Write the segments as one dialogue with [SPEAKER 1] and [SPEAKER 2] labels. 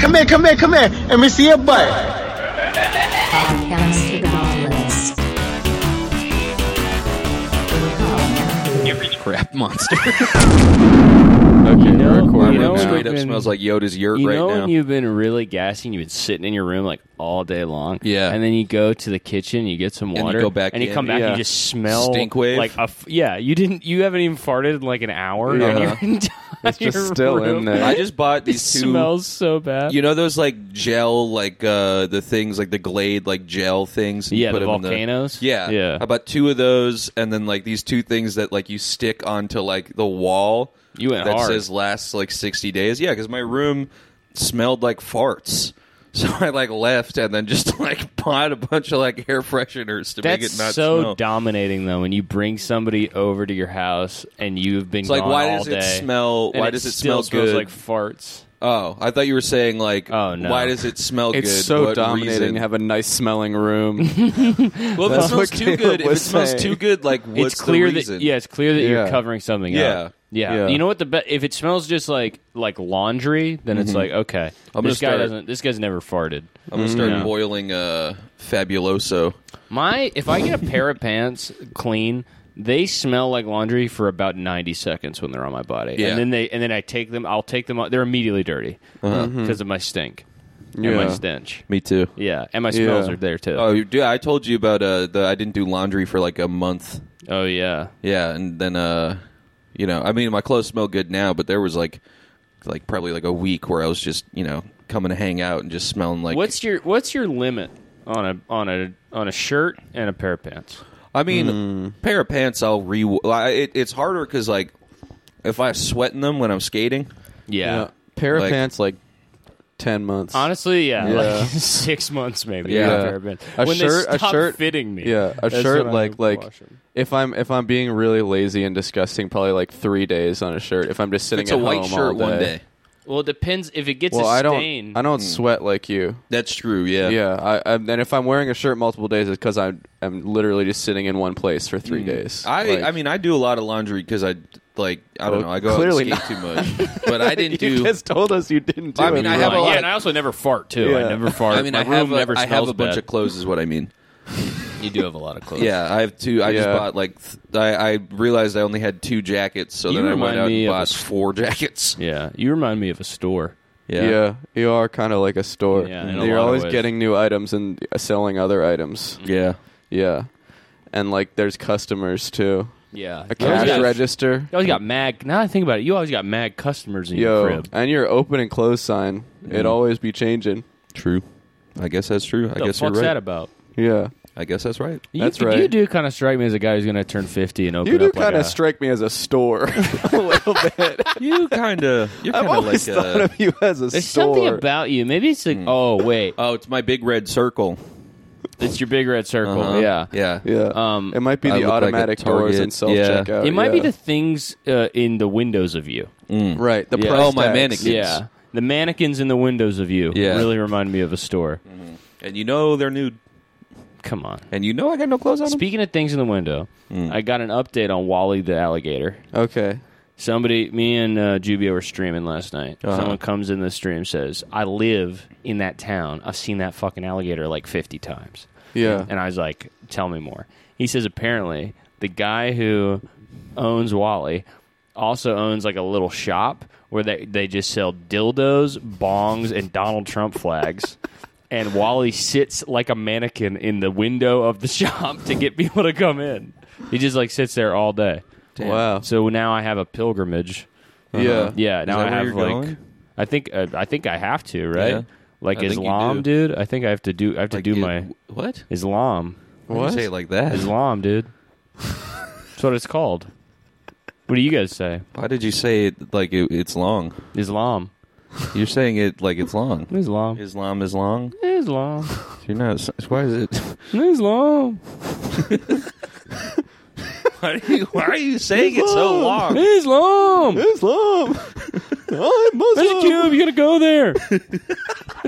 [SPEAKER 1] here, come here, come here. Let me see your butt.
[SPEAKER 2] Podcast for the Ballless.
[SPEAKER 3] You reach crap monster.
[SPEAKER 4] Okay,
[SPEAKER 5] You know-
[SPEAKER 4] we're recording
[SPEAKER 5] you know
[SPEAKER 4] now.
[SPEAKER 3] straight up
[SPEAKER 5] been-
[SPEAKER 3] smells like Yoda's yurt
[SPEAKER 5] You
[SPEAKER 3] right
[SPEAKER 5] know
[SPEAKER 3] now.
[SPEAKER 5] when you've been really gassy and you've been sitting in your room like all day long?
[SPEAKER 3] Yeah.
[SPEAKER 5] And then you go to the kitchen, you get some
[SPEAKER 3] you
[SPEAKER 5] water,
[SPEAKER 3] go back
[SPEAKER 5] and you
[SPEAKER 3] in.
[SPEAKER 5] come back
[SPEAKER 4] Yeah.
[SPEAKER 5] and you just smell
[SPEAKER 3] Stink wave.
[SPEAKER 5] Like a f- yeah, you didn't you haven't even farted in like an hour.
[SPEAKER 4] Yeah.
[SPEAKER 5] and you're in
[SPEAKER 4] It's just
[SPEAKER 5] your
[SPEAKER 4] still in
[SPEAKER 5] room.
[SPEAKER 4] there.
[SPEAKER 3] I just bought
[SPEAKER 5] It
[SPEAKER 3] these two.
[SPEAKER 5] smells so bad.
[SPEAKER 3] You know those like gel, like uh the things, like the Glade, like gel things. and you
[SPEAKER 5] Yeah,
[SPEAKER 3] put
[SPEAKER 5] the
[SPEAKER 3] 'em in
[SPEAKER 5] volcanoes?
[SPEAKER 3] yeah,
[SPEAKER 5] Yeah.
[SPEAKER 3] I bought two of those, and then like these two things that like you stick onto like the wall.
[SPEAKER 5] You went
[SPEAKER 3] that
[SPEAKER 5] hard.
[SPEAKER 3] says lasts like sixty days. Yeah, because my room smelled like farts. So I like left and then just like bought a bunch of like air fresheners to
[SPEAKER 5] That's
[SPEAKER 3] make it not
[SPEAKER 5] so
[SPEAKER 3] smell.
[SPEAKER 5] dominating though. When you bring somebody over to your house and you've been
[SPEAKER 3] It's like,
[SPEAKER 5] gone
[SPEAKER 3] why
[SPEAKER 5] all
[SPEAKER 3] does it
[SPEAKER 5] day,
[SPEAKER 3] smell-
[SPEAKER 5] and
[SPEAKER 3] why does it
[SPEAKER 5] still
[SPEAKER 3] smell
[SPEAKER 5] smells
[SPEAKER 3] good?
[SPEAKER 5] like farts?
[SPEAKER 3] Oh, I thought you were saying like,
[SPEAKER 5] Oh, no.
[SPEAKER 3] why does it smell
[SPEAKER 4] It's
[SPEAKER 3] good?
[SPEAKER 4] so
[SPEAKER 3] What
[SPEAKER 4] dominating
[SPEAKER 3] reason?
[SPEAKER 4] to have a nice smelling room.
[SPEAKER 3] well, if it
[SPEAKER 4] That's
[SPEAKER 3] smells
[SPEAKER 4] what
[SPEAKER 3] too
[SPEAKER 4] Caleb
[SPEAKER 3] good, if it
[SPEAKER 4] was
[SPEAKER 3] smells
[SPEAKER 4] saying.
[SPEAKER 3] too good, like what's
[SPEAKER 5] it's clear
[SPEAKER 3] the reason?
[SPEAKER 5] that yeah, it's clear that you're
[SPEAKER 4] Yeah.
[SPEAKER 5] covering something.
[SPEAKER 3] Yeah.
[SPEAKER 5] up. yeah,
[SPEAKER 4] Yeah.
[SPEAKER 5] You know what the be- if it smells just like like laundry, then it's like okay,
[SPEAKER 3] Mm-hmm. I'm
[SPEAKER 5] this
[SPEAKER 3] gonna
[SPEAKER 5] guy
[SPEAKER 3] start-
[SPEAKER 5] doesn't. This guy's never farted.
[SPEAKER 3] I'm gonna start
[SPEAKER 5] Mm-hmm. Yeah.
[SPEAKER 3] boiling uh, fabuloso.
[SPEAKER 5] My if I get a pair of pants clean. They smell like laundry for about ninety seconds when they're on my body,
[SPEAKER 3] Yeah.
[SPEAKER 5] and then they and then I take them. I'll take them. out. They're immediately dirty
[SPEAKER 3] Uh-huh.
[SPEAKER 5] because
[SPEAKER 3] Mm-hmm.
[SPEAKER 5] of my stink and my
[SPEAKER 4] Yeah.
[SPEAKER 5] stench.
[SPEAKER 3] Me too.
[SPEAKER 5] Yeah, and my smells
[SPEAKER 4] Yeah.
[SPEAKER 5] are there too.
[SPEAKER 3] Oh, you- dude, I told you about uh, the I didn't do laundry for like a month.
[SPEAKER 5] Oh yeah,
[SPEAKER 3] Yeah, and then uh, you know, I mean, my clothes smell good now, but there was like, like probably like a week where I was just you know coming to hang out and just smelling like.
[SPEAKER 5] what's your what's your limit on a on a on a shirt and a pair of pants?
[SPEAKER 3] I mean, pair of pants I'll re. I- It, it's harder because like if I sweat in them when I'm skating.
[SPEAKER 4] Yeah. Pair of
[SPEAKER 3] Like-
[SPEAKER 4] pants like ten months.
[SPEAKER 5] Honestly, yeah,
[SPEAKER 4] Yeah.
[SPEAKER 5] like six months maybe.
[SPEAKER 3] Yeah.
[SPEAKER 5] after I've been-
[SPEAKER 4] A
[SPEAKER 5] when
[SPEAKER 4] shirt,
[SPEAKER 5] they
[SPEAKER 4] a
[SPEAKER 5] stop
[SPEAKER 4] shirt
[SPEAKER 5] fitting me.
[SPEAKER 4] Yeah, a
[SPEAKER 5] That's
[SPEAKER 4] shirt
[SPEAKER 5] when I
[SPEAKER 4] like like
[SPEAKER 5] wash 'em.
[SPEAKER 4] if I'm if I'm being really lazy and disgusting, probably like three days on a shirt. If I'm just sitting
[SPEAKER 3] It's
[SPEAKER 4] at
[SPEAKER 3] a white
[SPEAKER 4] home
[SPEAKER 3] shirt
[SPEAKER 4] all
[SPEAKER 3] one day.
[SPEAKER 5] Well, it depends if it gets
[SPEAKER 4] Well,
[SPEAKER 5] a
[SPEAKER 4] I
[SPEAKER 5] stain.
[SPEAKER 4] don't I don't sweat like you.
[SPEAKER 3] That's true. Yeah.
[SPEAKER 4] Yeah, I, I and if I'm wearing a shirt multiple days, it's because I'm I'm literally just sitting in one place for
[SPEAKER 5] Hmm.
[SPEAKER 4] three days.
[SPEAKER 3] I
[SPEAKER 4] Like,
[SPEAKER 3] I mean I do a lot of laundry because I like I don't
[SPEAKER 4] Well,
[SPEAKER 3] know I go
[SPEAKER 4] clearly
[SPEAKER 3] out and skate too much, but I didn't
[SPEAKER 4] you
[SPEAKER 3] do.
[SPEAKER 4] just told us you didn't do
[SPEAKER 3] I mean,
[SPEAKER 4] it.
[SPEAKER 3] I have a
[SPEAKER 5] yeah,
[SPEAKER 3] lot
[SPEAKER 5] and
[SPEAKER 3] of-
[SPEAKER 5] I also never fart too. I
[SPEAKER 4] Yeah.
[SPEAKER 5] never fart.
[SPEAKER 3] I mean
[SPEAKER 5] My
[SPEAKER 3] I
[SPEAKER 5] room
[SPEAKER 3] have a,
[SPEAKER 5] never
[SPEAKER 3] I
[SPEAKER 5] smells
[SPEAKER 3] have a bunch
[SPEAKER 5] bad.
[SPEAKER 3] of clothes is what I mean.
[SPEAKER 5] You do have a lot of clothes.
[SPEAKER 3] Yeah, I have two. I just
[SPEAKER 4] Yeah.
[SPEAKER 3] bought like th- I, I realized I only had two jackets, so
[SPEAKER 5] You
[SPEAKER 3] then I went
[SPEAKER 5] remind
[SPEAKER 3] out
[SPEAKER 5] me
[SPEAKER 3] and
[SPEAKER 5] of a
[SPEAKER 3] bought
[SPEAKER 5] s-
[SPEAKER 3] four jackets.
[SPEAKER 5] yeah. You remind me of a store.
[SPEAKER 4] yeah. you are kind of like a store.
[SPEAKER 5] Yeah, in a lot
[SPEAKER 4] You're
[SPEAKER 5] of
[SPEAKER 4] always
[SPEAKER 5] ways. Hmm.
[SPEAKER 4] getting new items and uh, selling other items.
[SPEAKER 3] yeah.
[SPEAKER 4] Yeah, and like there's customers too.
[SPEAKER 5] Oh, Yeah,
[SPEAKER 4] A cash
[SPEAKER 5] you always got,
[SPEAKER 4] register.
[SPEAKER 5] You always got mad. Now that I think about it, you always got mad customers in
[SPEAKER 4] Yo,
[SPEAKER 5] your crib. Mm.
[SPEAKER 4] and your open and close sign, it always be changing.
[SPEAKER 3] True. I guess that's true. I
[SPEAKER 5] What the
[SPEAKER 3] guess you're
[SPEAKER 5] fuck's
[SPEAKER 3] right.
[SPEAKER 5] that about?
[SPEAKER 4] Yeah,
[SPEAKER 3] I guess that's right.
[SPEAKER 5] You,
[SPEAKER 4] That's
[SPEAKER 5] You
[SPEAKER 4] right.
[SPEAKER 5] do kind of strike me as a guy who's going to turn fifty and open
[SPEAKER 4] you do
[SPEAKER 5] up.
[SPEAKER 4] kind
[SPEAKER 5] like
[SPEAKER 4] of
[SPEAKER 5] a,
[SPEAKER 4] strike me as a store a little bit.
[SPEAKER 3] You kind of. You're
[SPEAKER 4] I've
[SPEAKER 3] kind of
[SPEAKER 4] always
[SPEAKER 3] like
[SPEAKER 4] thought
[SPEAKER 3] a.
[SPEAKER 4] of you as a
[SPEAKER 5] There's
[SPEAKER 4] store. Hmm.
[SPEAKER 5] something about you. Maybe it's like, oh wait,
[SPEAKER 3] Oh, it's my big red circle.
[SPEAKER 5] it's your big red circle.
[SPEAKER 3] Uh-huh.
[SPEAKER 5] Yeah,
[SPEAKER 3] Yeah.
[SPEAKER 4] yeah,
[SPEAKER 5] Um,
[SPEAKER 4] it might be
[SPEAKER 3] I
[SPEAKER 4] the
[SPEAKER 3] look like a
[SPEAKER 4] automatic doors
[SPEAKER 3] target.
[SPEAKER 4] and self
[SPEAKER 3] Oh,
[SPEAKER 4] checkout.
[SPEAKER 5] It might be the things uh, in the windows of you.
[SPEAKER 4] Hmm. right. The
[SPEAKER 5] Yeah.
[SPEAKER 4] price
[SPEAKER 3] Oh, my
[SPEAKER 4] tags.
[SPEAKER 3] mannequin. Yes.
[SPEAKER 5] Yeah. The mannequins in the windows of you
[SPEAKER 3] Yeah.
[SPEAKER 5] really remind me of a store.
[SPEAKER 3] And you know they're nude.
[SPEAKER 5] Come on.
[SPEAKER 3] And you know I got no clothes on. 'em.
[SPEAKER 5] Speaking of things in the window,
[SPEAKER 3] Hmm.
[SPEAKER 5] I got an update on Wally the alligator.
[SPEAKER 4] Okay.
[SPEAKER 5] Somebody, me and uh, Jubio were streaming last night. Someone comes in the stream says, "I live in that town. I've seen that fucking alligator like fifty times."
[SPEAKER 4] Yeah.
[SPEAKER 5] And I was like, tell me more. He says apparently the guy who owns Wally also owns like a little shop where they, they just sell dildos, bongs, and Donald Trump flags. and Wally sits like a mannequin in the window of the shop to get people to come in. He just like sits there all day.
[SPEAKER 4] Wow.
[SPEAKER 5] So now I have a pilgrimage.
[SPEAKER 4] Yeah.
[SPEAKER 5] Uh-huh. Yeah, now
[SPEAKER 3] that where
[SPEAKER 5] I have
[SPEAKER 3] you're
[SPEAKER 5] like
[SPEAKER 3] going?
[SPEAKER 5] I think uh, I think I have to, right?
[SPEAKER 3] Yeah.
[SPEAKER 5] Like
[SPEAKER 3] I think you
[SPEAKER 5] Islam, dude. I think I have to do I have to
[SPEAKER 3] Like
[SPEAKER 5] do
[SPEAKER 3] you-
[SPEAKER 5] my
[SPEAKER 3] what?
[SPEAKER 5] Islam.
[SPEAKER 3] Why
[SPEAKER 4] What?
[SPEAKER 3] do you say it like that?
[SPEAKER 5] Islam, dude. That's what it's called. What do you guys say?
[SPEAKER 3] Why did you say it like it, it's long?
[SPEAKER 5] Islam.
[SPEAKER 3] You're saying it like it's long.
[SPEAKER 5] Islam.
[SPEAKER 3] Islam is long.
[SPEAKER 5] Islam.
[SPEAKER 3] You're not. Why is it?
[SPEAKER 5] Islam.
[SPEAKER 3] Why are you, why are you saying it so long?
[SPEAKER 5] Islam.
[SPEAKER 4] Islam. I'm
[SPEAKER 5] There's a
[SPEAKER 4] Muslim.
[SPEAKER 5] cube. You gotta go there. It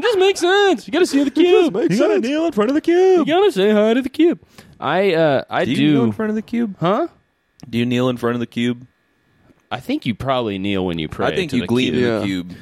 [SPEAKER 5] just makes sense. You gotta see the cube.
[SPEAKER 4] makes
[SPEAKER 5] you gotta
[SPEAKER 4] sense.
[SPEAKER 5] kneel in front of the cube. You gotta say hi to the cube. I uh I
[SPEAKER 3] Do
[SPEAKER 5] do,
[SPEAKER 3] you kneel in front of the cube?
[SPEAKER 5] huh?
[SPEAKER 3] Do you kneel in front of the cube?
[SPEAKER 5] I think you probably kneel when you pray.
[SPEAKER 3] I think
[SPEAKER 5] to
[SPEAKER 3] you
[SPEAKER 5] the
[SPEAKER 3] glean
[SPEAKER 5] cube.
[SPEAKER 3] in the
[SPEAKER 4] Yeah.
[SPEAKER 3] cube.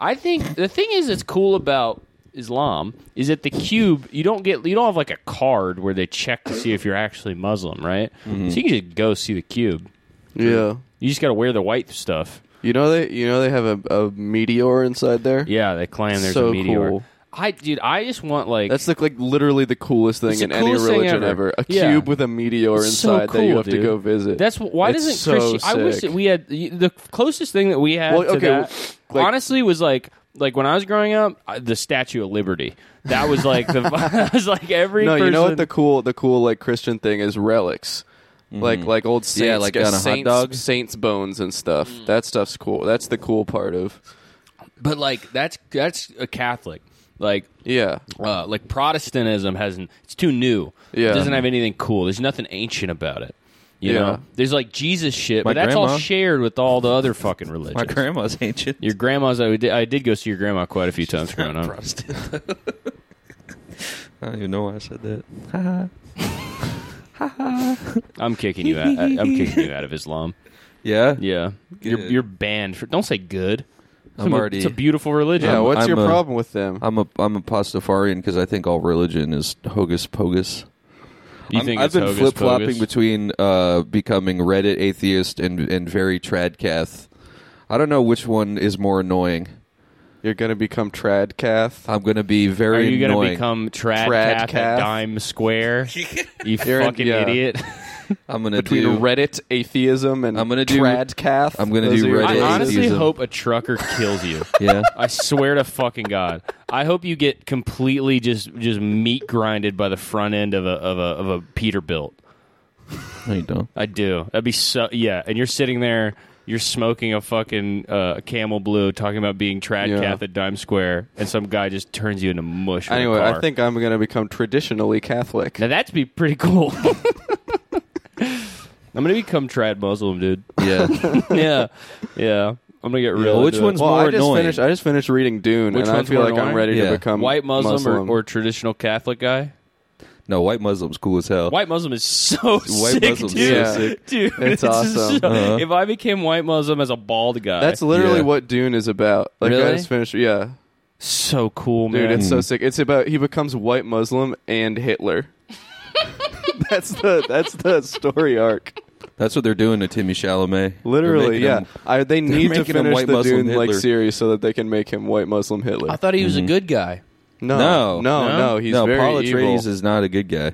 [SPEAKER 5] I think the thing is that's cool about Islam is that the cube you don't get you don't have like a card where they check to see if you're actually Muslim, right?
[SPEAKER 4] Mm-hmm.
[SPEAKER 5] So you can just go see the cube.
[SPEAKER 4] Yeah.
[SPEAKER 5] You just got to wear the white stuff.
[SPEAKER 4] You know they you know they have a, a meteor inside there.
[SPEAKER 5] Yeah, they claim there's
[SPEAKER 4] So
[SPEAKER 5] a meteor.
[SPEAKER 4] cool.
[SPEAKER 5] I dude, I just want like
[SPEAKER 4] That's like, like literally the coolest thing
[SPEAKER 5] It's the
[SPEAKER 4] in any
[SPEAKER 5] coolest thing
[SPEAKER 4] religion
[SPEAKER 5] ever.
[SPEAKER 4] ever. A
[SPEAKER 5] Yeah.
[SPEAKER 4] cube with a meteor
[SPEAKER 5] It's so
[SPEAKER 4] inside that you
[SPEAKER 5] cool,
[SPEAKER 4] have to
[SPEAKER 5] dude.
[SPEAKER 4] go visit.
[SPEAKER 5] That's wh- why
[SPEAKER 4] It's
[SPEAKER 5] doesn't
[SPEAKER 4] so
[SPEAKER 5] Christian? I wish
[SPEAKER 4] sick.
[SPEAKER 5] that we had y- the closest thing that we had
[SPEAKER 4] Well,
[SPEAKER 5] to
[SPEAKER 4] okay,
[SPEAKER 5] that.
[SPEAKER 4] well, like-
[SPEAKER 5] honestly, was like like when I was growing up, I- the Statue of Liberty. That was like the that was like every.
[SPEAKER 4] no, you know what
[SPEAKER 5] person-
[SPEAKER 4] the cool the cool like Christian thing is relics.
[SPEAKER 5] Mm-hmm.
[SPEAKER 4] Like like old saints,
[SPEAKER 3] Yeah, like
[SPEAKER 4] uh,
[SPEAKER 3] on a hot
[SPEAKER 4] saints,
[SPEAKER 3] dog?
[SPEAKER 4] saints bones and stuff.
[SPEAKER 5] Mm.
[SPEAKER 4] That stuff's cool. That's the cool part of
[SPEAKER 5] but like that's that's a Catholic. Like
[SPEAKER 4] yeah.
[SPEAKER 5] uh, like Protestantism hasn't. It's too new.
[SPEAKER 4] Yeah.
[SPEAKER 5] It doesn't have anything cool. There's nothing ancient about it. You
[SPEAKER 4] Yeah.
[SPEAKER 5] know, there's like Jesus shit,
[SPEAKER 3] My
[SPEAKER 5] but that's all
[SPEAKER 3] grandma-
[SPEAKER 5] shared with all the other fucking religions.
[SPEAKER 3] My grandma's ancient.
[SPEAKER 5] your grandma's. I did, I did go see your grandma quite a few times growing up.
[SPEAKER 3] I don't even know why I said that.
[SPEAKER 5] I'm kicking you out. I'm kicking you out of Islam.
[SPEAKER 3] Yeah.
[SPEAKER 5] Yeah, you're,
[SPEAKER 3] Good.
[SPEAKER 5] you're banned for. Don't say good. It's
[SPEAKER 3] I'm
[SPEAKER 5] a-
[SPEAKER 3] already-
[SPEAKER 5] It's a beautiful religion.
[SPEAKER 4] Yeah,
[SPEAKER 3] I'm-
[SPEAKER 4] what's
[SPEAKER 3] I'm
[SPEAKER 4] your
[SPEAKER 3] a-
[SPEAKER 4] problem with them?
[SPEAKER 3] I'm a I'm a Pastafarian because I think all religion is hocus pocus.
[SPEAKER 5] you
[SPEAKER 3] I'm-
[SPEAKER 5] think
[SPEAKER 3] I've
[SPEAKER 5] it's
[SPEAKER 3] been
[SPEAKER 5] hocus
[SPEAKER 3] flip flopping
[SPEAKER 5] pocus?
[SPEAKER 3] between uh, becoming Reddit atheist and and very tradcath. I don't know which one is more annoying.
[SPEAKER 4] You're gonna become trad cath.
[SPEAKER 3] I'm going to be
[SPEAKER 5] Are
[SPEAKER 3] very
[SPEAKER 5] you
[SPEAKER 3] annoying.
[SPEAKER 5] gonna become trad,
[SPEAKER 4] Trad
[SPEAKER 5] cap at
[SPEAKER 4] calf?
[SPEAKER 5] Dime Square? you
[SPEAKER 4] You're in-
[SPEAKER 5] fucking
[SPEAKER 4] yeah.
[SPEAKER 5] idiot.
[SPEAKER 3] I'm going to
[SPEAKER 4] Between
[SPEAKER 3] do
[SPEAKER 4] Reddit atheism and
[SPEAKER 3] I'm gonna do-
[SPEAKER 4] trad cath.
[SPEAKER 3] I'm gonna
[SPEAKER 4] Those
[SPEAKER 3] do
[SPEAKER 4] are your
[SPEAKER 3] Reddit
[SPEAKER 5] I
[SPEAKER 4] days.
[SPEAKER 5] honestly
[SPEAKER 3] atheism.
[SPEAKER 5] hope a trucker kills you.
[SPEAKER 3] yeah.
[SPEAKER 5] I swear to fucking god. I hope you get completely just just meat grinded by the front end of a of a of a Peterbilt.
[SPEAKER 3] No, you don't.
[SPEAKER 5] I do. That'd be so. Yeah, and you're sitting there, you're smoking a fucking uh, Camel Blue, talking about being trad
[SPEAKER 4] Yeah.
[SPEAKER 5] cath at Dime Square, and some guy just turns you into mush. with a
[SPEAKER 4] Anyway, I
[SPEAKER 5] car.
[SPEAKER 4] think I'm gonna become traditionally Catholic.
[SPEAKER 5] now that'd be pretty cool. I'm gonna become trad Muslim, dude.
[SPEAKER 3] Yeah.
[SPEAKER 5] yeah, yeah. I'm gonna get real.
[SPEAKER 3] which
[SPEAKER 5] into it.
[SPEAKER 3] one's
[SPEAKER 4] well,
[SPEAKER 3] more
[SPEAKER 4] I just
[SPEAKER 3] annoying?
[SPEAKER 4] finished. um, I just finished reading Dune,
[SPEAKER 5] Which
[SPEAKER 4] and I
[SPEAKER 5] one's
[SPEAKER 4] feel
[SPEAKER 5] more
[SPEAKER 4] like I'm
[SPEAKER 5] annoying?
[SPEAKER 4] ready
[SPEAKER 3] Yeah.
[SPEAKER 4] to become
[SPEAKER 5] white Muslim, Or, or traditional Catholic guy?
[SPEAKER 3] no, white Muslim's cool as hell.
[SPEAKER 5] White Muslim is so sick,
[SPEAKER 3] Muslim's
[SPEAKER 5] dude.
[SPEAKER 4] so
[SPEAKER 3] sick.
[SPEAKER 5] Dude, this
[SPEAKER 4] It's
[SPEAKER 5] is
[SPEAKER 4] awesome.
[SPEAKER 5] so-
[SPEAKER 3] Uh-huh.
[SPEAKER 5] If I became white Muslim as a bald guy,
[SPEAKER 4] That's literally
[SPEAKER 3] Yeah.
[SPEAKER 4] what Dune is about. Like I
[SPEAKER 5] Really?
[SPEAKER 4] just finished. Yeah,
[SPEAKER 5] so cool, man.
[SPEAKER 4] dude, it's
[SPEAKER 3] Hmm.
[SPEAKER 4] so sick. It's about he becomes white Muslim and Hitler. that's the that's the story arc.
[SPEAKER 3] That's what they're doing to Timmy Chalamet. They're
[SPEAKER 4] Literally,
[SPEAKER 3] making
[SPEAKER 4] yeah.
[SPEAKER 3] him-
[SPEAKER 4] I, they need to
[SPEAKER 3] making him
[SPEAKER 4] finish
[SPEAKER 3] white
[SPEAKER 4] the
[SPEAKER 3] Muslim
[SPEAKER 4] Dune like
[SPEAKER 3] Hitler. Uh,
[SPEAKER 4] series so that they can make him white Muslim Hitler.
[SPEAKER 5] I thought he was
[SPEAKER 4] Mm-hmm.
[SPEAKER 5] a good guy.
[SPEAKER 4] no,
[SPEAKER 3] No.
[SPEAKER 4] no, no,
[SPEAKER 5] No?
[SPEAKER 4] He's
[SPEAKER 3] no,
[SPEAKER 4] very
[SPEAKER 3] Paul
[SPEAKER 4] evil.
[SPEAKER 3] Atreides is not a good guy.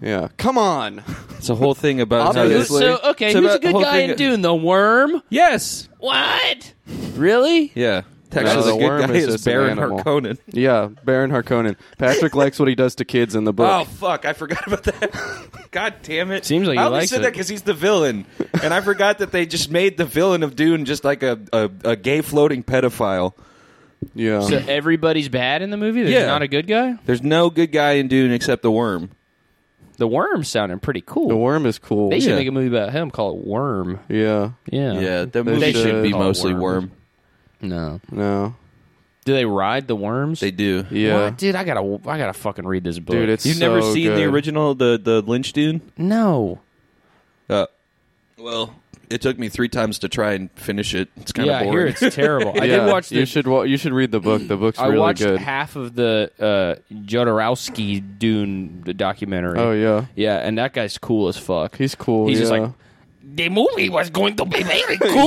[SPEAKER 4] yeah, come on.
[SPEAKER 3] It's a whole thing about how
[SPEAKER 4] Obviously.
[SPEAKER 5] So okay,
[SPEAKER 3] So
[SPEAKER 5] who's a
[SPEAKER 3] that
[SPEAKER 5] good
[SPEAKER 3] whole
[SPEAKER 5] guy
[SPEAKER 3] thing-
[SPEAKER 5] in Dune? The worm?
[SPEAKER 3] Yes.
[SPEAKER 5] What? Really?
[SPEAKER 3] Yeah.
[SPEAKER 4] No,
[SPEAKER 3] Actually,
[SPEAKER 4] the
[SPEAKER 3] the good
[SPEAKER 4] worm
[SPEAKER 3] guy
[SPEAKER 4] is
[SPEAKER 3] is,
[SPEAKER 4] just an
[SPEAKER 3] Baron
[SPEAKER 4] animal.
[SPEAKER 3] Harkonnen.
[SPEAKER 4] Yeah, Baron Harkonnen. Patrick likes what he does to kids in the book.
[SPEAKER 3] Oh fuck! I forgot about that. God damn it!
[SPEAKER 5] Seems like he
[SPEAKER 3] I only
[SPEAKER 5] likes
[SPEAKER 3] said
[SPEAKER 5] it.
[SPEAKER 3] that because he's the villain, and I forgot that they just made the villain of Dune just like a a, a gay floating pedophile.
[SPEAKER 4] Yeah,
[SPEAKER 5] So everybody's bad in the movie. There's
[SPEAKER 3] Yeah.
[SPEAKER 5] not a good guy.
[SPEAKER 3] There's no good guy in Dune except the worm.
[SPEAKER 5] The worm sounded pretty cool.
[SPEAKER 4] the worm is cool.
[SPEAKER 5] They should
[SPEAKER 3] Yeah.
[SPEAKER 5] make a movie about him. Call it Worm.
[SPEAKER 4] Yeah,
[SPEAKER 5] Yeah.
[SPEAKER 3] the
[SPEAKER 4] They
[SPEAKER 3] movie
[SPEAKER 4] should
[SPEAKER 3] should be
[SPEAKER 5] call
[SPEAKER 3] mostly
[SPEAKER 5] worms.
[SPEAKER 3] worm.
[SPEAKER 5] No.
[SPEAKER 4] no,
[SPEAKER 5] Do they ride the worms?
[SPEAKER 3] They do.
[SPEAKER 4] yeah.
[SPEAKER 5] What? dude, I gotta, I gotta fucking read this book,
[SPEAKER 4] Dude, it's
[SPEAKER 3] You've never
[SPEAKER 4] so
[SPEAKER 3] seen the
[SPEAKER 4] good.
[SPEAKER 3] original, the the Lynch Dune?
[SPEAKER 5] No,
[SPEAKER 3] Uh, well, it took me three times to try and finish it. It's kind
[SPEAKER 5] yeah,
[SPEAKER 3] of
[SPEAKER 5] I hear
[SPEAKER 3] boring.
[SPEAKER 5] it's terrible. I
[SPEAKER 4] Yeah,
[SPEAKER 5] did watch
[SPEAKER 4] You
[SPEAKER 5] the.
[SPEAKER 4] should wa- you should read the book. The book's
[SPEAKER 5] I
[SPEAKER 4] really
[SPEAKER 5] watched
[SPEAKER 4] good.
[SPEAKER 5] half of the uh, Jodorowsky Dune documentary.
[SPEAKER 4] oh yeah,
[SPEAKER 5] yeah, and that guy's cool as fuck.
[SPEAKER 4] he's cool.
[SPEAKER 5] He's just
[SPEAKER 4] yeah.
[SPEAKER 5] like, the movie was going to be very cool.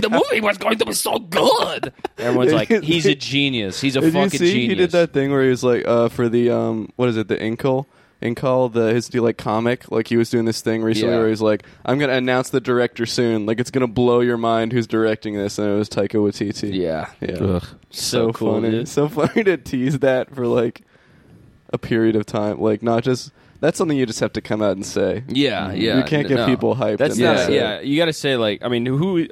[SPEAKER 5] The movie was going to be so good. Everyone's like, he's a genius. He's a
[SPEAKER 4] Did
[SPEAKER 5] fucking
[SPEAKER 4] you see
[SPEAKER 5] genius.
[SPEAKER 4] he did that thing where he was like uh, for the um what is it the Inkle Inkle the his like comic like he was doing this thing recently
[SPEAKER 5] Yeah.
[SPEAKER 4] where he's like I'm gonna announce the director soon like it's gonna blow your mind who's directing this and it was Taika Waititi
[SPEAKER 5] Yeah,
[SPEAKER 4] yeah
[SPEAKER 5] so, cool.
[SPEAKER 4] funny
[SPEAKER 5] dude.
[SPEAKER 4] so funny to tease that for like a period of time like not just that's something you just have to come out and say
[SPEAKER 5] Yeah, yeah.
[SPEAKER 4] You can't get
[SPEAKER 5] no.
[SPEAKER 4] people hyped
[SPEAKER 5] That's
[SPEAKER 4] and
[SPEAKER 5] not.
[SPEAKER 4] upset.
[SPEAKER 5] Yeah, you got to say like, I mean, who,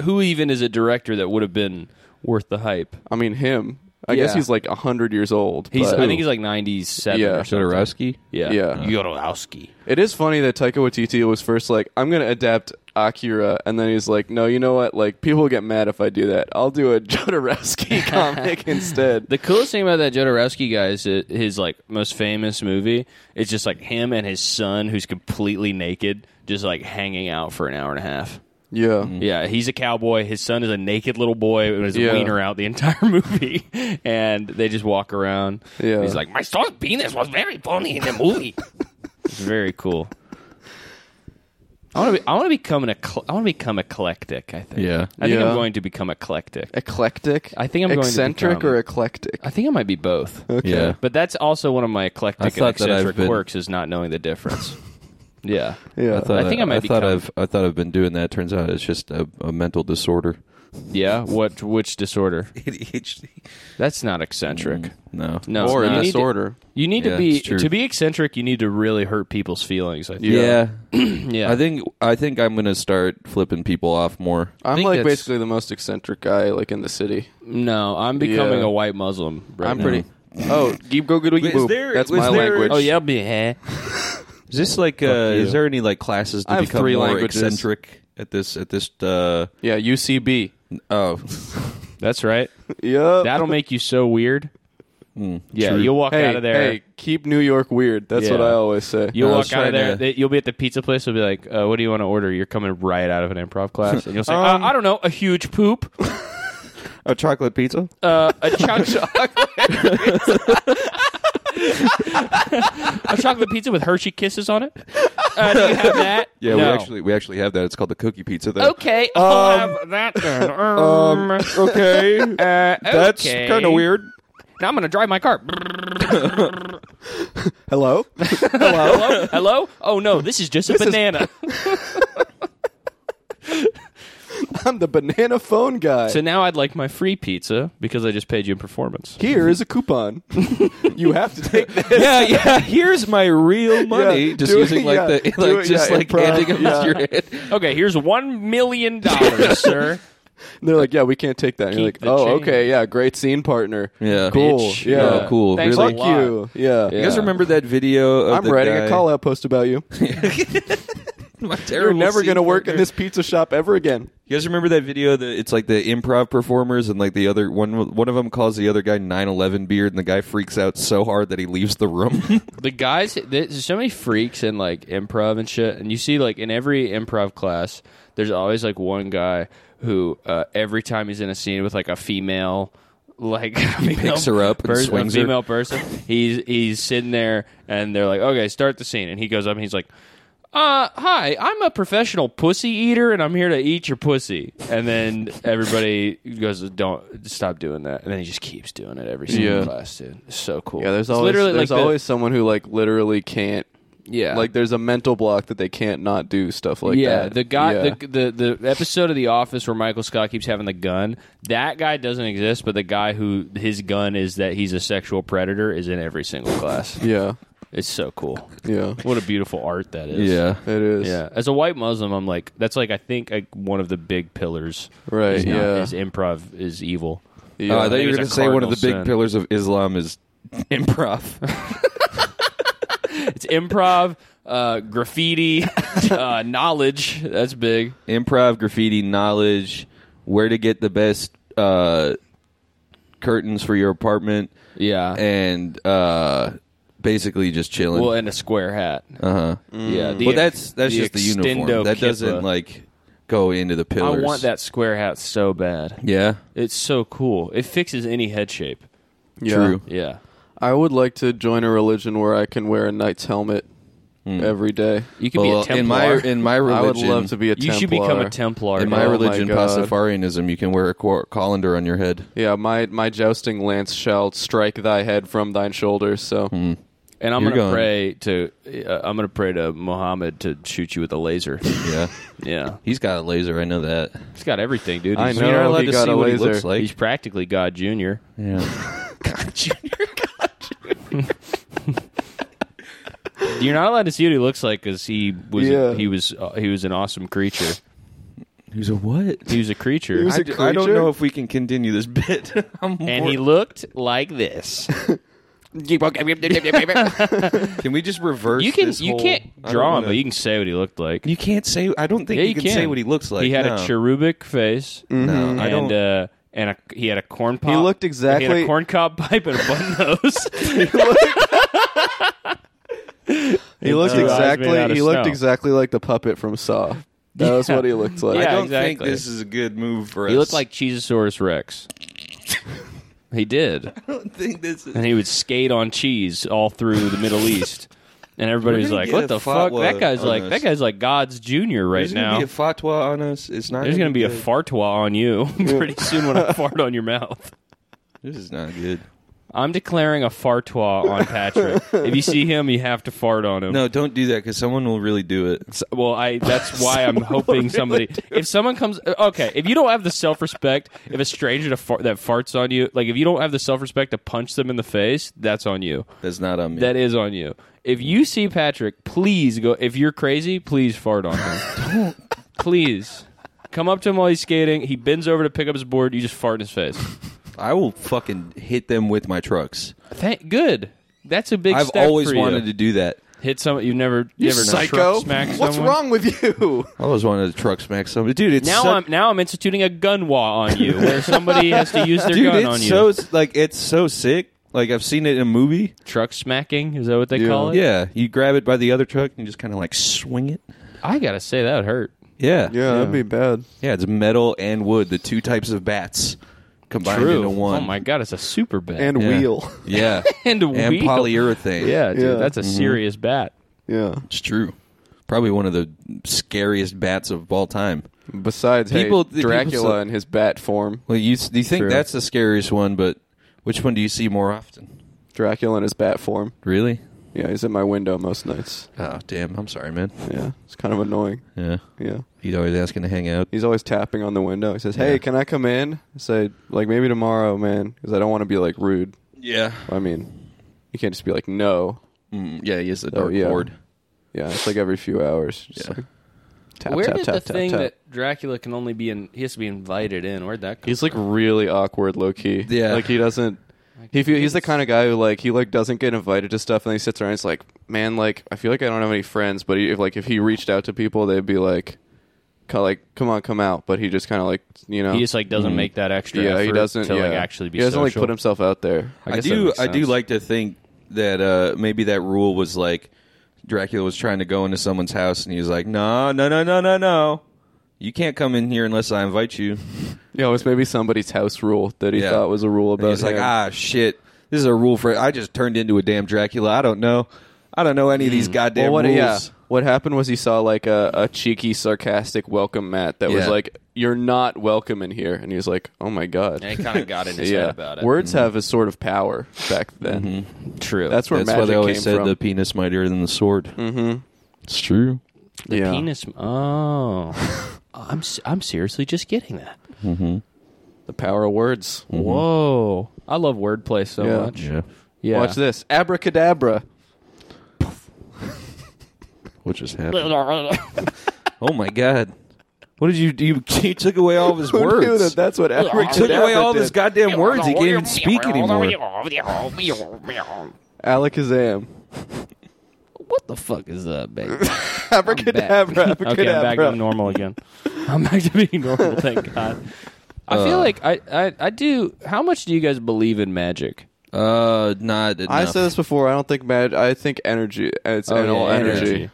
[SPEAKER 5] who even is a director that would have been worth the hype?
[SPEAKER 4] I mean him I
[SPEAKER 5] Yeah.
[SPEAKER 4] guess he's like hundred years old
[SPEAKER 5] He's,
[SPEAKER 4] but-
[SPEAKER 5] I think he's like ninety seven.
[SPEAKER 4] Yeah.
[SPEAKER 5] or something. Yeah,
[SPEAKER 4] Yeah.
[SPEAKER 5] Jodorowsky.
[SPEAKER 4] It is funny that Taika Waititi was first like, I'm going to adapt Akira, and then he's like, no, you know what? Like, people get mad if I do that. I'll do a Jodorowsky comic instead.
[SPEAKER 5] The coolest thing about that Jodorowsky guy is that his like most famous movie. It's just like him and his son, who's completely naked, just like hanging out for an hour and a half.
[SPEAKER 4] Yeah.
[SPEAKER 5] Yeah, he's a cowboy. His son is a naked little boy with his
[SPEAKER 4] Yeah.
[SPEAKER 5] wiener out the entire movie, and they just walk around.
[SPEAKER 4] Yeah.
[SPEAKER 5] he's like, my son's penis was very funny in the movie. it's very cool. I want to be. I want to become an. Ecl- I want to become eclectic. I think.
[SPEAKER 3] Yeah.
[SPEAKER 5] I think
[SPEAKER 4] Yeah.
[SPEAKER 5] I'm going to become eclectic.
[SPEAKER 4] Eclectic.
[SPEAKER 5] I think I'm going to
[SPEAKER 4] eccentric
[SPEAKER 5] become-
[SPEAKER 4] or eclectic.
[SPEAKER 5] I think I might be both.
[SPEAKER 3] Yeah.
[SPEAKER 5] But that's also one of my
[SPEAKER 3] I
[SPEAKER 5] eclectic and
[SPEAKER 3] thought that I've
[SPEAKER 5] eccentric
[SPEAKER 3] been-
[SPEAKER 5] quirks is not knowing the difference. yeah.
[SPEAKER 4] yeah.
[SPEAKER 5] I think I might
[SPEAKER 3] I
[SPEAKER 5] be
[SPEAKER 3] thought
[SPEAKER 5] coming.
[SPEAKER 3] I've I thought I've been doing that. Turns out it's just a, a mental disorder.
[SPEAKER 5] Yeah. What? Which disorder?
[SPEAKER 3] ADHD.
[SPEAKER 5] That's not eccentric.
[SPEAKER 3] No.
[SPEAKER 5] No.
[SPEAKER 4] or
[SPEAKER 5] you
[SPEAKER 4] a
[SPEAKER 5] need to-
[SPEAKER 4] disorder.
[SPEAKER 5] You need
[SPEAKER 3] Mm. Yeah,
[SPEAKER 5] to be
[SPEAKER 3] it's true.
[SPEAKER 5] to be eccentric. You need to really hurt people's feelings. I think.
[SPEAKER 3] Yeah.
[SPEAKER 5] Yeah.
[SPEAKER 3] I think I think I'm gonna start flipping people off more.
[SPEAKER 4] I'm
[SPEAKER 5] think
[SPEAKER 4] like
[SPEAKER 5] that's-
[SPEAKER 4] basically the most eccentric guy like in the city.
[SPEAKER 5] no, I'm becoming
[SPEAKER 4] Yeah.
[SPEAKER 5] a white Muslim. Right
[SPEAKER 4] I'm
[SPEAKER 5] now.
[SPEAKER 4] pretty. Oh, keep go good
[SPEAKER 3] Is
[SPEAKER 4] boop.
[SPEAKER 3] there-
[SPEAKER 4] That's
[SPEAKER 3] was
[SPEAKER 4] my
[SPEAKER 3] there-
[SPEAKER 4] language.
[SPEAKER 5] Oh yeah, be eh.
[SPEAKER 3] Is this like uh,
[SPEAKER 5] you.
[SPEAKER 3] is there any like classes to
[SPEAKER 4] I have
[SPEAKER 3] become
[SPEAKER 4] three
[SPEAKER 3] more
[SPEAKER 4] languages.
[SPEAKER 3] eccentric at this at this uh
[SPEAKER 4] Yeah, UCB.
[SPEAKER 3] oh
[SPEAKER 5] That's right.
[SPEAKER 4] Yep.
[SPEAKER 5] That'll make you so weird.
[SPEAKER 3] Mm.
[SPEAKER 5] yeah, you'll walk
[SPEAKER 4] hey,
[SPEAKER 5] out of there.
[SPEAKER 4] Hey, keep New York weird. That's what
[SPEAKER 5] Yeah.
[SPEAKER 4] I always say. Uh,
[SPEAKER 5] You'll
[SPEAKER 3] I was
[SPEAKER 5] walk out
[SPEAKER 3] trying
[SPEAKER 5] of there.
[SPEAKER 3] to-
[SPEAKER 5] they- You'll be at the pizza place. They'll be like, uh, "What do you want to order?" You're coming right out of an improv class, and you'll say, uh, "I don't know, a huge poop,
[SPEAKER 3] a chocolate pizza?
[SPEAKER 5] uh, a chocolate, a chocolate pizza with Hershey kisses on it." Uh, do you have that?
[SPEAKER 3] Yeah, we
[SPEAKER 5] No.
[SPEAKER 3] actually we actually have that. It's called the cookie pizza though.
[SPEAKER 5] Okay, I'll have that. Then. Um, uh,
[SPEAKER 3] okay. Uh,
[SPEAKER 5] okay.
[SPEAKER 3] That's kind of weird.
[SPEAKER 5] Now I'm gonna drive my car.
[SPEAKER 4] Hello.
[SPEAKER 5] Hello? Hello? Oh no, this is just a banana.
[SPEAKER 4] I'm the banana phone guy.
[SPEAKER 5] so now I'd like my free pizza because I just paid you in performance.
[SPEAKER 4] Here is a coupon. you have to take this.
[SPEAKER 3] yeah, yeah. Here's my real money.
[SPEAKER 4] Yeah,
[SPEAKER 3] just
[SPEAKER 4] do it,
[SPEAKER 3] using like
[SPEAKER 4] yeah,
[SPEAKER 3] the
[SPEAKER 4] do
[SPEAKER 3] like
[SPEAKER 4] it,
[SPEAKER 3] just
[SPEAKER 4] yeah,
[SPEAKER 3] like
[SPEAKER 4] improv,
[SPEAKER 3] handing him
[SPEAKER 4] yeah.
[SPEAKER 3] your hand.
[SPEAKER 5] Okay, here's one million dollars, sir.
[SPEAKER 4] And they're like, yeah, we can't take that. And you're like,
[SPEAKER 5] Keep the
[SPEAKER 4] oh,
[SPEAKER 5] change.
[SPEAKER 4] okay, yeah, great scene partner.
[SPEAKER 3] Yeah.
[SPEAKER 4] cool.
[SPEAKER 5] Bitch.
[SPEAKER 4] Yeah,
[SPEAKER 3] Oh, cool.
[SPEAKER 5] Thanks
[SPEAKER 3] really?
[SPEAKER 5] a
[SPEAKER 4] Fuck
[SPEAKER 5] lot.
[SPEAKER 4] you. Yeah.
[SPEAKER 3] You guys remember that video of
[SPEAKER 4] I'm
[SPEAKER 3] the
[SPEAKER 4] writing
[SPEAKER 3] guy-
[SPEAKER 4] a call out post about you.
[SPEAKER 3] My
[SPEAKER 4] You're
[SPEAKER 3] terrible
[SPEAKER 4] never
[SPEAKER 3] scene
[SPEAKER 4] going to work in
[SPEAKER 3] partner.
[SPEAKER 4] this pizza shop ever again.
[SPEAKER 3] You guys remember that video? That it's like the improv performers and like the other one. One of them calls the other guy 9/11 beard, and the guy freaks out so hard that he leaves the room.
[SPEAKER 5] The guys, there's so many freaks in like improv and shit, and you see like in every improv class, there's always like one guy who uh, every time he's in a scene with like a female, like he
[SPEAKER 3] picks her up and
[SPEAKER 5] person,
[SPEAKER 3] swings
[SPEAKER 5] a
[SPEAKER 3] her.
[SPEAKER 5] female person, he's he's sitting there and they're like, okay, start the scene, and he goes up and he's like. Uh, hi, I'm a professional pussy eater, and I'm here to eat your pussy. And then everybody goes, "Don't stop doing that." And then he just keeps doing it every single
[SPEAKER 4] Yeah.
[SPEAKER 5] class, dude. It's so cool.
[SPEAKER 4] Yeah, there's
[SPEAKER 5] It's
[SPEAKER 4] always
[SPEAKER 5] literally
[SPEAKER 4] there's
[SPEAKER 5] like the-
[SPEAKER 4] always someone who like literally can't.
[SPEAKER 5] yeah,
[SPEAKER 4] Like there's a mental block that they can't not do stuff like
[SPEAKER 5] yeah,
[SPEAKER 4] that.
[SPEAKER 5] the guy,
[SPEAKER 4] Yeah.
[SPEAKER 5] The, the the episode of The Office where Michael Scott keeps having the gun. That guy doesn't exist, but the guy who his gun is that he's a sexual predator is in every single class.
[SPEAKER 4] yeah,
[SPEAKER 5] It's so cool.
[SPEAKER 4] yeah,
[SPEAKER 5] What a beautiful art that is.
[SPEAKER 3] yeah,
[SPEAKER 4] it is.
[SPEAKER 5] Yeah. As a white Muslim, I'm like that's like I think like one of the big pillars.
[SPEAKER 4] Right,
[SPEAKER 5] Is not-
[SPEAKER 4] yeah.
[SPEAKER 5] Is improv is evil.
[SPEAKER 4] yeah.
[SPEAKER 3] Uh, I thought you
[SPEAKER 5] it's
[SPEAKER 3] were
[SPEAKER 5] a
[SPEAKER 3] going to say one of
[SPEAKER 5] cardinal
[SPEAKER 3] the big
[SPEAKER 5] sin.
[SPEAKER 3] pillars of Islam is improv.
[SPEAKER 5] It's improv, uh, graffiti, uh, knowledge. That's big.
[SPEAKER 3] improv, graffiti, knowledge, where to get the best uh, curtains for your apartment,
[SPEAKER 5] Yeah.
[SPEAKER 3] and uh, basically just chilling.
[SPEAKER 5] well, and a square hat.
[SPEAKER 3] uh huh.
[SPEAKER 5] Yeah. the
[SPEAKER 3] Well, that's that's
[SPEAKER 5] the
[SPEAKER 3] just the uniform.
[SPEAKER 5] extendo
[SPEAKER 3] That doesn't
[SPEAKER 5] kippa.
[SPEAKER 3] like go into the
[SPEAKER 5] I
[SPEAKER 3] pillars.
[SPEAKER 5] want that square hat so bad.
[SPEAKER 3] Yeah.
[SPEAKER 5] It's so cool. It fixes any head shape.
[SPEAKER 4] Yeah.
[SPEAKER 3] True.
[SPEAKER 5] Yeah.
[SPEAKER 4] I would like to join a religion where I can wear a knight's helmet every day.
[SPEAKER 5] You could
[SPEAKER 3] Well,
[SPEAKER 5] be a
[SPEAKER 3] in
[SPEAKER 5] Templar.
[SPEAKER 3] my in my
[SPEAKER 4] I
[SPEAKER 3] religion,
[SPEAKER 4] would love to be a.
[SPEAKER 5] you
[SPEAKER 4] Templar.
[SPEAKER 5] should become a Templar.
[SPEAKER 3] in my
[SPEAKER 4] Oh my
[SPEAKER 3] religion,
[SPEAKER 4] God.
[SPEAKER 3] Pastafarianism, you can wear a cor- colander on your head.
[SPEAKER 4] Yeah, my my jousting lance shall strike thy head from thine shoulders. So
[SPEAKER 5] and I'm
[SPEAKER 3] You're
[SPEAKER 5] gonna
[SPEAKER 3] going-
[SPEAKER 5] pray to uh, I'm gonna pray to Muhammad to shoot you with a laser.
[SPEAKER 3] Yeah,
[SPEAKER 5] yeah,
[SPEAKER 3] he's got a laser. I know that.
[SPEAKER 5] he's got everything, dude.
[SPEAKER 4] I
[SPEAKER 5] He's,
[SPEAKER 4] know.
[SPEAKER 3] You're not allowed
[SPEAKER 4] he
[SPEAKER 3] to
[SPEAKER 4] got
[SPEAKER 3] see
[SPEAKER 4] a
[SPEAKER 3] what he
[SPEAKER 4] laser.
[SPEAKER 3] looks
[SPEAKER 5] he's
[SPEAKER 3] like.
[SPEAKER 5] practically God Junior.
[SPEAKER 3] Yeah.
[SPEAKER 5] You're not allowed to see what he looks like because he was
[SPEAKER 4] Yeah.
[SPEAKER 5] he was uh, he was an awesome creature.
[SPEAKER 3] He's a what?
[SPEAKER 5] He was a creature,
[SPEAKER 4] was a
[SPEAKER 3] I, d- I don't
[SPEAKER 4] creature?
[SPEAKER 3] know if we can continue this bit. I'm
[SPEAKER 5] and
[SPEAKER 3] more-
[SPEAKER 5] he looked like this.
[SPEAKER 3] can we just reverse?
[SPEAKER 5] You can
[SPEAKER 3] this
[SPEAKER 5] you
[SPEAKER 3] whole-
[SPEAKER 5] can't
[SPEAKER 3] I
[SPEAKER 5] draw
[SPEAKER 3] don't
[SPEAKER 5] him,
[SPEAKER 3] wanna-
[SPEAKER 5] but you can say what he looked like.
[SPEAKER 3] You can't say. I don't think
[SPEAKER 5] yeah,
[SPEAKER 3] you,
[SPEAKER 5] you
[SPEAKER 3] can, say what he looks like.
[SPEAKER 5] He had
[SPEAKER 3] no.
[SPEAKER 5] a cherubic face.
[SPEAKER 3] No, I
[SPEAKER 5] and
[SPEAKER 3] don't.
[SPEAKER 5] uh, and a, he had a corn pop.
[SPEAKER 4] looked
[SPEAKER 5] He had
[SPEAKER 4] exactly-
[SPEAKER 5] a corn cob pipe and a bun nose.
[SPEAKER 4] he looked
[SPEAKER 5] eyes made
[SPEAKER 4] exactly
[SPEAKER 5] out of
[SPEAKER 4] he looked
[SPEAKER 5] snow.
[SPEAKER 4] exactly like the puppet from Saw. That was what he looked like.
[SPEAKER 3] I
[SPEAKER 5] Yeah,
[SPEAKER 3] don't
[SPEAKER 5] exactly.
[SPEAKER 3] think this is a good move for us.
[SPEAKER 5] He looked like Cheezosaurus Rex. he did.
[SPEAKER 3] I don't think this is.
[SPEAKER 5] And he would skate on cheese all through the Middle East. And everybody's
[SPEAKER 3] gonna
[SPEAKER 5] like,
[SPEAKER 3] get
[SPEAKER 5] "What
[SPEAKER 3] a
[SPEAKER 5] the fuck?
[SPEAKER 3] fatwa
[SPEAKER 5] That guy's
[SPEAKER 3] on
[SPEAKER 5] like,
[SPEAKER 3] this.
[SPEAKER 5] that guy's like God's junior right
[SPEAKER 3] There's
[SPEAKER 5] now."
[SPEAKER 3] gonna be a fatwa on us. It's not.
[SPEAKER 5] There's gonna be a
[SPEAKER 3] good.
[SPEAKER 5] fartwa on you pretty soon when I fart on your mouth.
[SPEAKER 3] This is not good.
[SPEAKER 5] I'm declaring a fartwa on Patrick. if you see him, you have to fart on him.
[SPEAKER 3] No, don't do that because someone will really do it.
[SPEAKER 5] Well, I that's why I'm hoping somebody. If someone comes, uh, okay. If you don't have the self respect, if a stranger to fart, that farts on you, like if you don't have the self respect to punch them in the face, that's on you.
[SPEAKER 3] That's not on me.
[SPEAKER 5] That is on you. If you see Patrick, please go. If you're crazy, please fart on him. please come up to him while he's skating. He bends over to pick up his board. You just fart in his face.
[SPEAKER 3] I will fucking hit them with my trucks.
[SPEAKER 5] Thank good. That's a big.
[SPEAKER 3] I've
[SPEAKER 5] step
[SPEAKER 3] always
[SPEAKER 5] for you.
[SPEAKER 3] wanted to do that.
[SPEAKER 5] hit someone. You've never,
[SPEAKER 4] You
[SPEAKER 5] never
[SPEAKER 4] psycho!
[SPEAKER 5] smack someone.
[SPEAKER 4] What's wrong with you?
[SPEAKER 3] I always wanted to truck smack somebody, dude. It's
[SPEAKER 5] Now
[SPEAKER 3] so,
[SPEAKER 5] I'm now I'm instituting a gun law on you, where somebody has to use their
[SPEAKER 3] dude.
[SPEAKER 5] gun
[SPEAKER 3] it's
[SPEAKER 5] on you.
[SPEAKER 3] so like it's so sick. Like I've seen it in a movie.
[SPEAKER 5] Truck smacking is that what they call it?
[SPEAKER 3] Yeah, you grab it by the other truck and just kind of like swing it.
[SPEAKER 5] I gotta say that would hurt.
[SPEAKER 3] Yeah,
[SPEAKER 4] Yeah, that'd be bad.
[SPEAKER 3] yeah. It's metal and wood, the two types of bats combined into
[SPEAKER 5] Oh
[SPEAKER 3] one.
[SPEAKER 5] my god, it's a super bat
[SPEAKER 4] And
[SPEAKER 3] Yeah.
[SPEAKER 4] wheel.
[SPEAKER 3] Yeah,
[SPEAKER 5] and, a
[SPEAKER 3] and
[SPEAKER 5] wheel.
[SPEAKER 3] polyurethane.
[SPEAKER 5] Yeah, dude,
[SPEAKER 4] Yeah. Mm-hmm.
[SPEAKER 5] that's a serious bat.
[SPEAKER 4] Yeah.
[SPEAKER 3] it's true. Probably one of the scariest bats of all time.
[SPEAKER 4] Besides, hey,
[SPEAKER 3] People- the people
[SPEAKER 4] Dracula
[SPEAKER 3] say-
[SPEAKER 4] in his bat form.
[SPEAKER 3] Well, you you think
[SPEAKER 5] True.
[SPEAKER 3] that's the scariest one, but which one do you see more often?
[SPEAKER 4] Dracula in his bat form.
[SPEAKER 3] Really?
[SPEAKER 4] Yeah, he's at my window most nights.
[SPEAKER 3] Oh, damn. I'm sorry, man.
[SPEAKER 4] Yeah, it's kind of annoying.
[SPEAKER 3] Yeah.
[SPEAKER 4] Yeah.
[SPEAKER 3] He's always asking to hang out.
[SPEAKER 4] He's always tapping on the window. He says, "Hey,
[SPEAKER 3] Yeah.
[SPEAKER 4] can I come in?" I say, "Like maybe tomorrow, man, because I don't want to be like rude.
[SPEAKER 3] Yeah.
[SPEAKER 4] I mean, you can't just be like no.
[SPEAKER 3] Mm, yeah, he is a
[SPEAKER 4] Oh,
[SPEAKER 3] dark
[SPEAKER 4] yeah.
[SPEAKER 3] lord.
[SPEAKER 4] Yeah, it's like every few hours. Just
[SPEAKER 3] Yeah.
[SPEAKER 4] like, tap,
[SPEAKER 5] Where
[SPEAKER 4] tap,
[SPEAKER 5] did
[SPEAKER 4] tap,
[SPEAKER 5] the
[SPEAKER 4] tap,
[SPEAKER 5] thing
[SPEAKER 4] tap.
[SPEAKER 5] that Dracula can only be in? He has to be invited in. Where'd that come?
[SPEAKER 4] He's like really awkward, low key.
[SPEAKER 3] Yeah.
[SPEAKER 4] like he doesn't. He feel, he's the kind of guy who like he like doesn't get invited to stuff, and then he sits around. And he's like, man, like I feel like I don't have any friends, but he, if like if he reached out to people, they'd be like, kind of like come on, come out. But he just kind of like you know,
[SPEAKER 5] he just like doesn't make that extra.
[SPEAKER 4] Mm-hmm. yeah,
[SPEAKER 5] effort
[SPEAKER 4] he doesn't
[SPEAKER 5] to
[SPEAKER 4] yeah.
[SPEAKER 5] like actually be.
[SPEAKER 4] He doesn't
[SPEAKER 5] social.
[SPEAKER 4] like put himself out there.
[SPEAKER 3] I,
[SPEAKER 5] guess that
[SPEAKER 3] do
[SPEAKER 5] makes
[SPEAKER 3] I do
[SPEAKER 5] sense.
[SPEAKER 3] like to think that uh, maybe that rule was like Dracula was trying to go into someone's house and he was like, "No, no, no, no, no, no. You can't come in here unless I invite you."
[SPEAKER 4] Yeah, it was maybe somebody's house rule that he
[SPEAKER 3] Yeah.
[SPEAKER 4] thought was a rule
[SPEAKER 3] And
[SPEAKER 4] about.
[SPEAKER 3] he's like,
[SPEAKER 4] him.
[SPEAKER 3] "Ah, shit. This is a rule for I just turned into a damn Dracula. I don't know. I don't know any of these goddamn
[SPEAKER 4] Mm. Well, what,
[SPEAKER 3] rules."
[SPEAKER 4] yeah, what happened was he saw like a, a cheeky, sarcastic welcome mat that was
[SPEAKER 3] Yeah.
[SPEAKER 4] like, "You're not welcome in here," and he was like, "Oh my god."
[SPEAKER 5] And he kind of got in his head about it.
[SPEAKER 3] Mm-hmm.
[SPEAKER 4] words have a sort of power back then.
[SPEAKER 5] true.
[SPEAKER 4] That's where
[SPEAKER 3] That's
[SPEAKER 4] magic
[SPEAKER 3] why they always
[SPEAKER 4] came
[SPEAKER 3] said
[SPEAKER 4] from.
[SPEAKER 3] the penis mightier than the sword. Mm-hmm. It's true.
[SPEAKER 5] the
[SPEAKER 4] yeah.
[SPEAKER 5] penis. Oh, I'm s- I'm seriously just getting that.
[SPEAKER 4] The power of words.
[SPEAKER 5] Whoa, I love wordplay so
[SPEAKER 4] Mm-hmm. Yeah.
[SPEAKER 5] much.
[SPEAKER 3] Yeah.
[SPEAKER 5] Yeah.
[SPEAKER 4] Watch this, abracadabra.
[SPEAKER 3] What just happened? Oh my god! What did you do? You, you took away all of his
[SPEAKER 4] Who
[SPEAKER 3] words.
[SPEAKER 4] knew that that's what abracadabra
[SPEAKER 3] You took away all of his
[SPEAKER 4] did?
[SPEAKER 3] goddamn words. He can't even speak anymore.
[SPEAKER 4] Alakazam.
[SPEAKER 5] what the fuck is that, baby?
[SPEAKER 4] Abracadabra.
[SPEAKER 5] okay, I'm back
[SPEAKER 4] Abracadabra.
[SPEAKER 5] to normal again. I'm back to being normal. Thank God. I
[SPEAKER 4] Uh.
[SPEAKER 5] feel like I, I I do. How much do you guys believe in magic?
[SPEAKER 3] Uh, not
[SPEAKER 4] I said this before. I don't think magic. I think energy. It's
[SPEAKER 3] Oh,
[SPEAKER 4] an all energy.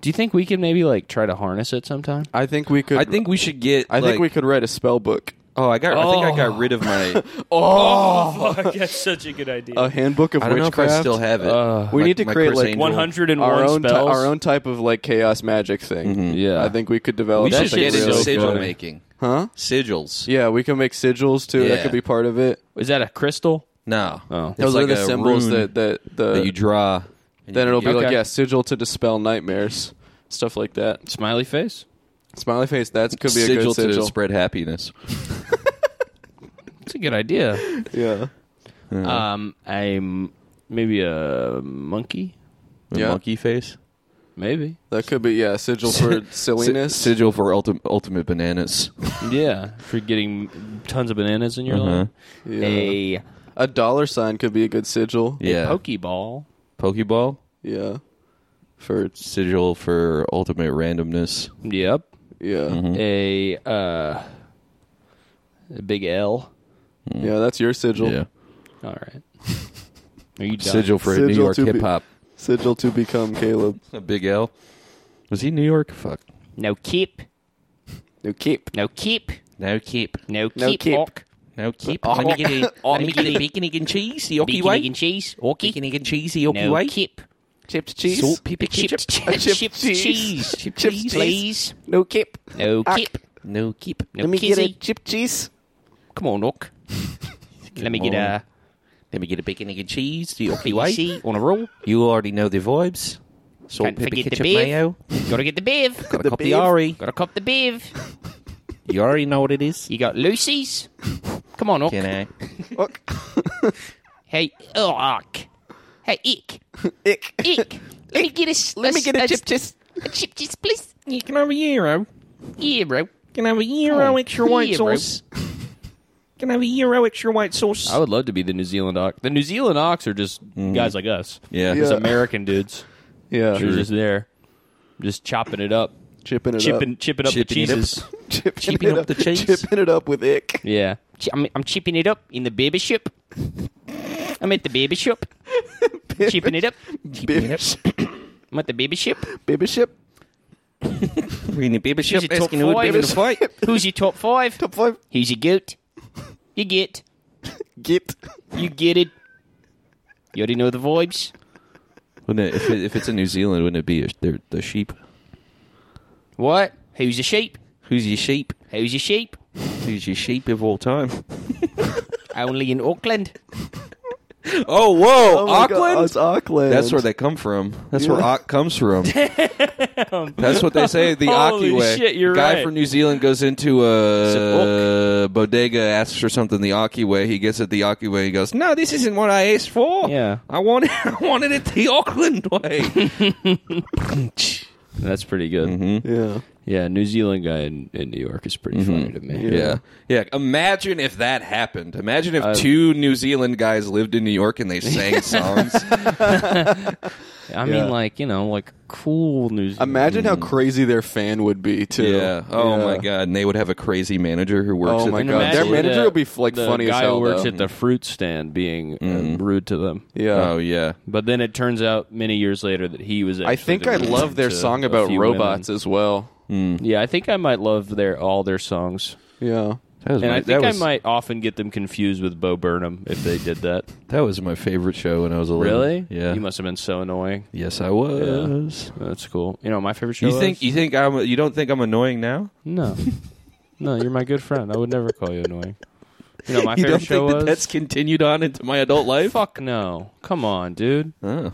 [SPEAKER 5] Do you think we can maybe like try to harness it sometime?
[SPEAKER 4] I think we could.
[SPEAKER 3] I think we should get.
[SPEAKER 4] I think
[SPEAKER 3] like-
[SPEAKER 4] we could write a spell book.
[SPEAKER 3] Oh, I got. I think I
[SPEAKER 5] Oh.
[SPEAKER 3] got rid of my.
[SPEAKER 5] That's such a good idea.
[SPEAKER 4] A handbook of
[SPEAKER 3] I don't know if
[SPEAKER 4] witchcraft.
[SPEAKER 3] I still have it.
[SPEAKER 4] we
[SPEAKER 3] My-
[SPEAKER 4] need to
[SPEAKER 3] my
[SPEAKER 4] create,
[SPEAKER 3] Chris
[SPEAKER 4] like,
[SPEAKER 3] Angel.
[SPEAKER 5] Uh, One hundred and
[SPEAKER 4] our
[SPEAKER 5] one
[SPEAKER 4] own, ti-
[SPEAKER 5] spells.
[SPEAKER 4] our own type of like chaos magic thing.
[SPEAKER 5] Yeah.
[SPEAKER 4] I think we could develop.
[SPEAKER 3] Mm-hmm. We should
[SPEAKER 5] That's
[SPEAKER 3] get into
[SPEAKER 5] like
[SPEAKER 4] something
[SPEAKER 5] so
[SPEAKER 4] real
[SPEAKER 3] sigil
[SPEAKER 5] good.
[SPEAKER 4] good.
[SPEAKER 3] making.
[SPEAKER 4] Huh?
[SPEAKER 3] Sigils.
[SPEAKER 4] Yeah, we can make sigils too. That
[SPEAKER 3] Yeah.
[SPEAKER 4] could be part of it.
[SPEAKER 5] Is that a crystal?
[SPEAKER 3] No.
[SPEAKER 5] Oh.
[SPEAKER 3] It's
[SPEAKER 4] Those
[SPEAKER 3] like
[SPEAKER 4] are the
[SPEAKER 3] a
[SPEAKER 4] symbols
[SPEAKER 3] rune
[SPEAKER 4] that uh, that the
[SPEAKER 3] that you draw. and
[SPEAKER 4] then
[SPEAKER 3] you-
[SPEAKER 4] it'll be like
[SPEAKER 5] Okay.
[SPEAKER 4] yeah, sigil to dispel nightmares, stuff like that.
[SPEAKER 5] Smiley face.
[SPEAKER 4] Smiley face. That could be
[SPEAKER 3] sigil to
[SPEAKER 4] a good sigil.
[SPEAKER 3] spread happiness.
[SPEAKER 5] That's a good idea.
[SPEAKER 4] Yeah.
[SPEAKER 5] um, I'm maybe a monkey.
[SPEAKER 3] The
[SPEAKER 4] Yeah.
[SPEAKER 3] Monkey face.
[SPEAKER 5] Maybe.
[SPEAKER 4] That could be yeah, sigil for silliness.
[SPEAKER 3] Si- sigil for ultim- ultimate bananas.
[SPEAKER 5] Yeah, for getting tons of bananas in your
[SPEAKER 4] Uh-huh.
[SPEAKER 5] life.
[SPEAKER 4] Yeah.
[SPEAKER 5] A, a
[SPEAKER 4] A dollar sign could be a good sigil.
[SPEAKER 3] Yeah.
[SPEAKER 5] pokeball.
[SPEAKER 3] Pokeball.
[SPEAKER 4] Yeah. For
[SPEAKER 3] Sigil for ultimate randomness.
[SPEAKER 5] Yep.
[SPEAKER 4] yeah.
[SPEAKER 3] Mm-hmm.
[SPEAKER 5] A uh, a big L.
[SPEAKER 4] Yeah, that's your sigil.
[SPEAKER 3] Yeah.
[SPEAKER 5] All right. Are you done?
[SPEAKER 3] Sigil for
[SPEAKER 4] Sigil
[SPEAKER 3] New York
[SPEAKER 4] to be-
[SPEAKER 3] hip hop.
[SPEAKER 4] Sigil to become Caleb.
[SPEAKER 3] A big L. Was he New York? Fuck.
[SPEAKER 5] No keep.
[SPEAKER 4] No keep.
[SPEAKER 5] No keep.
[SPEAKER 3] No keep.
[SPEAKER 5] No keep.
[SPEAKER 4] No keep.
[SPEAKER 5] Orc.
[SPEAKER 3] No keep.
[SPEAKER 4] Let me
[SPEAKER 5] get a- let me get a
[SPEAKER 3] bacon, egg, and cheese the
[SPEAKER 5] Bacon, egg, and cheese. Orky.
[SPEAKER 3] egg, and cheese the
[SPEAKER 5] no keep.
[SPEAKER 4] Chipped cheese.
[SPEAKER 3] Salt,
[SPEAKER 5] Pepper, chipped
[SPEAKER 3] Oh,
[SPEAKER 5] cheese.
[SPEAKER 4] chip
[SPEAKER 5] Chipped
[SPEAKER 4] cheese.
[SPEAKER 5] cheese.
[SPEAKER 4] Chip cheese.
[SPEAKER 5] Please.
[SPEAKER 4] No keep.
[SPEAKER 5] No
[SPEAKER 4] Orc.
[SPEAKER 5] keep.
[SPEAKER 3] No keep.
[SPEAKER 5] No
[SPEAKER 4] Let me get a
[SPEAKER 5] kizzy.
[SPEAKER 4] chip cheese.
[SPEAKER 5] Come on, Orc. Let me
[SPEAKER 3] Come
[SPEAKER 5] get a
[SPEAKER 3] Oh. Let me get a bacon, egg, and cheese the Oakley
[SPEAKER 5] PC on a roll.
[SPEAKER 3] You already know the vibes. Salt,
[SPEAKER 5] Can't forget the beef. Gotta get the bev.
[SPEAKER 3] Got a
[SPEAKER 4] The beef.
[SPEAKER 5] Gotta cop the bev.
[SPEAKER 3] You already know what it is.
[SPEAKER 5] You got Lucy's. Come on, Orc.
[SPEAKER 3] Can I?
[SPEAKER 4] Orc.
[SPEAKER 5] Hey, Orc. Hey, Ick.
[SPEAKER 4] Ick.
[SPEAKER 5] Ick. Let me get a, s-
[SPEAKER 4] Let me
[SPEAKER 5] s-
[SPEAKER 4] get a chip
[SPEAKER 5] s-
[SPEAKER 4] cheese.
[SPEAKER 5] A chip cheese, please.
[SPEAKER 3] You can have a euro.
[SPEAKER 5] Yeah, bro.
[SPEAKER 3] Can have a euro
[SPEAKER 5] Oh,
[SPEAKER 3] extra white
[SPEAKER 5] euro.
[SPEAKER 3] sauce. Can have a euro extra white sauce.
[SPEAKER 5] I would love to be the New Zealand Ox. The New Zealand Ox are just guys like us.
[SPEAKER 3] Yeah.
[SPEAKER 5] Just
[SPEAKER 4] Yeah.
[SPEAKER 5] American dudes.
[SPEAKER 4] Yeah.
[SPEAKER 5] They're just there. Just chopping it up.
[SPEAKER 4] Chipping it
[SPEAKER 5] Chipping, chipping up
[SPEAKER 3] Chipping it
[SPEAKER 5] the
[SPEAKER 3] up.
[SPEAKER 5] cheeses.
[SPEAKER 4] Chipping,
[SPEAKER 3] Chipping
[SPEAKER 4] it
[SPEAKER 3] up the cheese.
[SPEAKER 4] Chipping it up with ick.
[SPEAKER 5] Yeah. Ch- I'm, I'm chipping it up in the baby shop. I'm at the baby shop. chipping it up.
[SPEAKER 4] Baby,
[SPEAKER 5] I'm at the baby shop.
[SPEAKER 4] baby ship.
[SPEAKER 3] We need baby
[SPEAKER 5] She's
[SPEAKER 3] shop
[SPEAKER 5] a top
[SPEAKER 3] asking who would
[SPEAKER 5] five.
[SPEAKER 3] be in the fight.
[SPEAKER 5] Who's your top five?
[SPEAKER 4] Top five.
[SPEAKER 5] Who's your goat? You get.
[SPEAKER 4] Get.
[SPEAKER 5] You get it. You already know the vibes.
[SPEAKER 3] Wouldn't it, if, it, if it's in New Zealand, wouldn't it be a, the, the sheep?
[SPEAKER 5] What? Who's your sheep?
[SPEAKER 3] Who's your sheep?
[SPEAKER 5] Who's your sheep?
[SPEAKER 3] Who's your sheep of all time?
[SPEAKER 5] Only in Auckland.
[SPEAKER 3] Oh, whoa!
[SPEAKER 4] Oh my
[SPEAKER 3] Auckland?
[SPEAKER 4] God, it's Auckland.
[SPEAKER 3] That's where they come from. That's where
[SPEAKER 4] Yeah.
[SPEAKER 3] Ock comes from. That's what they say the
[SPEAKER 5] Holy
[SPEAKER 3] Ocky way.
[SPEAKER 5] shit, you're
[SPEAKER 3] Guy
[SPEAKER 5] right.
[SPEAKER 3] from New Zealand goes into
[SPEAKER 5] Some
[SPEAKER 3] a bodega, asks for something the Ocky way. He gets it the Ocky way. He goes, "No, this isn't what I asked for.
[SPEAKER 5] Yeah.
[SPEAKER 3] I wanted, I wanted it the Auckland way."
[SPEAKER 5] That's pretty good.
[SPEAKER 4] Mm-hmm.
[SPEAKER 3] Mm.
[SPEAKER 4] Yeah.
[SPEAKER 5] Yeah, New Zealand guy in, in New York is pretty funny to me.
[SPEAKER 3] yeah, yeah. Imagine if that happened. Imagine if two New Zealand guys lived in New York and they sang songs.
[SPEAKER 5] I
[SPEAKER 4] Yeah.
[SPEAKER 5] mean, like you know, like cool New Zealand.
[SPEAKER 4] Imagine how crazy their fan would be too.
[SPEAKER 3] yeah. Oh
[SPEAKER 4] Yeah.
[SPEAKER 3] my god. And they would have a crazy manager who works.
[SPEAKER 4] Oh
[SPEAKER 3] at
[SPEAKER 4] my
[SPEAKER 3] the
[SPEAKER 4] God. Their
[SPEAKER 3] consulate.
[SPEAKER 5] Imagine
[SPEAKER 4] manager
[SPEAKER 5] the-
[SPEAKER 4] will be, like,
[SPEAKER 5] the
[SPEAKER 4] funny as
[SPEAKER 5] guy
[SPEAKER 4] hell,
[SPEAKER 5] who works
[SPEAKER 4] though.
[SPEAKER 5] at the fruit stand being
[SPEAKER 3] Mm-hmm.
[SPEAKER 5] uh, rude to them.
[SPEAKER 4] Yeah.
[SPEAKER 3] Oh yeah.
[SPEAKER 5] But then it turns out many years later that he was.
[SPEAKER 4] I
[SPEAKER 5] actually
[SPEAKER 4] think
[SPEAKER 5] the
[SPEAKER 4] I
[SPEAKER 5] reason
[SPEAKER 4] love their
[SPEAKER 5] to
[SPEAKER 4] song
[SPEAKER 5] a
[SPEAKER 4] about
[SPEAKER 5] few
[SPEAKER 4] robots as well.
[SPEAKER 5] women. Yeah, I think I might love their all their songs,
[SPEAKER 4] Yeah.
[SPEAKER 3] That was
[SPEAKER 5] and
[SPEAKER 3] my,
[SPEAKER 5] I
[SPEAKER 3] that
[SPEAKER 5] think
[SPEAKER 3] was-
[SPEAKER 5] I might often get them confused with Bo Burnham if they did that.
[SPEAKER 3] That was my favorite show when I was a little.
[SPEAKER 5] really?
[SPEAKER 3] Yeah.
[SPEAKER 5] You must have been so annoying.
[SPEAKER 3] Yes, I was.
[SPEAKER 5] That's cool. You know, my favorite show.
[SPEAKER 3] You think
[SPEAKER 5] was-
[SPEAKER 3] you think I'm you don't think I'm annoying now?
[SPEAKER 5] No, no, you're my good friend. I would never call you annoying. You know, my
[SPEAKER 3] you
[SPEAKER 5] favorite
[SPEAKER 3] don't
[SPEAKER 5] show
[SPEAKER 3] think
[SPEAKER 5] was
[SPEAKER 3] that that's continued on into my adult life?
[SPEAKER 5] Fuck no. Come on, dude.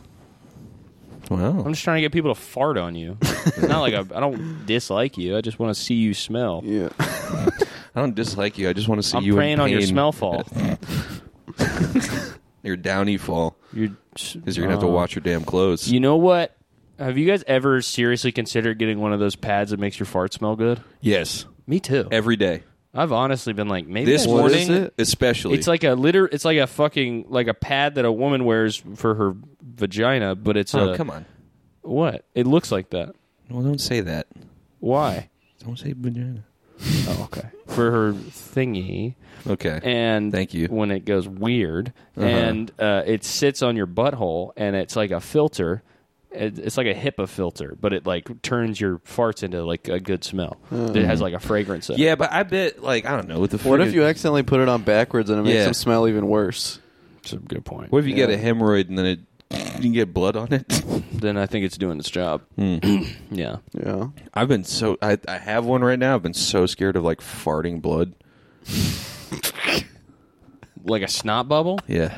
[SPEAKER 3] Oh. Wow.
[SPEAKER 5] I'm just trying to get people to fart on you. It's not like I, I don't dislike you. I just want to see you smell.
[SPEAKER 4] Yeah.
[SPEAKER 3] I don't dislike you. I just want to see
[SPEAKER 5] I'm
[SPEAKER 3] you in
[SPEAKER 5] preying on your
[SPEAKER 3] pain.
[SPEAKER 5] smell fall.
[SPEAKER 3] Your downy fall
[SPEAKER 5] You're,
[SPEAKER 3] because you're gonna have to
[SPEAKER 5] Uh,
[SPEAKER 3] wash your damn clothes.
[SPEAKER 5] You know what? Have you guys ever seriously considered getting one of those pads that makes your fart smell good?
[SPEAKER 3] yes,
[SPEAKER 5] Me too.
[SPEAKER 3] every day.
[SPEAKER 5] I've honestly been like, maybe
[SPEAKER 3] This
[SPEAKER 5] I-
[SPEAKER 4] What is
[SPEAKER 3] morning,
[SPEAKER 4] it?
[SPEAKER 3] especially.
[SPEAKER 5] It's like a litter. It's like a fucking like a pad that a woman wears for her vagina, but it's
[SPEAKER 3] oh
[SPEAKER 5] a
[SPEAKER 3] come on.
[SPEAKER 5] what? It looks like that.
[SPEAKER 3] Well, don't say that.
[SPEAKER 5] Why?
[SPEAKER 3] Don't say vagina.
[SPEAKER 5] Oh, okay. For her thingy,
[SPEAKER 3] Okay.
[SPEAKER 5] and
[SPEAKER 3] Thank you. Uh-huh.
[SPEAKER 5] when it goes weird and uh, it sits on your butthole and it's like a filter It- it's like a HIPAA filter but it like turns your farts into like a good smell it has like a fragrance in it.
[SPEAKER 3] Hmm. yeah, but I bet like I don't know what the.
[SPEAKER 4] what if
[SPEAKER 3] frick-
[SPEAKER 4] you accidentally put it on backwards and it makes
[SPEAKER 3] Yeah.
[SPEAKER 4] them smell even worse?
[SPEAKER 5] it's a good point
[SPEAKER 3] What if you
[SPEAKER 4] Yeah.
[SPEAKER 3] get a hemorrhoid and then it you can get blood on it?
[SPEAKER 5] then I think it's doing its job
[SPEAKER 3] Hmm.
[SPEAKER 5] yeah
[SPEAKER 4] Yeah.
[SPEAKER 3] I've been so I, I have one right now. I've been so scared of like farting blood.
[SPEAKER 5] like a snot bubble
[SPEAKER 3] Yeah.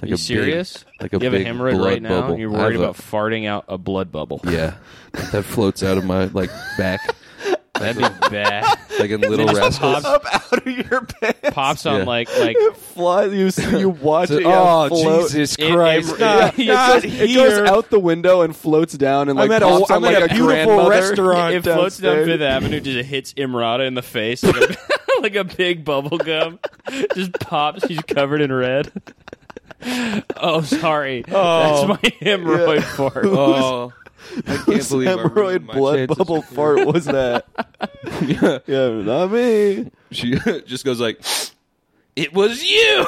[SPEAKER 3] Like
[SPEAKER 5] you serious
[SPEAKER 3] Like a
[SPEAKER 5] you have a
[SPEAKER 3] big
[SPEAKER 5] hemorrhoid
[SPEAKER 3] blood
[SPEAKER 5] right now
[SPEAKER 3] bubble.
[SPEAKER 5] and you're
[SPEAKER 3] I
[SPEAKER 5] worried
[SPEAKER 3] have a-
[SPEAKER 5] about farting out a blood bubble
[SPEAKER 3] yeah, that floats out of my like back,
[SPEAKER 5] that'd be bad
[SPEAKER 3] like in Little Rascals.
[SPEAKER 5] pops,
[SPEAKER 4] Out of your pants.
[SPEAKER 5] pops on
[SPEAKER 3] Yeah.
[SPEAKER 5] like like
[SPEAKER 4] Fly. You, you watch it.
[SPEAKER 3] oh
[SPEAKER 4] yeah, float.
[SPEAKER 3] Jesus
[SPEAKER 5] It-
[SPEAKER 3] Christ!
[SPEAKER 5] it-
[SPEAKER 3] Nah,
[SPEAKER 5] it
[SPEAKER 3] nah,
[SPEAKER 5] goes-
[SPEAKER 4] It goes out the window and floats down and like
[SPEAKER 3] I'm at a-
[SPEAKER 4] pops on
[SPEAKER 3] I'm at
[SPEAKER 4] like
[SPEAKER 3] a beautiful
[SPEAKER 4] grandmother.
[SPEAKER 3] restaurant
[SPEAKER 5] it floats down
[SPEAKER 4] downstairs.
[SPEAKER 5] Fifth Avenue, just hits Imrata in the face like a, like a big bubble gum. Just pops. She's covered in red. Oh, sorry.
[SPEAKER 3] Oh.
[SPEAKER 5] That's my hemorrhoid fart.
[SPEAKER 3] Oh, I can't believe I
[SPEAKER 4] Hemorrhoid
[SPEAKER 3] ruined my
[SPEAKER 4] blood
[SPEAKER 3] chances.
[SPEAKER 4] bubble fart was that?
[SPEAKER 3] Yeah.
[SPEAKER 4] Yeah, not me.
[SPEAKER 3] She just goes like, "It was you."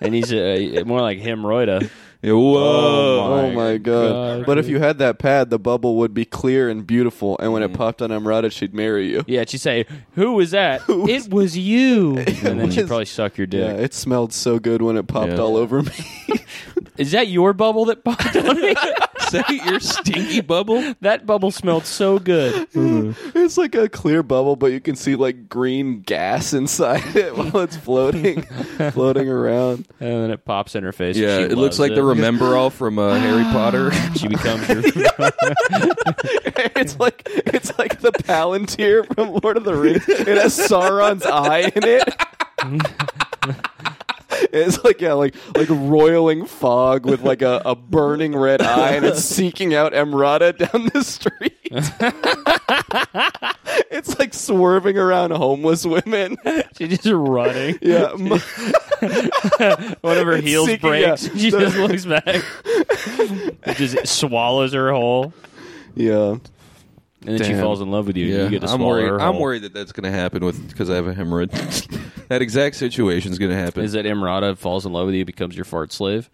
[SPEAKER 5] And he's uh, more like hemorrhoida.
[SPEAKER 3] Yeah, whoa.
[SPEAKER 4] Oh
[SPEAKER 5] my
[SPEAKER 4] my god.
[SPEAKER 5] God,
[SPEAKER 4] But if you had that pad, the bubble would be clear and beautiful, and when
[SPEAKER 3] Mm.
[SPEAKER 4] it popped on Emrata, she'd marry you.
[SPEAKER 5] Yeah, she'd say, "Who was that? it was you." And then she'd
[SPEAKER 4] was-
[SPEAKER 5] probably suck your
[SPEAKER 4] Yeah,
[SPEAKER 5] dick.
[SPEAKER 4] it smelled so good when it popped
[SPEAKER 3] Yeah.
[SPEAKER 4] all over me.
[SPEAKER 5] Is that your bubble that popped on me?
[SPEAKER 3] Is that your stinky bubble?
[SPEAKER 5] that bubble smelled so good.
[SPEAKER 4] it's like a clear bubble, but you can see like green gas inside it while it's floating, floating around.
[SPEAKER 5] And then it pops in her face. and
[SPEAKER 3] Yeah,
[SPEAKER 5] she
[SPEAKER 3] it looks
[SPEAKER 5] loves
[SPEAKER 3] like
[SPEAKER 5] it.
[SPEAKER 3] the Remember All from uh, Harry Potter.
[SPEAKER 5] She becomes your.
[SPEAKER 4] It's like it's like the Palantir from Lord of the Rings. It has Sauron's eye in it. It's like yeah, like like roiling fog with like a, a burning red eye, and it's seeking out Emrata down the street. it's like swerving around homeless women.
[SPEAKER 5] She's just running.
[SPEAKER 4] Yeah, m-
[SPEAKER 5] One of her heels
[SPEAKER 4] Seeking-
[SPEAKER 5] breaks.
[SPEAKER 4] yeah.
[SPEAKER 5] She just looks back. it just swallows her whole,
[SPEAKER 4] yeah.
[SPEAKER 5] and then she
[SPEAKER 3] Damn.
[SPEAKER 5] falls in love with you.
[SPEAKER 3] Yeah,
[SPEAKER 5] you get to
[SPEAKER 3] I'm
[SPEAKER 5] swallow
[SPEAKER 3] worried.
[SPEAKER 5] her
[SPEAKER 3] I'm
[SPEAKER 5] whole.
[SPEAKER 3] worried that that's going to happen with because I have a hemorrhoid. that exact situation is going to happen.
[SPEAKER 5] Is that Emrata falls in love with you, becomes your fart slave?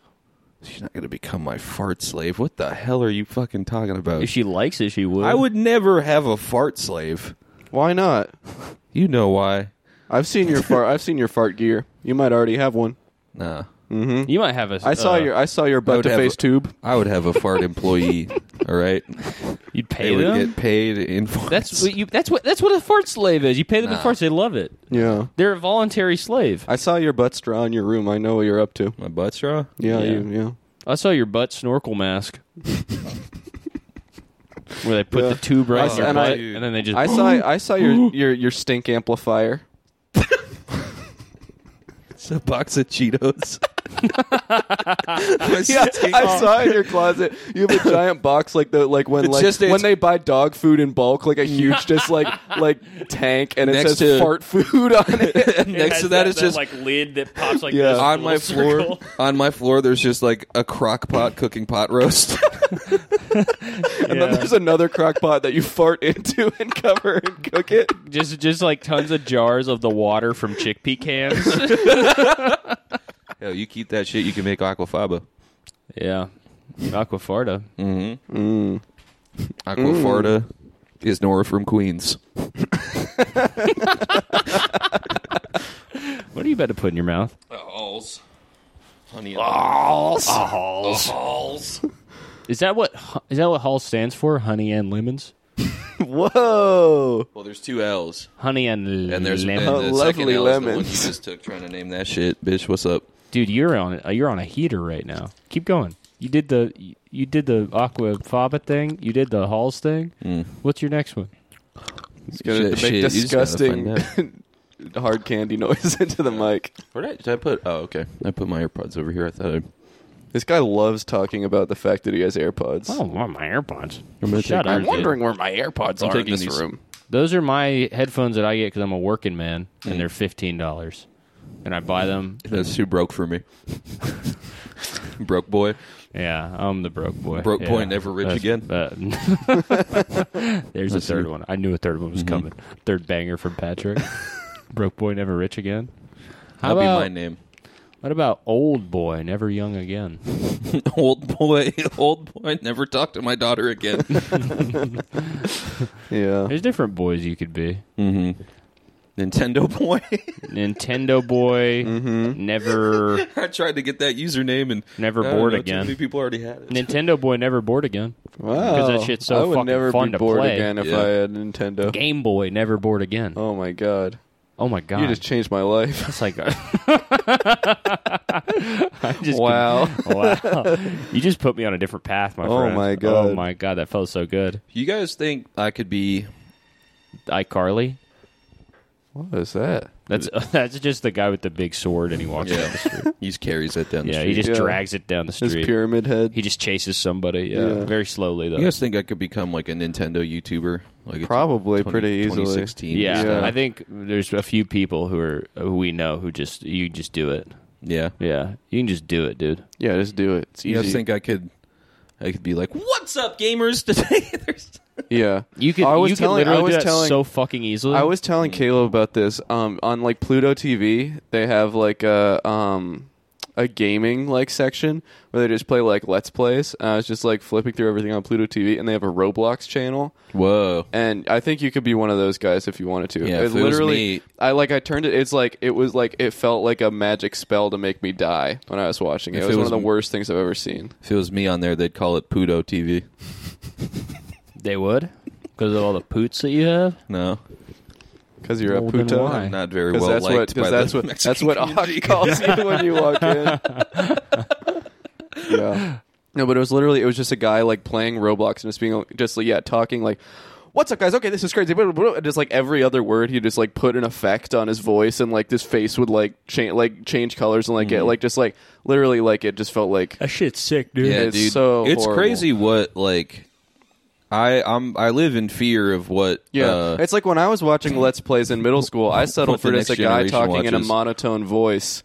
[SPEAKER 3] She's not going to become my fart slave. What the hell are you fucking talking about?
[SPEAKER 5] If she likes it, she would.
[SPEAKER 3] I would never have a fart slave.
[SPEAKER 4] Why not?
[SPEAKER 3] You know why?
[SPEAKER 4] I've seen your fart. I've seen your fart gear. You might already have one.
[SPEAKER 3] Nah.
[SPEAKER 5] You might have a.
[SPEAKER 4] I saw
[SPEAKER 5] uh,
[SPEAKER 4] your I saw your
[SPEAKER 3] I
[SPEAKER 4] butt
[SPEAKER 3] would
[SPEAKER 4] to
[SPEAKER 3] have
[SPEAKER 4] face
[SPEAKER 3] a-
[SPEAKER 4] tube.
[SPEAKER 3] I would have a fart employee. All right,
[SPEAKER 5] You'd pay
[SPEAKER 3] they would
[SPEAKER 5] them.
[SPEAKER 3] get paid in farts.
[SPEAKER 5] um, That's what you. That's what. That's what a fart slave is. You pay them in
[SPEAKER 3] Nah.
[SPEAKER 5] farts. They love it.
[SPEAKER 4] Yeah.
[SPEAKER 5] They're a voluntary slave.
[SPEAKER 4] I saw your butt straw in your room. I know what you're up to.
[SPEAKER 3] my butt straw.
[SPEAKER 4] Yeah,
[SPEAKER 5] Yeah.
[SPEAKER 4] you yeah.
[SPEAKER 5] I saw your butt snorkel mask. Where they put
[SPEAKER 4] Yeah.
[SPEAKER 5] the tube
[SPEAKER 4] I
[SPEAKER 5] right
[SPEAKER 4] saw-
[SPEAKER 5] in your
[SPEAKER 4] and I-
[SPEAKER 5] butt, and then they just
[SPEAKER 4] I saw I saw your your your stink amplifier.
[SPEAKER 3] It's a box of Cheetos. My stink-
[SPEAKER 4] I saw in your closet. You have a giant box like the like when
[SPEAKER 3] It's
[SPEAKER 4] like
[SPEAKER 3] just-
[SPEAKER 4] when
[SPEAKER 3] it's-
[SPEAKER 4] they buy dog food in bulk, like a huge just like like tank, and it
[SPEAKER 3] Next
[SPEAKER 4] says
[SPEAKER 3] to-
[SPEAKER 4] fart food on it.
[SPEAKER 3] Next to that is just
[SPEAKER 5] like lid that pops like
[SPEAKER 4] Yeah. this
[SPEAKER 3] on my floor. On my floor, there's just like a crock pot cooking pot roast.
[SPEAKER 4] And then there's another crock pot that you fart into and cover and cook it.
[SPEAKER 5] Just just like tons of jars of the water from chickpea cans.
[SPEAKER 3] Hell, you keep that shit, you can make aquafaba.
[SPEAKER 5] yeah, aquafarta. Mm.
[SPEAKER 3] Aquafarta is Nora from Queens.
[SPEAKER 5] What are you about to put in your mouth?
[SPEAKER 3] Alls. Honey.
[SPEAKER 5] Is that what is that what Hall stands for? Honey and lemons.
[SPEAKER 4] Whoa.
[SPEAKER 3] Well, there's two L's.
[SPEAKER 5] Honey and,
[SPEAKER 3] And there's
[SPEAKER 5] lemons.
[SPEAKER 3] and the second
[SPEAKER 4] lovely
[SPEAKER 3] L is the one you
[SPEAKER 4] lemons.
[SPEAKER 3] just took trying to name that shit. Bitch, what's up?
[SPEAKER 5] Dude, you're on you're on a heater right now. Keep going. You did the you did the aqua faba thing. You did the halls thing. What's your next one?
[SPEAKER 4] It's gonna
[SPEAKER 3] Shit,
[SPEAKER 4] make
[SPEAKER 3] shit, you just
[SPEAKER 4] disgusting
[SPEAKER 3] gotta
[SPEAKER 4] hard candy noise into the mic.
[SPEAKER 3] Where did I, did I put? Oh, okay. I put my AirPods over here. I thought I.
[SPEAKER 4] This guy loves talking about the fact that he has AirPods.
[SPEAKER 5] Oh, well, my AirPods.
[SPEAKER 3] gonna
[SPEAKER 5] Shut
[SPEAKER 3] take-
[SPEAKER 5] up.
[SPEAKER 3] I'm
[SPEAKER 5] dude.
[SPEAKER 4] wondering where my AirPods are in
[SPEAKER 3] taking
[SPEAKER 4] this
[SPEAKER 3] these.
[SPEAKER 4] room.
[SPEAKER 5] Those are my headphones that I get because I'm a working man, and they're fifteen dollars. And I buy them.
[SPEAKER 3] That's too broke for me. broke boy.
[SPEAKER 5] Yeah, I'm the broke boy.
[SPEAKER 3] Broke
[SPEAKER 5] yeah.
[SPEAKER 3] boy, never rich again.
[SPEAKER 5] uh, there's a third one. I knew a third
[SPEAKER 3] Mm-hmm.
[SPEAKER 5] one was coming. Third banger from Patrick. broke boy, never rich again. How
[SPEAKER 3] That'll
[SPEAKER 5] about
[SPEAKER 3] be my name.
[SPEAKER 5] what about old boy, never young again?
[SPEAKER 3] old boy. Old boy. Never talk to my daughter again.
[SPEAKER 4] Yeah.
[SPEAKER 5] There's different boys you could be.
[SPEAKER 3] Mm-hmm. Nintendo boy.
[SPEAKER 5] Nintendo boy, never
[SPEAKER 3] I tried to get that username and
[SPEAKER 5] Never
[SPEAKER 3] Mm-hmm. I don't
[SPEAKER 5] bored
[SPEAKER 3] know,
[SPEAKER 5] again.
[SPEAKER 3] Too many people already had it.
[SPEAKER 5] Nintendo boy, never bored again.
[SPEAKER 4] Wow.
[SPEAKER 5] that shit's so
[SPEAKER 4] I would
[SPEAKER 5] fucking
[SPEAKER 4] never
[SPEAKER 5] fun
[SPEAKER 4] be
[SPEAKER 5] to
[SPEAKER 4] bored
[SPEAKER 5] play.
[SPEAKER 4] again if
[SPEAKER 3] Yeah.
[SPEAKER 4] I had Nintendo.
[SPEAKER 5] Game boy, never bored again.
[SPEAKER 4] Oh my god.
[SPEAKER 5] Oh my god!
[SPEAKER 4] You just changed my life.
[SPEAKER 5] It's like, I just
[SPEAKER 4] Wow.
[SPEAKER 5] wow! You just put me on a different path, my
[SPEAKER 4] Oh
[SPEAKER 5] friend.
[SPEAKER 4] my God.
[SPEAKER 5] Oh my god! That felt so good.
[SPEAKER 3] You guys think I could be?
[SPEAKER 5] iCarly.
[SPEAKER 4] What is that?
[SPEAKER 5] That's that's just the guy with the big sword, and he walks. Yeah,
[SPEAKER 3] Yeah, he just carries that down. The
[SPEAKER 5] yeah
[SPEAKER 3] street.
[SPEAKER 5] he just
[SPEAKER 4] Yeah.
[SPEAKER 5] drags it down the
[SPEAKER 4] His
[SPEAKER 5] street.
[SPEAKER 4] pyramid head.
[SPEAKER 5] He just chases somebody. Yeah,
[SPEAKER 4] Yeah.
[SPEAKER 5] very slowly though.
[SPEAKER 3] You guys think I could become like a Nintendo YouTuber? Like a
[SPEAKER 4] Probably
[SPEAKER 3] 20
[SPEAKER 4] pretty easily.
[SPEAKER 3] 2016.
[SPEAKER 5] Yeah,
[SPEAKER 4] Yeah.
[SPEAKER 5] I think there's a few people who are who we know who just you just do it.
[SPEAKER 3] Yeah.
[SPEAKER 5] Yeah, you can just do it, dude.
[SPEAKER 4] Yeah, just do it. It's
[SPEAKER 3] You guys
[SPEAKER 4] easy.
[SPEAKER 3] think I could? I could be like, "What's up, gamers?" Today, There's-
[SPEAKER 4] yeah.
[SPEAKER 5] You could.
[SPEAKER 4] I was
[SPEAKER 5] you could
[SPEAKER 4] telling
[SPEAKER 5] literally
[SPEAKER 4] I was
[SPEAKER 5] do that
[SPEAKER 4] telling
[SPEAKER 5] so fucking easily.
[SPEAKER 4] I was telling Caleb about this. Um, on like Pluto TV, they have like a um, a gaming like section where they just play like Let's Plays. And I was just like flipping through everything on Pluto TV, and they have a Roblox channel.
[SPEAKER 3] Whoa.
[SPEAKER 4] And I think you could be one of those guys if you wanted to.
[SPEAKER 3] Yeah,
[SPEAKER 4] it
[SPEAKER 3] if it was
[SPEAKER 4] literally,
[SPEAKER 3] me-
[SPEAKER 4] I like I turned it. It's like it was like it felt like a magic spell to make me die when I was watching it.
[SPEAKER 3] If
[SPEAKER 4] it was
[SPEAKER 3] it
[SPEAKER 4] one
[SPEAKER 3] was
[SPEAKER 4] of the
[SPEAKER 3] m-
[SPEAKER 4] worst things I've ever seen.
[SPEAKER 3] If it was me on there, they'd call it Pudo TV.
[SPEAKER 5] They would because of all the poots that you have.
[SPEAKER 3] No,
[SPEAKER 4] Because you're
[SPEAKER 5] Well,
[SPEAKER 4] a
[SPEAKER 5] then
[SPEAKER 4] puto.
[SPEAKER 5] why?
[SPEAKER 3] not very
[SPEAKER 4] Because
[SPEAKER 3] well
[SPEAKER 4] that's what.
[SPEAKER 3] liked by
[SPEAKER 4] Because that's
[SPEAKER 3] the
[SPEAKER 4] what.
[SPEAKER 3] Mexican
[SPEAKER 4] That's what Aki calls you when you walk in. yeah. No, but it was literally it was just a guy like playing Roblox and just being just like yeah talking like, "What's up, guys? Okay, this is crazy." Blah, blah, blah. And just like every other word, he just like put an effect on his voice and like this face would like change like change colors and like
[SPEAKER 3] Mm-hmm.
[SPEAKER 4] it like just like literally like it just felt like
[SPEAKER 5] That shit's sick, dude.
[SPEAKER 4] It's so
[SPEAKER 3] it's
[SPEAKER 4] horrible.
[SPEAKER 3] crazy what like I I'm I live in fear of what
[SPEAKER 4] Yeah,
[SPEAKER 3] uh,
[SPEAKER 4] it's like when I was watching Let's Plays in middle school, I settled
[SPEAKER 3] What the
[SPEAKER 4] for just a
[SPEAKER 3] next
[SPEAKER 4] guy
[SPEAKER 3] generation
[SPEAKER 4] talking in a
[SPEAKER 3] watches.
[SPEAKER 4] monotone voice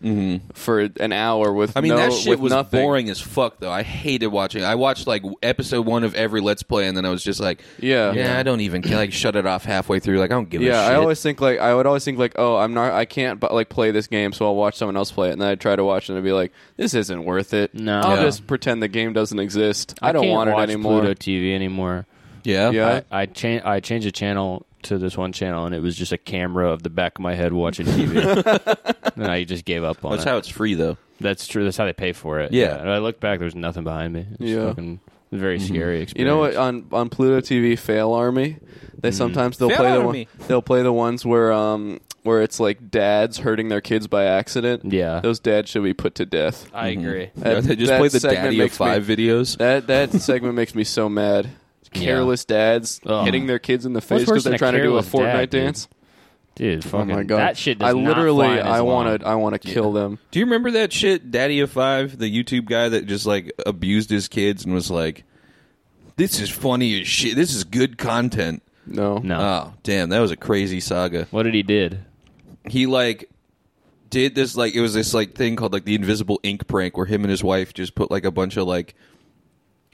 [SPEAKER 4] for an hour with.
[SPEAKER 3] I mean,
[SPEAKER 4] no,
[SPEAKER 3] that shit
[SPEAKER 4] with
[SPEAKER 3] was
[SPEAKER 4] nothing.
[SPEAKER 3] boring as fuck, though. I hated watching. it. I watched like episode one of every Let's Play, and then I was just like,
[SPEAKER 4] Yeah.
[SPEAKER 3] yeah, I don't even care. like shut it off halfway through. Like I don't give a
[SPEAKER 4] Yeah,
[SPEAKER 3] shit.
[SPEAKER 4] I always think like I would always think like, oh, I'm not, I can't but, like play this game, so I'll watch someone else play it, and then I try to watch it and I'd be like, this isn't worth it.
[SPEAKER 5] No.
[SPEAKER 4] I'll
[SPEAKER 5] Yeah.
[SPEAKER 4] just pretend the game doesn't exist. I, don't
[SPEAKER 5] can't
[SPEAKER 4] want it
[SPEAKER 5] watch
[SPEAKER 4] anymore.
[SPEAKER 5] Pluto TV anymore.
[SPEAKER 3] yeah,
[SPEAKER 4] Yeah,
[SPEAKER 5] I, I cha- I changed the channel to this one channel, and it was just a camera of the back of my head watching TV. and I just gave up on
[SPEAKER 3] That's
[SPEAKER 5] it.
[SPEAKER 3] how it's free, though.
[SPEAKER 5] That's true. That's how they pay for it.
[SPEAKER 3] Yeah.
[SPEAKER 5] And I look back, there's nothing behind me. It's
[SPEAKER 4] Yeah. Mm-hmm.
[SPEAKER 5] fucking very scary experience.
[SPEAKER 4] you know what? On on Pluto TV, Fail Army,
[SPEAKER 3] Mm.
[SPEAKER 4] they sometimes they'll
[SPEAKER 3] Fail
[SPEAKER 4] play
[SPEAKER 3] Army.
[SPEAKER 4] the one, they'll play the ones where um where it's like dads hurting their kids by accident.
[SPEAKER 5] Yeah.
[SPEAKER 4] those Mm-hmm. dads should be put to death.
[SPEAKER 5] I agree.
[SPEAKER 4] That-
[SPEAKER 3] they just
[SPEAKER 4] that
[SPEAKER 3] play the
[SPEAKER 4] segment
[SPEAKER 3] Daddy of
[SPEAKER 4] makes me-
[SPEAKER 3] Five videos.
[SPEAKER 4] That that segment makes me so mad. Careless dads
[SPEAKER 5] Ugh.
[SPEAKER 4] hitting their kids in the face
[SPEAKER 5] worse
[SPEAKER 4] because they're
[SPEAKER 5] than a
[SPEAKER 4] trying to do a
[SPEAKER 5] careless dad,
[SPEAKER 4] Fortnite
[SPEAKER 5] dude?
[SPEAKER 4] dance.
[SPEAKER 5] Dude, fucking,
[SPEAKER 4] oh my god,
[SPEAKER 5] that shit does
[SPEAKER 4] I literally,
[SPEAKER 5] not fly in
[SPEAKER 4] I
[SPEAKER 5] Islam.
[SPEAKER 4] want to, I want to kill them.
[SPEAKER 3] Do you remember that shit, Daddy of Five, the YouTube guy that just like abused his kids and was like, "This is funny as shit. This is good content."
[SPEAKER 4] No,
[SPEAKER 5] No.
[SPEAKER 3] Oh, damn, that was a crazy saga.
[SPEAKER 5] what did he did?
[SPEAKER 3] he like did this like it was this like thing called like the invisible ink prank where him and his wife just put like a bunch of like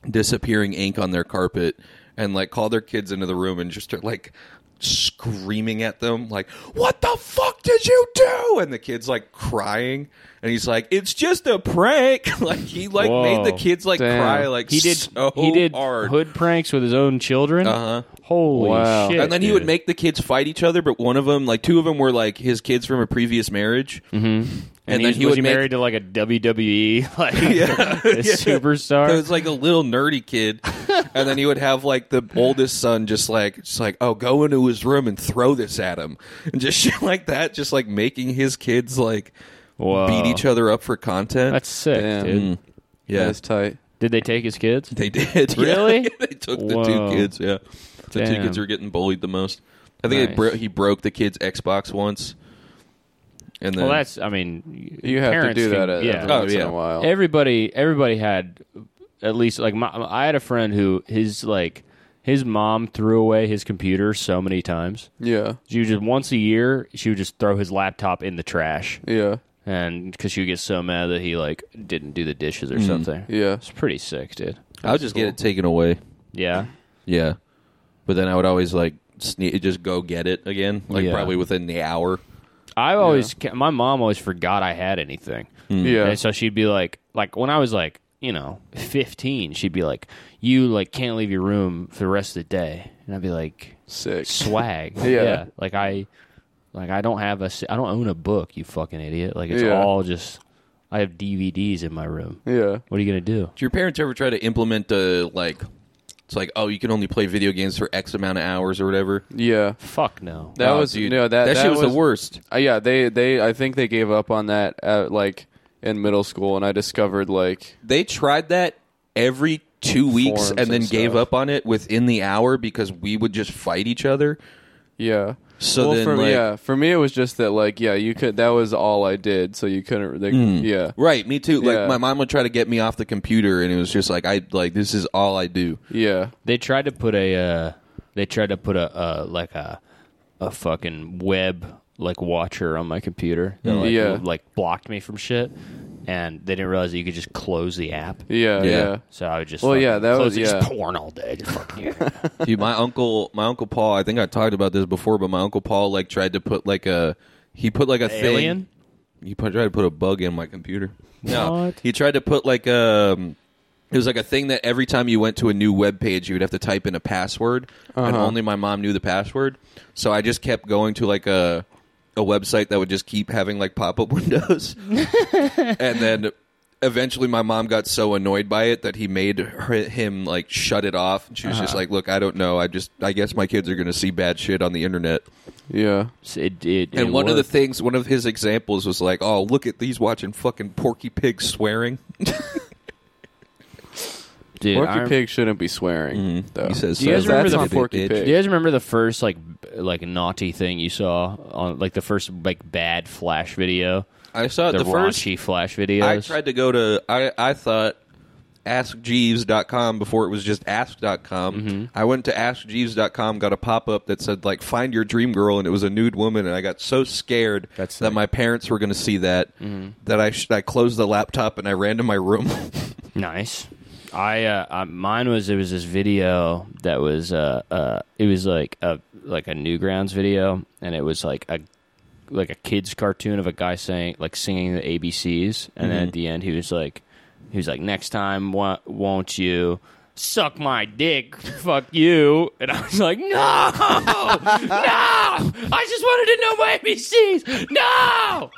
[SPEAKER 3] disappearing ink on their carpet and like call their kids into the room and just start like screaming at them like what the fuck did you do and the kids like crying and he's like it's just a prank like he like
[SPEAKER 5] Whoa.
[SPEAKER 3] made the kids like
[SPEAKER 4] Damn.
[SPEAKER 3] cry like
[SPEAKER 5] He did.
[SPEAKER 3] so
[SPEAKER 5] he did
[SPEAKER 3] hard
[SPEAKER 5] hood pranks with his own children.
[SPEAKER 3] Uh-huh.
[SPEAKER 5] Holy
[SPEAKER 4] Wow.
[SPEAKER 5] shit!
[SPEAKER 3] and then he
[SPEAKER 5] dude.
[SPEAKER 3] would make the kids fight each other, but one of them, like two of them, were like his kids from a previous marriage. Mm-hmm. And,
[SPEAKER 5] And,
[SPEAKER 3] then
[SPEAKER 5] he,
[SPEAKER 3] he
[SPEAKER 5] was
[SPEAKER 3] would
[SPEAKER 5] he
[SPEAKER 3] make,
[SPEAKER 5] married to like a WWE like a superstar.
[SPEAKER 3] It was like a little nerdy kid, and then he would have like the oldest son just like just like oh go into his room and throw this at him and just shit like that, just like making his kids like
[SPEAKER 5] Whoa.
[SPEAKER 3] beat each other up for content.
[SPEAKER 5] That's sick,
[SPEAKER 4] Damn.
[SPEAKER 5] dude.
[SPEAKER 3] yeah,
[SPEAKER 4] that's tight.
[SPEAKER 5] Did they take his kids?
[SPEAKER 3] they did. Yeah.
[SPEAKER 5] Really?
[SPEAKER 3] they took the
[SPEAKER 5] Whoa.
[SPEAKER 3] two kids. Yeah, the two
[SPEAKER 5] Damn.
[SPEAKER 3] kids were getting bullied the most. I think they
[SPEAKER 5] Nice.
[SPEAKER 3] bro- he broke the kid's Xbox once, and then
[SPEAKER 5] Well, that's. I mean,
[SPEAKER 4] You have to
[SPEAKER 5] parents
[SPEAKER 4] do
[SPEAKER 5] can-
[SPEAKER 4] that at,
[SPEAKER 5] yeah.
[SPEAKER 3] Oh,
[SPEAKER 4] once in
[SPEAKER 3] yeah.
[SPEAKER 4] a while.
[SPEAKER 5] everybody everybody had at least like my, I had a friend who his like his mom threw away his computer so many times.
[SPEAKER 4] yeah,
[SPEAKER 5] She would just once a year she would just throw his laptop in the trash,
[SPEAKER 4] yeah,
[SPEAKER 5] and because she would get so mad that he like didn't do the dishes or something.
[SPEAKER 4] yeah.
[SPEAKER 5] It's pretty sick, dude.
[SPEAKER 3] Hmm. I would just get it taken away.
[SPEAKER 5] Yeah,
[SPEAKER 3] Yeah, but then I would always like sne- just go get it again, like
[SPEAKER 5] Yeah.
[SPEAKER 3] probably within the hour.
[SPEAKER 5] I always ca- my mom always forgot I had anything.
[SPEAKER 4] Yeah.
[SPEAKER 5] And so she'd be like, like when I was like, you know, fifteen, she'd be like, "You like can't leave your room for the rest of the day," and I'd be like,
[SPEAKER 4] Sick.
[SPEAKER 5] swag. yeah. Like I, like I don't have a, s- I don't own a book. You fucking idiot. Like it's
[SPEAKER 4] Yeah.
[SPEAKER 5] all just, I have DVDs in my room.
[SPEAKER 4] Yeah.
[SPEAKER 5] What are you gonna do?
[SPEAKER 3] Do your parents ever try to implement a like? It's like oh, you can only play video games for X amount of hours or whatever.
[SPEAKER 4] Yeah.
[SPEAKER 5] Fuck no.
[SPEAKER 4] That
[SPEAKER 3] Oh,
[SPEAKER 4] was
[SPEAKER 3] dude.
[SPEAKER 4] no that
[SPEAKER 3] that,
[SPEAKER 4] that
[SPEAKER 3] shit was, the worst.
[SPEAKER 4] Uh, yeah, they they I think they gave up on that at, like in middle school, and I discovered like
[SPEAKER 3] They tried that every two weeks
[SPEAKER 4] Forums
[SPEAKER 3] and then
[SPEAKER 4] and
[SPEAKER 3] gave
[SPEAKER 4] stuff.
[SPEAKER 3] up on it within the hour because we would just fight each other.
[SPEAKER 4] yeah.
[SPEAKER 3] So
[SPEAKER 4] well,
[SPEAKER 3] then,
[SPEAKER 4] for,
[SPEAKER 3] like-
[SPEAKER 4] yeah, for me it was just that like yeah you could that was all I did, so you couldn't they,
[SPEAKER 3] Hmm.
[SPEAKER 4] yeah
[SPEAKER 3] Right, me too. Like
[SPEAKER 4] Yeah.
[SPEAKER 3] my mom would try to get me off the computer, and it was just like I like this is all I do.
[SPEAKER 4] yeah
[SPEAKER 5] They tried to put a, uh, they tried to put a, uh, like a, a fucking web like watcher on my computer.
[SPEAKER 3] Mm.
[SPEAKER 5] That, like,
[SPEAKER 4] Yeah.
[SPEAKER 5] w- like blocked me from shit, and they didn't realize that you could just close the app.
[SPEAKER 4] yeah yeah.
[SPEAKER 3] Yeah.
[SPEAKER 5] So I would just
[SPEAKER 4] Well,
[SPEAKER 5] fucking
[SPEAKER 4] yeah, that
[SPEAKER 5] close
[SPEAKER 4] was-
[SPEAKER 5] it, just
[SPEAKER 4] yeah.
[SPEAKER 5] porn all day. Just fucking,
[SPEAKER 3] Dude, my uncle, my uncle Paul. I think I talked about this before, but my uncle Paul like tried to put like a he put like a thing.
[SPEAKER 5] Alien?
[SPEAKER 3] He put- tried to put a bug in my computer. No,
[SPEAKER 5] What?
[SPEAKER 3] he tried to put like um It was like a thing that every time you went to a new web page, you would have to type in a password, and
[SPEAKER 4] Uh-huh.
[SPEAKER 3] only my mom knew the password. So I just kept going to like a a website that would just keep having like pop up windows, and then eventually my mom got so annoyed by it that he made her, him like shut it off. And she was just like, "Look, I don't know. I just I guess my kids are going to see bad shit on the internet."
[SPEAKER 4] Yeah.
[SPEAKER 5] So It, it,
[SPEAKER 3] And
[SPEAKER 5] it
[SPEAKER 3] one of the
[SPEAKER 5] worked.
[SPEAKER 3] things, one of his examples was like, "Oh, look at these watching fucking Porky Pig swearing."
[SPEAKER 5] Dude,
[SPEAKER 4] Porky
[SPEAKER 5] I-
[SPEAKER 4] Pig shouldn't be swearing. Though.
[SPEAKER 3] Mm-hmm. He says,
[SPEAKER 5] Do you guys
[SPEAKER 3] "So
[SPEAKER 5] remember
[SPEAKER 3] that's
[SPEAKER 5] the
[SPEAKER 3] a big
[SPEAKER 4] Porky
[SPEAKER 3] bitch."
[SPEAKER 4] Pig?
[SPEAKER 5] Do you guys remember the first like b- like naughty thing you saw on like the first like bad flash video,
[SPEAKER 3] I saw
[SPEAKER 5] the,
[SPEAKER 3] Uh, the, the first.
[SPEAKER 5] raunchy flash videos?
[SPEAKER 3] I tried to go to. I I thought askjeeves.com before it was just ask.com. I went to askjeeves.com, got a pop up that said like find your dream girl, and it was a nude woman, and I got so scared
[SPEAKER 6] That's
[SPEAKER 3] that
[SPEAKER 6] sick.
[SPEAKER 3] my parents were going to see that that I sh- I closed the laptop and I ran to my room.
[SPEAKER 5] Nice. I, uh, I mine was it was this video that was uh, uh it was like a like a Newgrounds video and it was like a like a kids cartoon of a guy saying like singing the ABCs and
[SPEAKER 4] Mm-hmm.
[SPEAKER 5] then at the end he was like he was like next time wa- won't you suck my dick fuck you and I was like no no I just wanted to know my ABCs no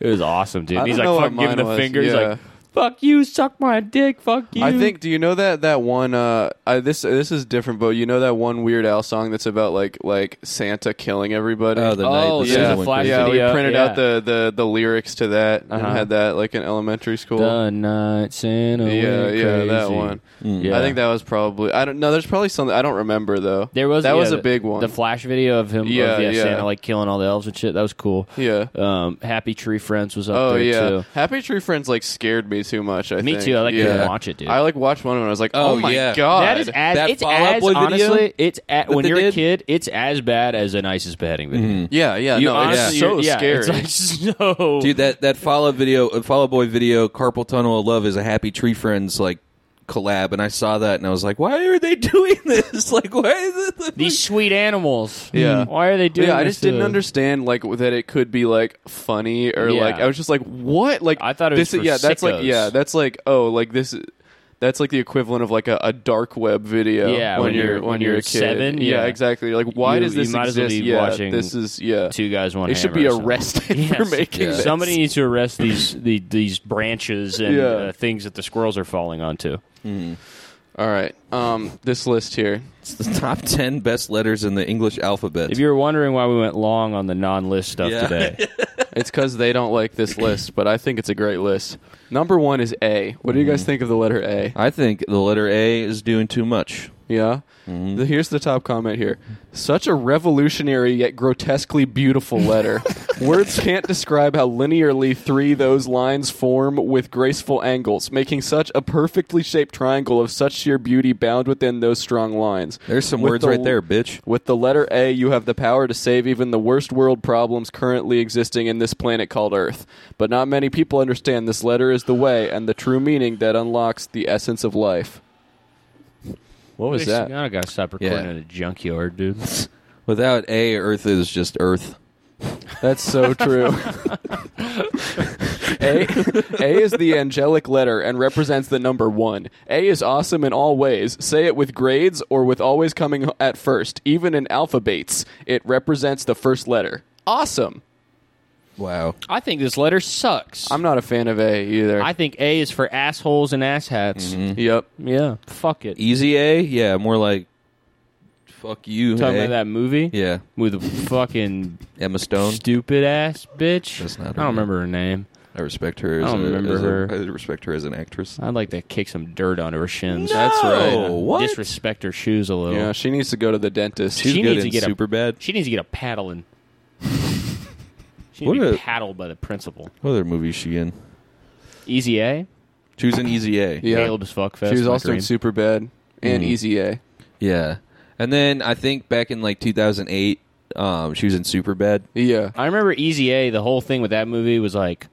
[SPEAKER 5] it was awesome dude
[SPEAKER 4] I
[SPEAKER 5] he's
[SPEAKER 4] don't
[SPEAKER 5] like
[SPEAKER 4] know what
[SPEAKER 5] fucking giving
[SPEAKER 4] mine
[SPEAKER 5] the
[SPEAKER 4] was,
[SPEAKER 5] fingers
[SPEAKER 4] yeah.
[SPEAKER 5] like fuck you suck my dick fuck you
[SPEAKER 4] I think. Do you know that that one? Uh, I, this this is different, but you know that one Weird Al song that's about like like Santa killing everybody.
[SPEAKER 5] Oh,
[SPEAKER 3] that
[SPEAKER 5] yeah.
[SPEAKER 3] someone
[SPEAKER 5] The flash
[SPEAKER 3] crazy.
[SPEAKER 4] yeah,
[SPEAKER 5] video,
[SPEAKER 4] we printed
[SPEAKER 5] yeah.
[SPEAKER 4] out the, the, the lyrics to that and
[SPEAKER 5] Uh-huh.
[SPEAKER 4] had that like in elementary school.
[SPEAKER 5] the night Santa went
[SPEAKER 4] yeah, yeah, that
[SPEAKER 5] crazy. Mm.
[SPEAKER 4] one.
[SPEAKER 3] Mm.
[SPEAKER 5] Yeah.
[SPEAKER 4] I think that was probably. I don't know. There's probably something I don't remember though.
[SPEAKER 5] There was
[SPEAKER 4] that
[SPEAKER 5] yeah,
[SPEAKER 4] was a
[SPEAKER 5] the-
[SPEAKER 4] big one.
[SPEAKER 5] The flash video of him, of,
[SPEAKER 4] Yeah,
[SPEAKER 5] yeah,
[SPEAKER 4] yeah.
[SPEAKER 5] Santa like killing all the elves and shit. That was cool.
[SPEAKER 4] Yeah.
[SPEAKER 5] Um, Happy Tree Friends was up
[SPEAKER 4] Oh
[SPEAKER 5] there
[SPEAKER 4] yeah,
[SPEAKER 5] too.
[SPEAKER 4] Happy Tree Friends like scared me too much. I
[SPEAKER 5] Me
[SPEAKER 4] think.
[SPEAKER 5] too, I, like,
[SPEAKER 4] yeah.
[SPEAKER 5] couldn't watch it, dude.
[SPEAKER 4] I like watched one of them. and I was like, oh,
[SPEAKER 3] Oh,
[SPEAKER 4] my
[SPEAKER 3] yeah.
[SPEAKER 4] god,
[SPEAKER 5] That is as
[SPEAKER 3] That
[SPEAKER 5] it's
[SPEAKER 3] Fall Out
[SPEAKER 5] as
[SPEAKER 3] Boy video
[SPEAKER 5] honestly it's at,
[SPEAKER 3] that
[SPEAKER 5] when
[SPEAKER 3] they
[SPEAKER 5] you're a
[SPEAKER 3] did?
[SPEAKER 5] kid it's as bad as an ISIS beheading video.
[SPEAKER 4] yeah, yeah.
[SPEAKER 5] You
[SPEAKER 4] Mm-hmm. no,
[SPEAKER 5] honestly,
[SPEAKER 4] it's so
[SPEAKER 5] yeah,
[SPEAKER 4] scary.
[SPEAKER 5] It's like, no,
[SPEAKER 3] Dude, that that follow video, uh, follow boy video, carpal tunnel of love is a happy tree friends like collab, and I saw that and I was like, why are they doing this? Like, why is it?
[SPEAKER 5] these sweet animals.
[SPEAKER 4] Yeah.
[SPEAKER 5] why are they doing?
[SPEAKER 4] yeah, I
[SPEAKER 5] this
[SPEAKER 4] just didn't
[SPEAKER 5] to-
[SPEAKER 4] understand like that it could be like funny or
[SPEAKER 5] Yeah.
[SPEAKER 4] like I was just like what like
[SPEAKER 5] I thought it was
[SPEAKER 4] this
[SPEAKER 5] for
[SPEAKER 4] yeah that's like
[SPEAKER 5] sickos.
[SPEAKER 4] yeah that's like oh like this that's like the equivalent of like a, a dark web video
[SPEAKER 5] Yeah,
[SPEAKER 4] when, you're when, you're, a kid.
[SPEAKER 5] seven, yeah.
[SPEAKER 4] exactly You're like why
[SPEAKER 5] You-
[SPEAKER 4] does this
[SPEAKER 5] you might as well
[SPEAKER 4] exist
[SPEAKER 5] be
[SPEAKER 4] yeah
[SPEAKER 5] watching
[SPEAKER 4] this is yeah
[SPEAKER 5] Two guys, one.
[SPEAKER 4] they should
[SPEAKER 5] hammer
[SPEAKER 4] be
[SPEAKER 5] or something.
[SPEAKER 4] arrested for
[SPEAKER 5] Yes.
[SPEAKER 4] making
[SPEAKER 3] Yeah.
[SPEAKER 4] this.
[SPEAKER 5] Somebody needs to arrest these the, these branches and
[SPEAKER 4] Yeah.
[SPEAKER 5] uh, things that the squirrels are falling onto.
[SPEAKER 4] all right um this list here
[SPEAKER 3] It's the top ten best letters in the English alphabet.
[SPEAKER 5] If you were wondering why we went long on the non-list stuff
[SPEAKER 3] Yeah.
[SPEAKER 5] today,
[SPEAKER 4] it's because they don't like this list but I think it's a great list number one is A what do you
[SPEAKER 5] Mm-hmm.
[SPEAKER 4] guys think of the letter A
[SPEAKER 3] I think the letter A is doing too much.
[SPEAKER 4] Yeah.
[SPEAKER 3] Mm-hmm.
[SPEAKER 4] The- here's the top comment here. Such a revolutionary yet grotesquely beautiful letter. Words can't describe how linearly three those lines form with graceful angles, making such a perfectly shaped triangle of such sheer beauty bound within those strong lines.
[SPEAKER 3] There's some
[SPEAKER 4] With
[SPEAKER 3] words
[SPEAKER 4] the-
[SPEAKER 3] right there, bitch.
[SPEAKER 4] With the letter A, you have the power to save even the worst world problems currently existing in this planet called Earth. But not many people understand this letter is the way and the true meaning that unlocks the essence of life. What was that?
[SPEAKER 5] I gotta stop recording
[SPEAKER 3] Yeah.
[SPEAKER 5] in a junkyard, dude.
[SPEAKER 3] Without A, Earth is just Earth.
[SPEAKER 4] That's so true. A, A is the angelic letter and represents the number one. A is awesome in all ways. Say it with grades or with always coming at first, even in alphabetes. It represents the first letter. Awesome.
[SPEAKER 3] Wow.
[SPEAKER 5] I think this letter sucks.
[SPEAKER 4] I'm not a fan of A either.
[SPEAKER 5] I think A is for assholes and asshats.
[SPEAKER 3] Mm-hmm.
[SPEAKER 4] yep.
[SPEAKER 5] Yeah, fuck it.
[SPEAKER 3] Easy A? Yeah, more like fuck you.
[SPEAKER 5] Talking
[SPEAKER 3] A.
[SPEAKER 5] about that movie
[SPEAKER 3] Yeah.
[SPEAKER 5] with a fucking
[SPEAKER 3] Emma Stone.
[SPEAKER 5] stupid ass bitch.
[SPEAKER 3] That's not
[SPEAKER 5] I
[SPEAKER 3] her
[SPEAKER 5] don't
[SPEAKER 3] name.
[SPEAKER 5] remember her name.
[SPEAKER 3] I respect her. As
[SPEAKER 5] I don't
[SPEAKER 3] a,
[SPEAKER 5] remember
[SPEAKER 3] as a-
[SPEAKER 5] her.
[SPEAKER 3] I respect her as an actress.
[SPEAKER 5] I'd like to kick some dirt onto her shins.
[SPEAKER 4] That's right.
[SPEAKER 3] No! What?
[SPEAKER 5] Disrespect her shoes a little.
[SPEAKER 4] Yeah, she needs to go to the dentist.
[SPEAKER 3] She's
[SPEAKER 5] She needs
[SPEAKER 3] good
[SPEAKER 5] to
[SPEAKER 3] in
[SPEAKER 5] get a-
[SPEAKER 3] super bad.
[SPEAKER 5] She needs to get a paddling. she
[SPEAKER 3] What
[SPEAKER 5] needs to be
[SPEAKER 3] a-
[SPEAKER 5] paddled by the principal.
[SPEAKER 3] What other movie is she in?
[SPEAKER 5] Easy A.
[SPEAKER 3] Choose an Easy A.
[SPEAKER 4] Yeah.
[SPEAKER 5] Caleb's fuckfest.
[SPEAKER 4] she was
[SPEAKER 5] my
[SPEAKER 4] also in
[SPEAKER 5] dream.
[SPEAKER 4] Super Bad and Easy A.
[SPEAKER 3] Yeah. And then I think back in like 2008, um, she was in Superbad.
[SPEAKER 4] Yeah.
[SPEAKER 5] I remember Easy A. The whole thing with that movie was like,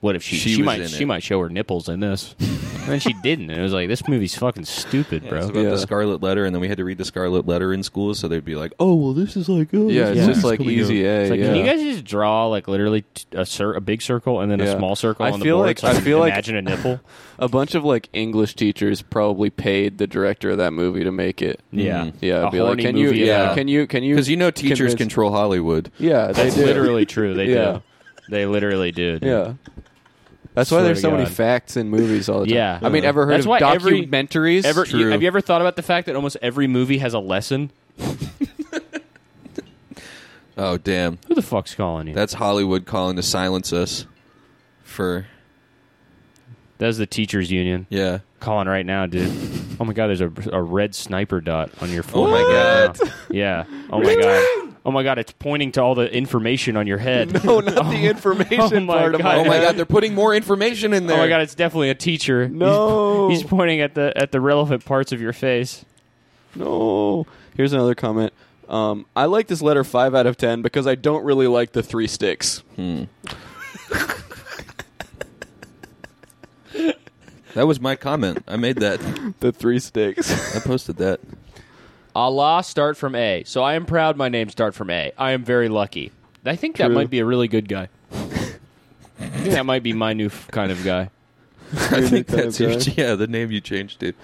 [SPEAKER 5] what if she
[SPEAKER 3] She
[SPEAKER 5] she,
[SPEAKER 3] was
[SPEAKER 5] might
[SPEAKER 3] in
[SPEAKER 5] she
[SPEAKER 3] it.
[SPEAKER 5] might show her nipples in this? And then she didn't. And it was like, this movie's fucking stupid,
[SPEAKER 3] It's
[SPEAKER 5] bro.
[SPEAKER 3] about
[SPEAKER 4] Yeah.
[SPEAKER 3] the Scarlet Letter, and then we had to read the Scarlet Letter in school, so they'd be like, "Oh, well, this is like, oh,
[SPEAKER 4] Yeah,
[SPEAKER 3] this
[SPEAKER 4] it's
[SPEAKER 3] is
[SPEAKER 4] just
[SPEAKER 3] what's
[SPEAKER 4] like
[SPEAKER 3] coming out."
[SPEAKER 4] easy A.
[SPEAKER 5] It's like,
[SPEAKER 4] yeah.
[SPEAKER 5] can you guys just draw like literally t- a, cir- a big circle and then
[SPEAKER 4] Yeah.
[SPEAKER 5] a small circle
[SPEAKER 4] I
[SPEAKER 5] on the
[SPEAKER 4] feel
[SPEAKER 5] board?
[SPEAKER 4] like-
[SPEAKER 5] so I
[SPEAKER 4] I feel like-
[SPEAKER 5] imagine a nipple.
[SPEAKER 4] a bunch of like English teachers probably paid the director of that movie to make it.
[SPEAKER 5] Yeah.
[SPEAKER 4] Mm-hmm. Yeah,
[SPEAKER 5] A
[SPEAKER 4] be like,
[SPEAKER 5] horny
[SPEAKER 4] can
[SPEAKER 5] movie
[SPEAKER 4] you? Yeah,
[SPEAKER 5] about-
[SPEAKER 4] can you? Can you?
[SPEAKER 3] Because you know, teachers
[SPEAKER 4] convince-
[SPEAKER 3] control Hollywood.
[SPEAKER 4] Yeah, they
[SPEAKER 5] That's
[SPEAKER 4] do.
[SPEAKER 5] literally true. They
[SPEAKER 4] Yeah.
[SPEAKER 5] do. They literally do. dude.
[SPEAKER 4] Yeah. That's why
[SPEAKER 5] Swear
[SPEAKER 4] there's
[SPEAKER 5] to
[SPEAKER 4] so many
[SPEAKER 5] God.
[SPEAKER 4] facts in movies all the time.
[SPEAKER 5] Yeah.
[SPEAKER 4] I mean, ever heard
[SPEAKER 5] That's
[SPEAKER 4] of
[SPEAKER 5] why every-
[SPEAKER 4] documentaries?
[SPEAKER 5] Ever,
[SPEAKER 3] True.
[SPEAKER 5] you- have you ever thought about the fact that almost every movie has a lesson?
[SPEAKER 3] Oh, damn,
[SPEAKER 5] Who the fuck's calling you?
[SPEAKER 3] that's Hollywood calling to silence us. For
[SPEAKER 5] That's the teachers union
[SPEAKER 3] yeah,
[SPEAKER 5] calling right now, dude. Oh my god, there's a, a red sniper dot on your
[SPEAKER 3] Oh
[SPEAKER 5] forehead.
[SPEAKER 3] my
[SPEAKER 5] right now. Yeah. Oh my god. Oh my god, it's pointing to all the information on your head.
[SPEAKER 4] no, not the information
[SPEAKER 5] Oh my
[SPEAKER 4] part of
[SPEAKER 5] God.
[SPEAKER 3] oh my
[SPEAKER 5] Yeah.
[SPEAKER 3] god, they're putting more information in there.
[SPEAKER 5] Oh my god, it's definitely a teacher. He's-
[SPEAKER 4] No.
[SPEAKER 5] he's, pointing at the at the relevant parts of your face.
[SPEAKER 4] No. Here's another comment. Um, I like this letter five out of ten because I don't really like the three sticks.
[SPEAKER 5] Hmm.
[SPEAKER 3] that was my comment. I made that.
[SPEAKER 4] The three sticks.
[SPEAKER 3] I posted that.
[SPEAKER 5] Allah start from A. So I am proud my name start from A. I am very lucky. I think that
[SPEAKER 4] True.
[SPEAKER 5] might be a really good guy. I think that might be my new f- kind of guy.
[SPEAKER 3] I think
[SPEAKER 4] kind
[SPEAKER 3] that's
[SPEAKER 4] of
[SPEAKER 3] your, yeah, the name you changed to.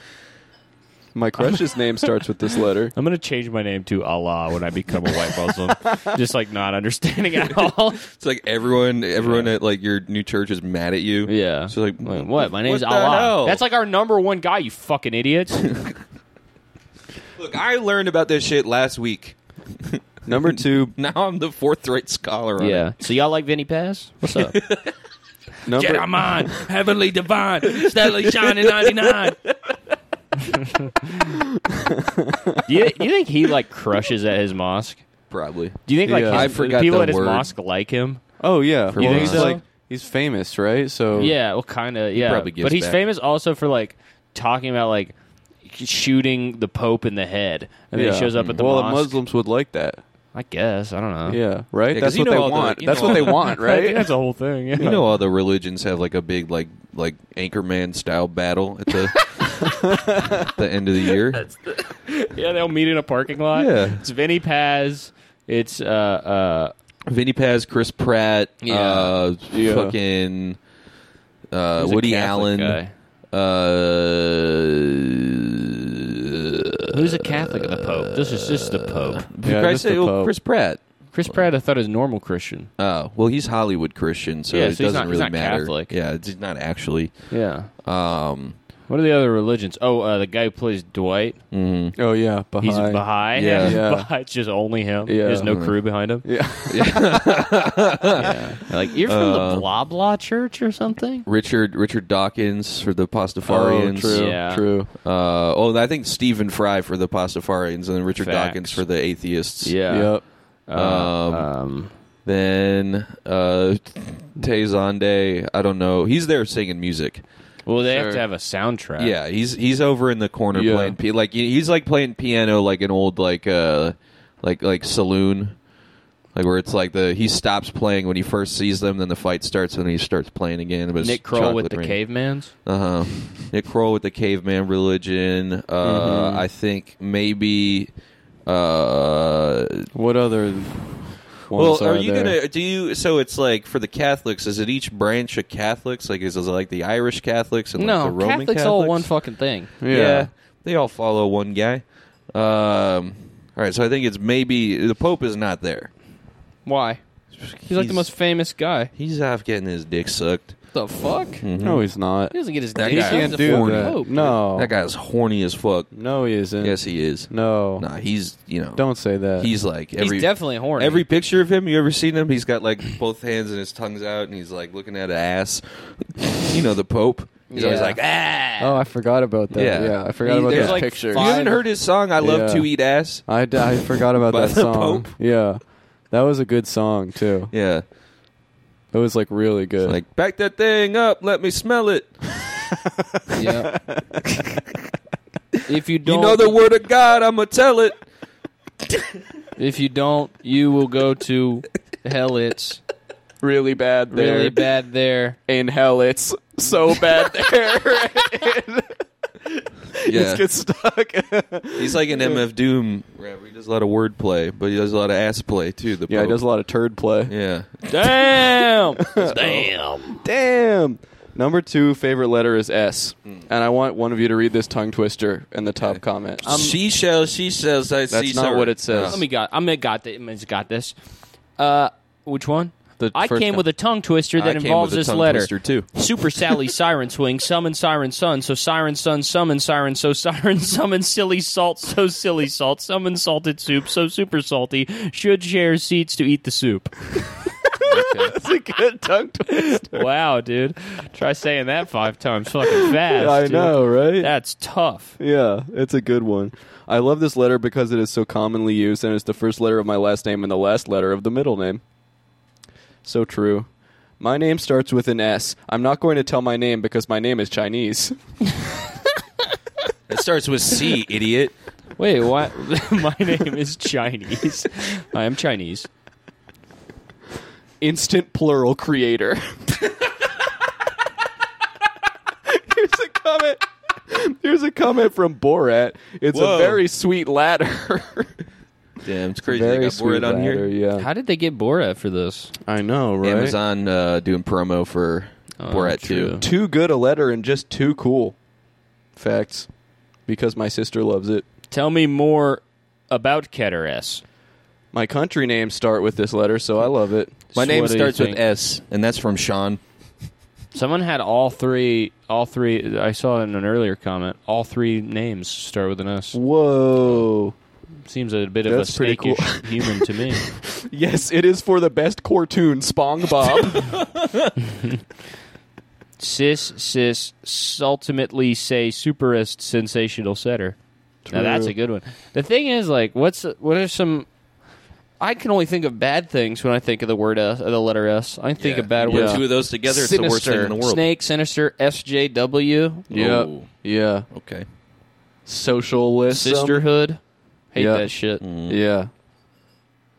[SPEAKER 4] My crush's name starts with this letter.
[SPEAKER 5] I'm gonna change my name to Allah when I become a white Muslim. Just like not understanding at all.
[SPEAKER 3] It's like everyone, everyone at like your new church is mad at you.
[SPEAKER 5] Yeah.
[SPEAKER 3] So like,
[SPEAKER 5] Like, what? My name's
[SPEAKER 3] what the
[SPEAKER 5] Allah.
[SPEAKER 3] hell?
[SPEAKER 5] That's like our number one guy. You fucking idiots.
[SPEAKER 3] Look, I learned about this shit last week.
[SPEAKER 4] Number two.
[SPEAKER 3] Now I'm the fourth rate scholar. On it.
[SPEAKER 5] So y'all like Vinny Paz? What's up?
[SPEAKER 4] Number
[SPEAKER 5] on, heavenly divine, steadily shining ninety nine. do you, you think he like crushes at his mosque?
[SPEAKER 3] probably.
[SPEAKER 5] Do you think like
[SPEAKER 4] Yeah.
[SPEAKER 5] his-
[SPEAKER 4] I
[SPEAKER 3] forgot
[SPEAKER 5] people
[SPEAKER 3] the
[SPEAKER 5] at his
[SPEAKER 3] word.
[SPEAKER 5] mosque like him?
[SPEAKER 4] Oh yeah.
[SPEAKER 3] For
[SPEAKER 4] You
[SPEAKER 3] what?
[SPEAKER 4] think he's
[SPEAKER 5] So?
[SPEAKER 4] like he's famous, right? So
[SPEAKER 5] Yeah, well, kind of. Yeah,
[SPEAKER 3] probably gives
[SPEAKER 5] but he's
[SPEAKER 3] back.
[SPEAKER 5] famous also for like talking about like shooting the Pope in the head, and then
[SPEAKER 4] Yeah.
[SPEAKER 5] he shows up at the
[SPEAKER 4] well, the
[SPEAKER 5] mosque.
[SPEAKER 4] Muslims would like that.
[SPEAKER 5] I guess I don't know.
[SPEAKER 4] Yeah, right.
[SPEAKER 3] 'cause
[SPEAKER 4] That's
[SPEAKER 3] you
[SPEAKER 4] what
[SPEAKER 3] know
[SPEAKER 4] they
[SPEAKER 3] all the-
[SPEAKER 4] want.
[SPEAKER 3] you
[SPEAKER 4] That's
[SPEAKER 3] know
[SPEAKER 4] what they
[SPEAKER 3] all the-
[SPEAKER 4] want,
[SPEAKER 5] I think
[SPEAKER 4] right?
[SPEAKER 5] that's the whole thing. Yeah.
[SPEAKER 3] You know, all the religions have like a big like like anchorman style battle at the the end of the year.
[SPEAKER 5] yeah, they'll meet in a parking lot.
[SPEAKER 3] Yeah.
[SPEAKER 5] it's Vinny Paz. It's uh uh
[SPEAKER 3] Vinny Paz, Chris Pratt, uh,
[SPEAKER 4] Yeah.
[SPEAKER 3] fucking uh,
[SPEAKER 5] who's a
[SPEAKER 3] Woody Allen.
[SPEAKER 5] Catholic guy?
[SPEAKER 3] Uh,
[SPEAKER 5] Who's a Catholic of the Pope? This is just the Pope.
[SPEAKER 4] Yeah,
[SPEAKER 3] Christ-
[SPEAKER 4] just the
[SPEAKER 3] oh,
[SPEAKER 4] Pope.
[SPEAKER 3] Chris Pratt.
[SPEAKER 5] Chris Pratt, I thought is normal Christian.
[SPEAKER 3] Oh well, he's Hollywood Christian, so
[SPEAKER 5] Yeah,
[SPEAKER 3] it
[SPEAKER 5] so he's
[SPEAKER 3] doesn't
[SPEAKER 5] not- he's
[SPEAKER 3] really
[SPEAKER 5] not
[SPEAKER 3] matter.
[SPEAKER 5] Catholic.
[SPEAKER 3] Yeah, it's he's not actually.
[SPEAKER 5] Yeah.
[SPEAKER 3] Um,
[SPEAKER 5] What are the other religions? Oh, uh, the guy who plays Dwight,
[SPEAKER 4] oh yeah, Baha'i.
[SPEAKER 5] he's a Baha'i.
[SPEAKER 3] Yeah. Mm-hmm.
[SPEAKER 4] Yeah.
[SPEAKER 5] Baha'i, it's just only him.
[SPEAKER 4] Yeah.
[SPEAKER 5] There's no crew behind him.
[SPEAKER 4] Yeah.
[SPEAKER 5] Like you're from the Blah Blah Church or something.
[SPEAKER 3] Richard Richard Dawkins for the Pastafarians.
[SPEAKER 4] Oh, true.
[SPEAKER 5] Yeah.
[SPEAKER 4] True.
[SPEAKER 3] Uh, oh, I think Stephen Fry for the Pastafarians, and then Richard
[SPEAKER 5] Facts.
[SPEAKER 3] Dawkins for the atheists.
[SPEAKER 4] Yep.
[SPEAKER 3] Um, Then uh, Tay Zonde, I don't know. He's there singing music.
[SPEAKER 5] well, they
[SPEAKER 4] sure.
[SPEAKER 5] have to have a soundtrack.
[SPEAKER 3] Yeah, he's he's over in the corner
[SPEAKER 4] Yeah.
[SPEAKER 3] playing pi- like he's like playing piano like an old like uh like like saloon. Like where it's like the he stops playing when he first sees them, then the fight starts, and then he starts playing again. But it's
[SPEAKER 5] Nick Kroll with
[SPEAKER 3] chocolate
[SPEAKER 5] the
[SPEAKER 3] rain.
[SPEAKER 5] Cavemans.
[SPEAKER 3] Uh huh. Nick Kroll with the caveman religion.
[SPEAKER 5] Mm-hmm.
[SPEAKER 3] Uh, I think maybe. Uh,
[SPEAKER 4] What other?
[SPEAKER 3] well,
[SPEAKER 4] ones
[SPEAKER 3] are you
[SPEAKER 4] there?
[SPEAKER 3] gonna do you? So it's like for the Catholics, is it each branch of Catholics? Like is it like the Irish Catholics and like the Roman Catholics?
[SPEAKER 5] fucking thing.
[SPEAKER 4] Yeah.
[SPEAKER 3] yeah. they all follow one guy. Um, all right, so I think it's maybe the Pope is not there.
[SPEAKER 5] Why? He's, like the most famous guy.
[SPEAKER 3] He's off getting his dick sucked.
[SPEAKER 5] The fuck?
[SPEAKER 3] Mm-hmm.
[SPEAKER 4] No, he's not.
[SPEAKER 5] He doesn't get his
[SPEAKER 3] Mm. That
[SPEAKER 5] dick
[SPEAKER 3] guy
[SPEAKER 5] sucked.
[SPEAKER 3] can't
[SPEAKER 5] He's a
[SPEAKER 3] do
[SPEAKER 5] fucking
[SPEAKER 3] that.
[SPEAKER 5] pope.
[SPEAKER 4] No.
[SPEAKER 3] That guy's horny as fuck.
[SPEAKER 4] No, he isn't.
[SPEAKER 3] Yes, he is.
[SPEAKER 4] Oh. No.
[SPEAKER 3] Nah, he's you know
[SPEAKER 4] Don't say that.
[SPEAKER 3] he's like every
[SPEAKER 5] He's definitely horny.
[SPEAKER 3] Every picture of him you ever seen him, he's got like both hands and his tongue's out, and he's like looking at an ass. you know the Pope. He's always
[SPEAKER 5] Yeah.
[SPEAKER 3] like, ah.
[SPEAKER 4] Oh, I forgot about that. Yeah,
[SPEAKER 3] Yeah.
[SPEAKER 4] I forgot
[SPEAKER 3] He-
[SPEAKER 4] about
[SPEAKER 3] there's
[SPEAKER 4] those
[SPEAKER 3] like
[SPEAKER 4] pictures.
[SPEAKER 3] You haven't heard his song? I love
[SPEAKER 4] Yeah.
[SPEAKER 3] to eat ass.
[SPEAKER 4] I, d- I forgot about
[SPEAKER 3] By
[SPEAKER 4] that
[SPEAKER 3] the
[SPEAKER 4] song.
[SPEAKER 3] Pope?
[SPEAKER 4] Yeah, that was a good song too.
[SPEAKER 3] Yeah,
[SPEAKER 4] It was like really good.
[SPEAKER 3] like back that thing up. Let me smell it.
[SPEAKER 5] Yeah. if you
[SPEAKER 3] You
[SPEAKER 5] don't,
[SPEAKER 3] know the word of God. I'ma tell it.
[SPEAKER 5] if you don't, you will go to hell. It's
[SPEAKER 4] really bad there.
[SPEAKER 6] Really bad there.
[SPEAKER 4] In hell, it's so bad there.
[SPEAKER 3] Yeah,
[SPEAKER 4] Get stuck.
[SPEAKER 3] he's like an MF Doom rapper. He does a lot of word play, but he does a lot of ass play too. The
[SPEAKER 4] yeah, he
[SPEAKER 3] Pope.
[SPEAKER 4] does a lot of turd play.
[SPEAKER 3] Yeah,
[SPEAKER 5] Damn. Damn.
[SPEAKER 4] Damn. Number two favorite letter is S,
[SPEAKER 5] Hmm.
[SPEAKER 4] and I want one of you to read this tongue twister in the top comment.
[SPEAKER 5] Um,
[SPEAKER 3] she sells. She sells. I
[SPEAKER 4] That's not what it says.
[SPEAKER 5] Let me got. I'm gonna got. The, I'm just got this. Uh, which one?
[SPEAKER 4] The
[SPEAKER 5] I
[SPEAKER 4] first
[SPEAKER 5] came
[SPEAKER 4] one.
[SPEAKER 5] with a tongue twister that involves this letter.
[SPEAKER 3] too.
[SPEAKER 5] Super Sally Siren Swing, summon Siren Sun, so Siren Sun, summon Siren, so Siren, summon Silly Salt, so Silly Salt, summon Salted Soup, so super salty, should share seats to eat the soup.
[SPEAKER 4] That's a good tongue twister.
[SPEAKER 5] Wow, dude. Try saying that five times fucking fast.
[SPEAKER 4] I
[SPEAKER 5] dude.
[SPEAKER 4] know, right?
[SPEAKER 5] That's tough.
[SPEAKER 4] Yeah, it's a good one. I love this letter because it is so commonly used, and it's the first letter of my last name and the last letter of the middle name. So true. My name starts with an S. I'm not going to tell my name because my name is Chinese.
[SPEAKER 3] It starts with C, idiot.
[SPEAKER 5] Wait, what? My name is Chinese. I am Chinese.
[SPEAKER 4] Instant plural creator. Here's a comment. Here's a comment from Borat. It's
[SPEAKER 3] Whoa.
[SPEAKER 4] a very sweet ladder.
[SPEAKER 3] Damn, it's crazy.
[SPEAKER 4] very
[SPEAKER 3] they got Borat on here.
[SPEAKER 4] ladder, Yeah,
[SPEAKER 5] How did they get Borat for this?
[SPEAKER 4] I know, right?
[SPEAKER 3] Amazon uh, doing promo for Borat
[SPEAKER 5] Oh, true.
[SPEAKER 3] too.
[SPEAKER 4] too good a letter and just too cool. Facts. Because my sister loves it.
[SPEAKER 5] Tell me more about Keter S.
[SPEAKER 4] My country names start with this letter, so I love it.
[SPEAKER 3] My
[SPEAKER 5] So
[SPEAKER 3] name
[SPEAKER 5] what do you
[SPEAKER 3] starts with
[SPEAKER 5] think?
[SPEAKER 3] S, and that's from Sean.
[SPEAKER 5] Someone had all three. All three. I saw in an earlier comment. All three names start with an S.
[SPEAKER 4] Whoa.
[SPEAKER 5] Seems a bit
[SPEAKER 4] That's
[SPEAKER 5] of a
[SPEAKER 4] pretty
[SPEAKER 5] snakish human to me.
[SPEAKER 4] Yes, it is for the best cartoon, Spong Bob.
[SPEAKER 5] Sis, sis, ultimately say superist sensational setter. Now that's
[SPEAKER 4] True.
[SPEAKER 5] a good one. The thing is, like, what's what are some? I can only think of bad things when I think of the word S, the letter S. I think of bad
[SPEAKER 3] Put
[SPEAKER 5] words.
[SPEAKER 4] Yeah.
[SPEAKER 3] Two of those together, it's the worst thing in the world.
[SPEAKER 5] Snake, sinister, SJW,
[SPEAKER 4] yeah.
[SPEAKER 3] Ooh.
[SPEAKER 4] Yeah.
[SPEAKER 3] Oh, Okay.
[SPEAKER 4] Socialism.
[SPEAKER 5] sisterhood. Hate
[SPEAKER 4] Yeah. Mm.
[SPEAKER 5] that shit.
[SPEAKER 3] Mm.
[SPEAKER 4] Yeah.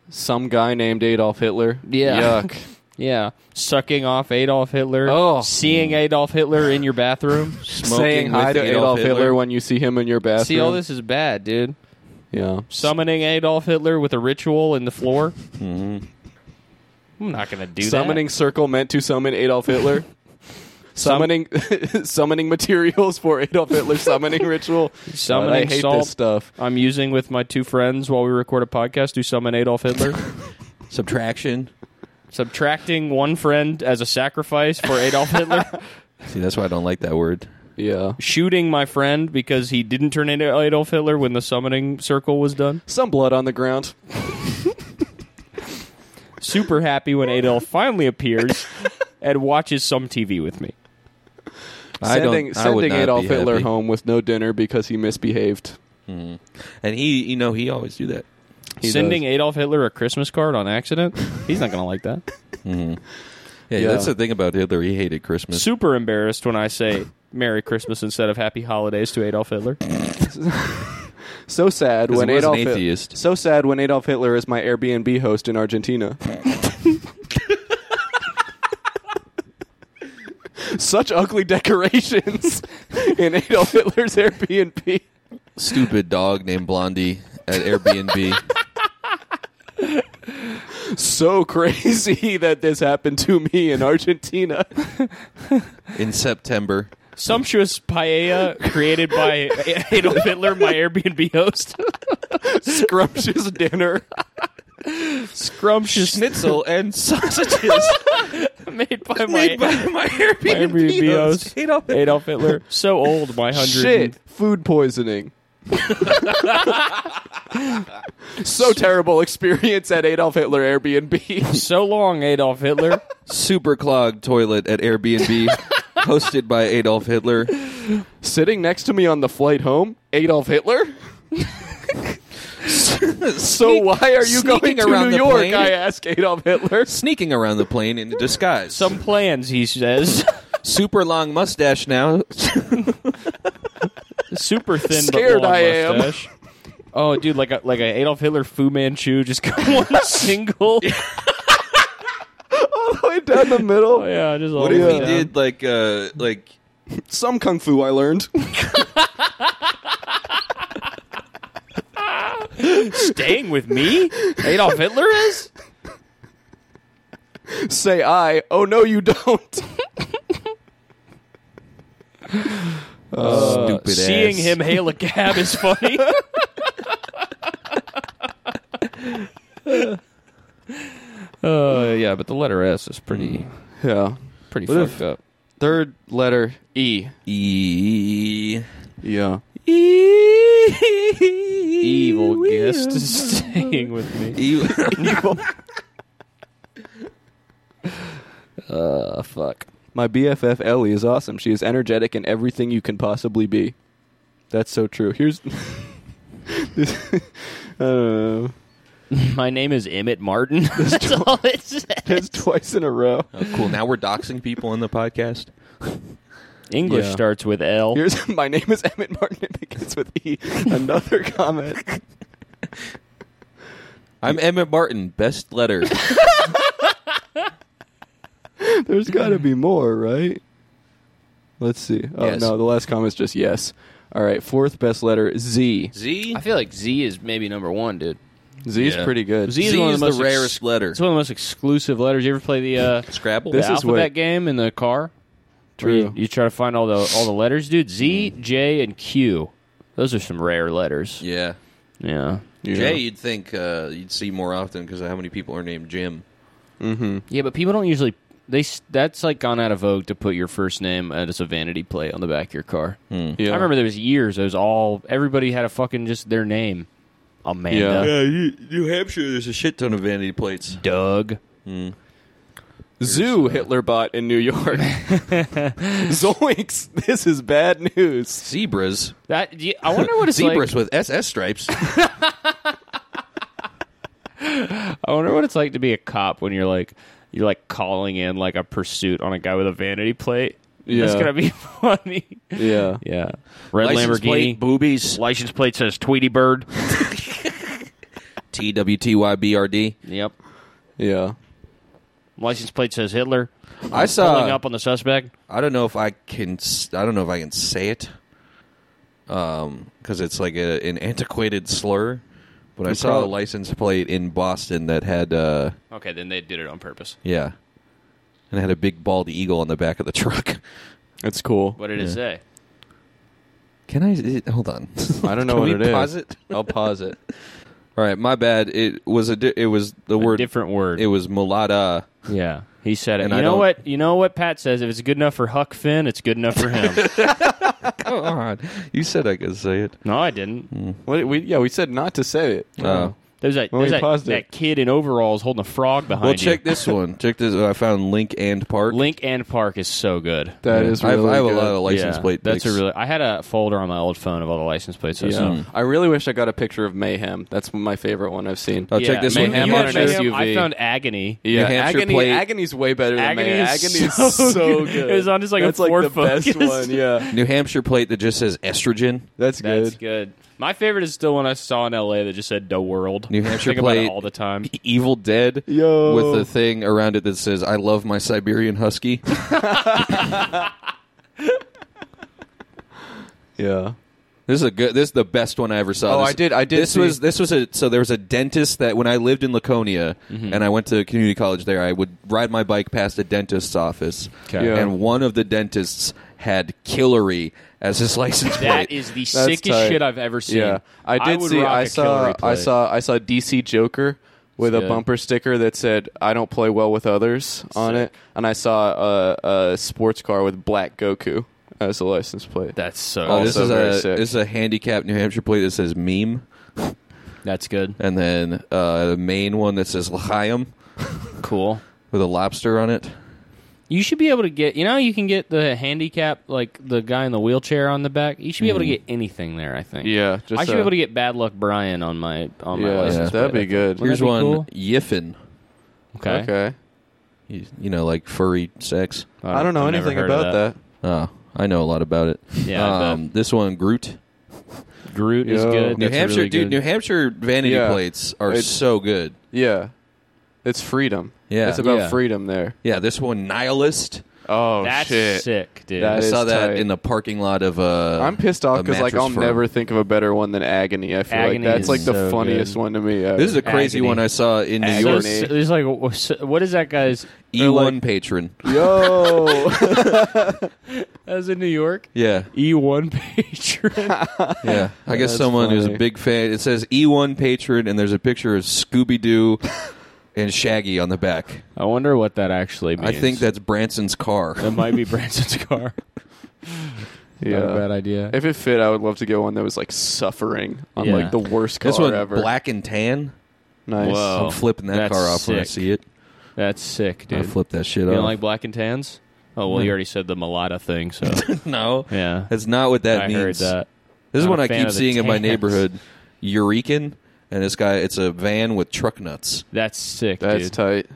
[SPEAKER 4] Some guy named Adolf Hitler.
[SPEAKER 5] Yeah.
[SPEAKER 4] Yuck.
[SPEAKER 5] Yeah, sucking off Adolf Hitler.
[SPEAKER 4] Oh.
[SPEAKER 5] seeing Adolf Hitler in your bathroom.
[SPEAKER 3] Smoking
[SPEAKER 4] Saying hi
[SPEAKER 3] with
[SPEAKER 4] to Adolf, Hitler. when you see him in your bathroom.
[SPEAKER 5] See, all this is bad, dude.
[SPEAKER 4] Yeah.
[SPEAKER 5] Summoning Adolf Hitler with a ritual in the floor.
[SPEAKER 4] Mm-hmm.
[SPEAKER 5] I'm not gonna do
[SPEAKER 4] summoning circle meant to summon Adolf Hitler. summoning summoning materials for Adolf Hitler summoning ritual.
[SPEAKER 5] that.
[SPEAKER 4] God, I
[SPEAKER 5] Summoning
[SPEAKER 4] hate
[SPEAKER 5] salt.
[SPEAKER 4] this stuff.
[SPEAKER 5] I'm using with my two friends while we record a podcast to summon Adolf Hitler.
[SPEAKER 3] Subtraction.
[SPEAKER 5] Subtracting one friend as a sacrifice for Adolf Hitler.
[SPEAKER 3] See, that's why I don't like that word.
[SPEAKER 4] Yeah.
[SPEAKER 5] Shooting my friend because he didn't turn into Adolf Hitler when the summoning circle was done.
[SPEAKER 4] Some blood on the ground.
[SPEAKER 5] super happy when Adolf finally appears and watches some TV with me.
[SPEAKER 3] I don't.
[SPEAKER 4] sending
[SPEAKER 3] I would
[SPEAKER 4] sending
[SPEAKER 3] not
[SPEAKER 4] Adolf
[SPEAKER 3] be
[SPEAKER 4] Hitler
[SPEAKER 3] happy.
[SPEAKER 4] home with no dinner because he misbehaved.
[SPEAKER 3] and he, you know, he always do that.
[SPEAKER 4] He
[SPEAKER 5] Sending
[SPEAKER 4] does.
[SPEAKER 5] Adolf Hitler a Christmas card on accident? He's not going to like that.
[SPEAKER 3] Yeah,
[SPEAKER 4] Yeah.
[SPEAKER 3] that's the thing about Hitler. He hated Christmas.
[SPEAKER 5] Super embarrassed when I say Merry Christmas instead of Happy Holidays to Adolf Hitler.
[SPEAKER 4] So sad
[SPEAKER 3] 'Cause
[SPEAKER 4] when
[SPEAKER 3] he was an
[SPEAKER 4] Adolf Hit-
[SPEAKER 3] atheist.
[SPEAKER 4] So sad when Adolf Hitler is my Airbnb host in Argentina. Such ugly decorations in Adolf Hitler's Airbnb.
[SPEAKER 3] Stupid dog named Blondie at Airbnb.
[SPEAKER 4] so crazy that this happened to me in Argentina.
[SPEAKER 3] in September.
[SPEAKER 5] Sumptuous paella created by Adolf Hitler, my Airbnb host.
[SPEAKER 4] Scrumptious dinner.
[SPEAKER 5] Scrumptious
[SPEAKER 3] Schnitzel and sausages
[SPEAKER 5] made by my,
[SPEAKER 3] made by my Airbnb,
[SPEAKER 5] Airbnb
[SPEAKER 3] host.
[SPEAKER 5] host Adolf Hitler. So old, my hundred.
[SPEAKER 4] Shit. Food poisoning. so terrible experience at Adolf Hitler Airbnb.
[SPEAKER 5] So long, Adolf Hitler.
[SPEAKER 3] Super clogged toilet at Airbnb, hosted by Adolf Hitler.
[SPEAKER 4] Sitting next to me on the flight home, Adolf Hitler? so why are you
[SPEAKER 3] sneaking
[SPEAKER 4] going to
[SPEAKER 3] around
[SPEAKER 4] New
[SPEAKER 3] the
[SPEAKER 4] York?
[SPEAKER 3] plane?
[SPEAKER 4] I ask Adolf Hitler.
[SPEAKER 3] Sneaking around the plane in disguise.
[SPEAKER 5] Some plans, he says.
[SPEAKER 3] super long mustache now.
[SPEAKER 5] super thin,
[SPEAKER 4] Scared
[SPEAKER 5] but long
[SPEAKER 4] I am.
[SPEAKER 5] mustache. Oh, dude, like a like a Adolf Hitler Fu Manchu, just got one single.
[SPEAKER 4] All the way down the middle.
[SPEAKER 5] yeah, just all
[SPEAKER 3] What
[SPEAKER 5] the
[SPEAKER 3] if
[SPEAKER 5] way
[SPEAKER 3] he
[SPEAKER 5] down.
[SPEAKER 3] did like uh like
[SPEAKER 4] Some kung fu I learned.
[SPEAKER 5] staying with me? Adolf Hitler is?
[SPEAKER 4] Say I. Oh no, you don't.
[SPEAKER 3] stupid
[SPEAKER 5] Seeing
[SPEAKER 3] ass.
[SPEAKER 5] him hail a cab is funny. uh, yeah, but the letter S is pretty
[SPEAKER 4] yeah.
[SPEAKER 5] pretty
[SPEAKER 4] What if-
[SPEAKER 5] fucked up.
[SPEAKER 4] Third letter E.
[SPEAKER 3] E
[SPEAKER 4] Yeah.
[SPEAKER 5] E Evil guest is staying with me.
[SPEAKER 3] E-
[SPEAKER 5] Uh, fuck.
[SPEAKER 4] My BFF Ellie is awesome. She is energetic in everything you can possibly be. That's so true. Here's. this, uh,
[SPEAKER 5] My name is Emmett Martin. That's all it says.
[SPEAKER 4] that's twice in a row.
[SPEAKER 3] Oh, cool. Now we're doxing people on the podcast.
[SPEAKER 5] English
[SPEAKER 4] Yeah.
[SPEAKER 5] starts with L.
[SPEAKER 4] Here's my name is Emmett Martin. It begins with E. Another comment.
[SPEAKER 3] I'm Emmett Martin. Best letter.
[SPEAKER 4] There's got to be more, right? Let's see. Oh
[SPEAKER 3] Yes.
[SPEAKER 4] no, the last comment's just yes. All right, fourth best letter Z.
[SPEAKER 3] Z.
[SPEAKER 5] I feel like Z is maybe number one, dude.
[SPEAKER 4] Z is
[SPEAKER 3] Yeah.
[SPEAKER 4] pretty good.
[SPEAKER 5] Z
[SPEAKER 3] Z
[SPEAKER 5] is one of
[SPEAKER 3] is
[SPEAKER 5] the
[SPEAKER 3] the,
[SPEAKER 5] most
[SPEAKER 3] rarest
[SPEAKER 5] ex-
[SPEAKER 3] letter.
[SPEAKER 5] It's one of the most exclusive letters. You ever play the uh,
[SPEAKER 3] Scrabble.
[SPEAKER 4] This
[SPEAKER 5] the
[SPEAKER 4] is
[SPEAKER 5] alphabet
[SPEAKER 4] what-
[SPEAKER 5] game in the car? Where
[SPEAKER 4] True.
[SPEAKER 5] You, you try to find all the all the letters, dude. Z, J, and Q. Those are some rare letters.
[SPEAKER 3] yeah.
[SPEAKER 5] Yeah.
[SPEAKER 4] Yeah.
[SPEAKER 3] Jay, you'd think uh, you'd see more often because how many people are named Jim?
[SPEAKER 5] Yeah, but people don't usually. They s- that's like gone out of vogue to put your first name as a vanity plate on the back of your car.
[SPEAKER 4] Yeah.
[SPEAKER 5] I remember there was years. It was all everybody had a fucking just their name. Amanda,
[SPEAKER 4] Yeah.
[SPEAKER 3] you, New Hampshire, there's a shit ton of vanity plates.
[SPEAKER 5] Doug.
[SPEAKER 4] Zoo Hitler bot in New York. Zoinks! This is bad news.
[SPEAKER 3] Zebras.
[SPEAKER 5] That do you- I wonder what it's
[SPEAKER 3] Zebras
[SPEAKER 5] like.
[SPEAKER 3] with SS stripes.
[SPEAKER 5] I wonder what it's like to be a cop when you're like you're like calling in like a pursuit on a guy with a vanity plate. That's
[SPEAKER 4] Yeah.
[SPEAKER 5] gonna be funny.
[SPEAKER 4] Yeah.
[SPEAKER 5] Yeah, red
[SPEAKER 3] License
[SPEAKER 5] Lamborghini.
[SPEAKER 3] plate, boobies.
[SPEAKER 5] License plate says Tweety Bird.
[SPEAKER 3] T W T Y B R D.
[SPEAKER 5] yep.
[SPEAKER 4] Yeah.
[SPEAKER 5] License plate says Hitler.
[SPEAKER 3] I
[SPEAKER 5] Pulling
[SPEAKER 3] saw.
[SPEAKER 5] up on the suspect.
[SPEAKER 3] I don't know if I can. s- I don't know if I can say it, um, because it's like a, an antiquated slur. But I saw a
[SPEAKER 4] prob-
[SPEAKER 3] license plate in Boston that had, uh,
[SPEAKER 5] Okay, then they did it on purpose.
[SPEAKER 3] yeah, and it had a big bald eagle on the back of the truck.
[SPEAKER 4] That's cool.
[SPEAKER 5] What did it say?
[SPEAKER 3] Can I it, hold on?
[SPEAKER 4] I don't know
[SPEAKER 3] Can
[SPEAKER 4] what
[SPEAKER 3] we
[SPEAKER 4] it is.
[SPEAKER 3] pause it? I'll pause it. All right, my bad. It was a. Di- it was the word.
[SPEAKER 5] different word.
[SPEAKER 3] It was mulata.
[SPEAKER 5] yeah, he said it.
[SPEAKER 3] And
[SPEAKER 5] you
[SPEAKER 3] I
[SPEAKER 5] know
[SPEAKER 3] don't-
[SPEAKER 5] what? You know what Pat says. If it's good enough for Huck Finn, it's good enough for him.
[SPEAKER 4] Oh,
[SPEAKER 3] Come on, you said I could say it.
[SPEAKER 5] no, I didn't.
[SPEAKER 3] Hmm.
[SPEAKER 4] What, we, yeah, we said not to say it.
[SPEAKER 3] Uh,
[SPEAKER 5] There's that.
[SPEAKER 4] Well, we
[SPEAKER 5] There's that,
[SPEAKER 4] paused it.
[SPEAKER 5] that kid in overalls holding a frog behind
[SPEAKER 3] well,
[SPEAKER 5] you.
[SPEAKER 3] check this one. Check this. I found Link and Park.
[SPEAKER 5] Link and Park is so good.
[SPEAKER 4] That is
[SPEAKER 3] I have,
[SPEAKER 4] really
[SPEAKER 3] I have a
[SPEAKER 4] good.
[SPEAKER 3] lot of license
[SPEAKER 5] yeah,
[SPEAKER 3] plate.
[SPEAKER 5] That's
[SPEAKER 3] pics.
[SPEAKER 5] a really. I had a folder on my old phone of all the license plates. I
[SPEAKER 4] Yeah.
[SPEAKER 3] Hmm.
[SPEAKER 5] saw.
[SPEAKER 4] I really wish I got a picture of Mayhem. That's my favorite one I've seen.
[SPEAKER 3] Oh, check this
[SPEAKER 5] Mayhem
[SPEAKER 3] one.
[SPEAKER 5] on
[SPEAKER 3] New
[SPEAKER 5] an
[SPEAKER 3] Hampshire,
[SPEAKER 5] SUV. I
[SPEAKER 4] SUV.
[SPEAKER 5] found agony.
[SPEAKER 4] yeah,
[SPEAKER 3] New Hampshire
[SPEAKER 4] agony,
[SPEAKER 3] plate.
[SPEAKER 4] agony's way better than
[SPEAKER 5] Agony
[SPEAKER 4] Mayhem.
[SPEAKER 5] is
[SPEAKER 4] Agony is
[SPEAKER 5] so
[SPEAKER 4] so
[SPEAKER 5] good.
[SPEAKER 4] good.
[SPEAKER 5] It was on just like a
[SPEAKER 4] That's like
[SPEAKER 5] Ford
[SPEAKER 4] the best
[SPEAKER 5] Focus.
[SPEAKER 4] one. Yeah,
[SPEAKER 3] New Hampshire plate that just says estrogen.
[SPEAKER 4] that's good.
[SPEAKER 5] That's good. My favorite is still one I saw in L.A. that just said "The World."
[SPEAKER 3] New
[SPEAKER 5] I
[SPEAKER 3] Hampshire
[SPEAKER 5] think about it
[SPEAKER 3] plate.
[SPEAKER 5] all the time.
[SPEAKER 3] Evil Dead
[SPEAKER 4] Yo.
[SPEAKER 3] with a thing around it that says "I love my Siberian Husky."
[SPEAKER 4] Yeah.
[SPEAKER 3] This is a good. This is the best one I ever saw.
[SPEAKER 4] Oh,
[SPEAKER 3] This-
[SPEAKER 4] I did- I did
[SPEAKER 3] This
[SPEAKER 4] see-
[SPEAKER 3] was. This was a. So there was a dentist that when I lived in Laconia
[SPEAKER 4] Mm-hmm.
[SPEAKER 3] and I went to community college there, I would ride my bike past a dentist's office,
[SPEAKER 5] Okay.
[SPEAKER 4] Yeah.
[SPEAKER 3] and one of the dentists had Killary as his license plate.
[SPEAKER 5] That is the
[SPEAKER 4] That's
[SPEAKER 5] sickest
[SPEAKER 4] tight.
[SPEAKER 5] shit I've ever seen.
[SPEAKER 4] Yeah, I did
[SPEAKER 5] would
[SPEAKER 4] see.
[SPEAKER 5] rock
[SPEAKER 4] I
[SPEAKER 5] a
[SPEAKER 4] saw.
[SPEAKER 5] Killary
[SPEAKER 4] I
[SPEAKER 5] plate.
[SPEAKER 4] saw. I saw DC Joker with
[SPEAKER 5] That's
[SPEAKER 4] a
[SPEAKER 5] good.
[SPEAKER 4] bumper sticker that said "I don't play well with others" on it, and I saw a, a sports car with Black Goku as a license plate.
[SPEAKER 5] That's so.
[SPEAKER 3] Oh, this
[SPEAKER 4] Also
[SPEAKER 3] is
[SPEAKER 4] very
[SPEAKER 3] a
[SPEAKER 4] sick.
[SPEAKER 3] this is a handicapped New Hampshire plate that says meme,
[SPEAKER 5] That's good.
[SPEAKER 3] and then uh, the main one that says L'chaim
[SPEAKER 5] Cool.
[SPEAKER 3] with a lobster on it.
[SPEAKER 5] You should be able to get. You know, you can get the handicap, like the guy in the wheelchair on the back. You should be able to get anything there. I think.
[SPEAKER 4] Mm. yeah, just
[SPEAKER 5] I should
[SPEAKER 4] a-
[SPEAKER 5] be able to get Bad Luck Brian on my on my
[SPEAKER 4] Yeah,
[SPEAKER 5] license.
[SPEAKER 4] that'd
[SPEAKER 5] plate.
[SPEAKER 4] be good.
[SPEAKER 5] Wouldn't
[SPEAKER 3] Here's
[SPEAKER 5] that be
[SPEAKER 3] one
[SPEAKER 5] cool?
[SPEAKER 3] Yiffin,
[SPEAKER 5] Okay.
[SPEAKER 4] okay.
[SPEAKER 3] you, you know, like furry sex.
[SPEAKER 4] I don't know
[SPEAKER 5] I've never
[SPEAKER 4] anything
[SPEAKER 5] heard of
[SPEAKER 4] about that.
[SPEAKER 3] Oh, I know a lot about it.
[SPEAKER 5] Yeah, I
[SPEAKER 3] um, this one Groot.
[SPEAKER 5] Groot is
[SPEAKER 4] Yo.
[SPEAKER 5] good.
[SPEAKER 4] New
[SPEAKER 3] New
[SPEAKER 5] That's a
[SPEAKER 3] Hampshire,
[SPEAKER 5] really
[SPEAKER 3] dude.
[SPEAKER 5] good-
[SPEAKER 3] New Hampshire vanity
[SPEAKER 4] Yeah.
[SPEAKER 3] plates are
[SPEAKER 4] It's-
[SPEAKER 3] so good.
[SPEAKER 4] Yeah, It's freedom.
[SPEAKER 3] Yeah.
[SPEAKER 4] It's about
[SPEAKER 5] Yeah.
[SPEAKER 4] freedom there.
[SPEAKER 3] Yeah, this one nihilist.
[SPEAKER 4] Oh
[SPEAKER 5] That's sick, dude.
[SPEAKER 4] That
[SPEAKER 3] I
[SPEAKER 4] is
[SPEAKER 3] saw that
[SPEAKER 4] tight.
[SPEAKER 3] in the parking lot of uh
[SPEAKER 4] I'm pissed off
[SPEAKER 3] a
[SPEAKER 4] because like
[SPEAKER 3] mattress
[SPEAKER 4] I'll
[SPEAKER 3] firm.
[SPEAKER 4] never think of a better one than agony. I feel
[SPEAKER 5] Agony
[SPEAKER 4] like that's
[SPEAKER 5] is
[SPEAKER 4] like the
[SPEAKER 5] so
[SPEAKER 4] funniest
[SPEAKER 5] good.
[SPEAKER 4] one to me. Ever.
[SPEAKER 3] This is a crazy
[SPEAKER 5] Agony.
[SPEAKER 3] one I saw in New
[SPEAKER 5] so,
[SPEAKER 3] York.
[SPEAKER 4] Agony.
[SPEAKER 5] so- it's like wh- so- what is that guy's?
[SPEAKER 4] E
[SPEAKER 3] E1
[SPEAKER 5] like-
[SPEAKER 3] patron.
[SPEAKER 4] yo.
[SPEAKER 5] That was in New York.
[SPEAKER 3] Yeah.
[SPEAKER 5] E one patron.
[SPEAKER 3] Yeah, I guess
[SPEAKER 4] That's
[SPEAKER 3] someone who's a
[SPEAKER 4] funny.
[SPEAKER 3] big fan. It says E1 patron, and there's a picture of Scooby Doo and Shaggy on the back.
[SPEAKER 5] I wonder what that actually means.
[SPEAKER 3] I think that's Branson's car.
[SPEAKER 5] that might be Branson's car.
[SPEAKER 4] yeah.
[SPEAKER 5] Not a bad idea.
[SPEAKER 4] If it fit, I would love to get one that was like suffering on
[SPEAKER 5] Yeah.
[SPEAKER 4] like the worst car
[SPEAKER 3] This one,
[SPEAKER 4] ever.
[SPEAKER 3] black and tan.
[SPEAKER 4] Nice.
[SPEAKER 5] Whoa. Oh,
[SPEAKER 3] I'm flipping that
[SPEAKER 5] that's
[SPEAKER 3] car off when I
[SPEAKER 5] sick.
[SPEAKER 3] see it.
[SPEAKER 5] that's sick,
[SPEAKER 3] I
[SPEAKER 5] dude.
[SPEAKER 3] flip that shit
[SPEAKER 5] you
[SPEAKER 3] off.
[SPEAKER 5] don't like black and tans? Oh well, you already said the mulata thing, so
[SPEAKER 3] no,
[SPEAKER 5] yeah.
[SPEAKER 3] that's not what that
[SPEAKER 5] I
[SPEAKER 3] means.
[SPEAKER 5] heard that.
[SPEAKER 3] This is
[SPEAKER 5] I'm
[SPEAKER 3] one
[SPEAKER 5] a
[SPEAKER 3] I
[SPEAKER 5] fan
[SPEAKER 3] keep
[SPEAKER 5] of the
[SPEAKER 3] seeing in my
[SPEAKER 5] tans.
[SPEAKER 3] neighborhood. Eurekan, and this guy. It's a van with truck nuts.
[SPEAKER 5] That's sick,
[SPEAKER 4] That's
[SPEAKER 5] dude.
[SPEAKER 4] tight.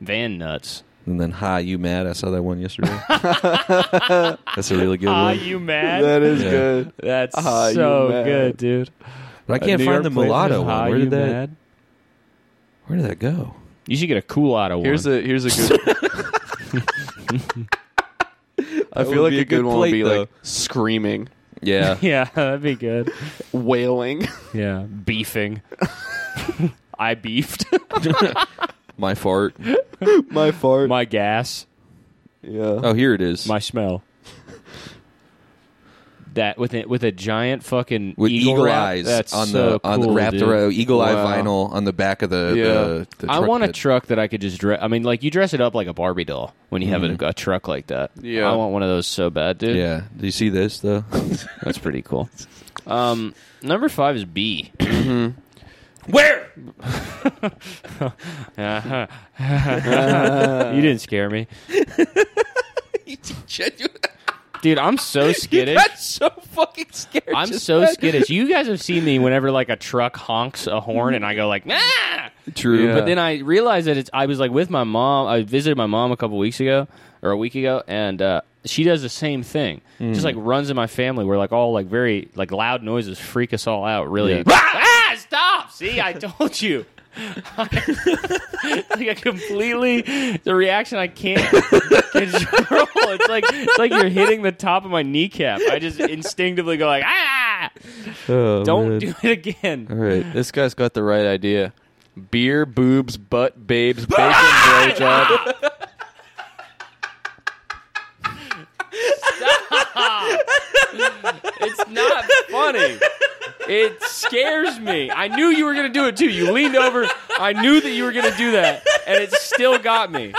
[SPEAKER 5] Van nuts.
[SPEAKER 3] And then, hi, you mad? I saw that one yesterday. That's a really good
[SPEAKER 5] Ah,
[SPEAKER 3] one.
[SPEAKER 5] you mad?
[SPEAKER 4] That is
[SPEAKER 3] Yeah.
[SPEAKER 4] good.
[SPEAKER 5] That's
[SPEAKER 4] Ah, you
[SPEAKER 5] so
[SPEAKER 4] mad.
[SPEAKER 5] good, dude.
[SPEAKER 3] But I can't
[SPEAKER 5] New
[SPEAKER 3] find
[SPEAKER 5] York
[SPEAKER 3] the
[SPEAKER 5] place
[SPEAKER 3] mulatto
[SPEAKER 5] is, "Ah,
[SPEAKER 3] one. Where
[SPEAKER 5] you
[SPEAKER 3] did that?
[SPEAKER 5] mad?"
[SPEAKER 3] Where did that go?
[SPEAKER 5] You should get a culotta one.
[SPEAKER 4] Here's a here's a good. I
[SPEAKER 3] That
[SPEAKER 4] feel
[SPEAKER 3] would
[SPEAKER 4] like
[SPEAKER 3] be
[SPEAKER 4] a
[SPEAKER 3] a
[SPEAKER 4] good
[SPEAKER 3] good
[SPEAKER 4] one would
[SPEAKER 3] plate,
[SPEAKER 4] be
[SPEAKER 3] though.
[SPEAKER 4] like screaming,
[SPEAKER 3] Yeah.
[SPEAKER 5] yeah, that'd be good.
[SPEAKER 4] wailing.
[SPEAKER 5] Yeah, beefing. I beefed
[SPEAKER 3] My fart.
[SPEAKER 4] My fart.
[SPEAKER 5] my gas,
[SPEAKER 4] yeah.
[SPEAKER 3] Oh, here it is.
[SPEAKER 5] my smell. That with it with a giant fucking
[SPEAKER 3] With eagle,
[SPEAKER 5] wrap?
[SPEAKER 3] eyes
[SPEAKER 5] That's
[SPEAKER 3] on
[SPEAKER 5] so
[SPEAKER 3] the on the
[SPEAKER 5] cool,
[SPEAKER 3] wrapped
[SPEAKER 5] dude.
[SPEAKER 3] around eagle eye
[SPEAKER 4] Wow.
[SPEAKER 3] vinyl on the back of the.
[SPEAKER 4] Yeah.
[SPEAKER 3] the, the
[SPEAKER 5] I
[SPEAKER 3] truck
[SPEAKER 5] want a
[SPEAKER 3] bed.
[SPEAKER 5] truck that I could just dress. I mean, like you dress it up like a Barbie doll when you
[SPEAKER 3] Mm-hmm.
[SPEAKER 5] have a, a truck like that.
[SPEAKER 4] Yeah.
[SPEAKER 5] I want one of those so bad, dude.
[SPEAKER 3] Yeah. Do you see this though?
[SPEAKER 5] that's pretty cool. Um, number five is B. Mm-hmm.
[SPEAKER 3] Where?
[SPEAKER 5] you didn't scare me,
[SPEAKER 3] Genuine.
[SPEAKER 5] dude. I'm so skittish.
[SPEAKER 3] so fucking scared.
[SPEAKER 5] I'm so skittish. You guys have seen me whenever like a truck honks a horn and I go like, ah!
[SPEAKER 3] True.
[SPEAKER 4] Yeah.
[SPEAKER 5] But then I realized that it's. I was like with my mom. I visited my mom a couple weeks ago or a week ago, and uh, she does the same thing. Just like runs in my family. We're like all like very like loud noises freak us all out. Really.
[SPEAKER 3] Yeah.
[SPEAKER 5] Ah! Stop! See, I told you. like I completely the reaction I can't control. It's like it's like you're hitting the top of my kneecap. I just instinctively go like ah!
[SPEAKER 3] Oh,
[SPEAKER 5] Don't do it again.
[SPEAKER 3] All right.
[SPEAKER 4] This guy's got the right idea. Beer, boobs, butt, babes, bacon, blowjob.
[SPEAKER 5] It's not funny. It scares me. I knew you were gonna do it too. You leaned over. I knew that you were gonna do that, and it still got me.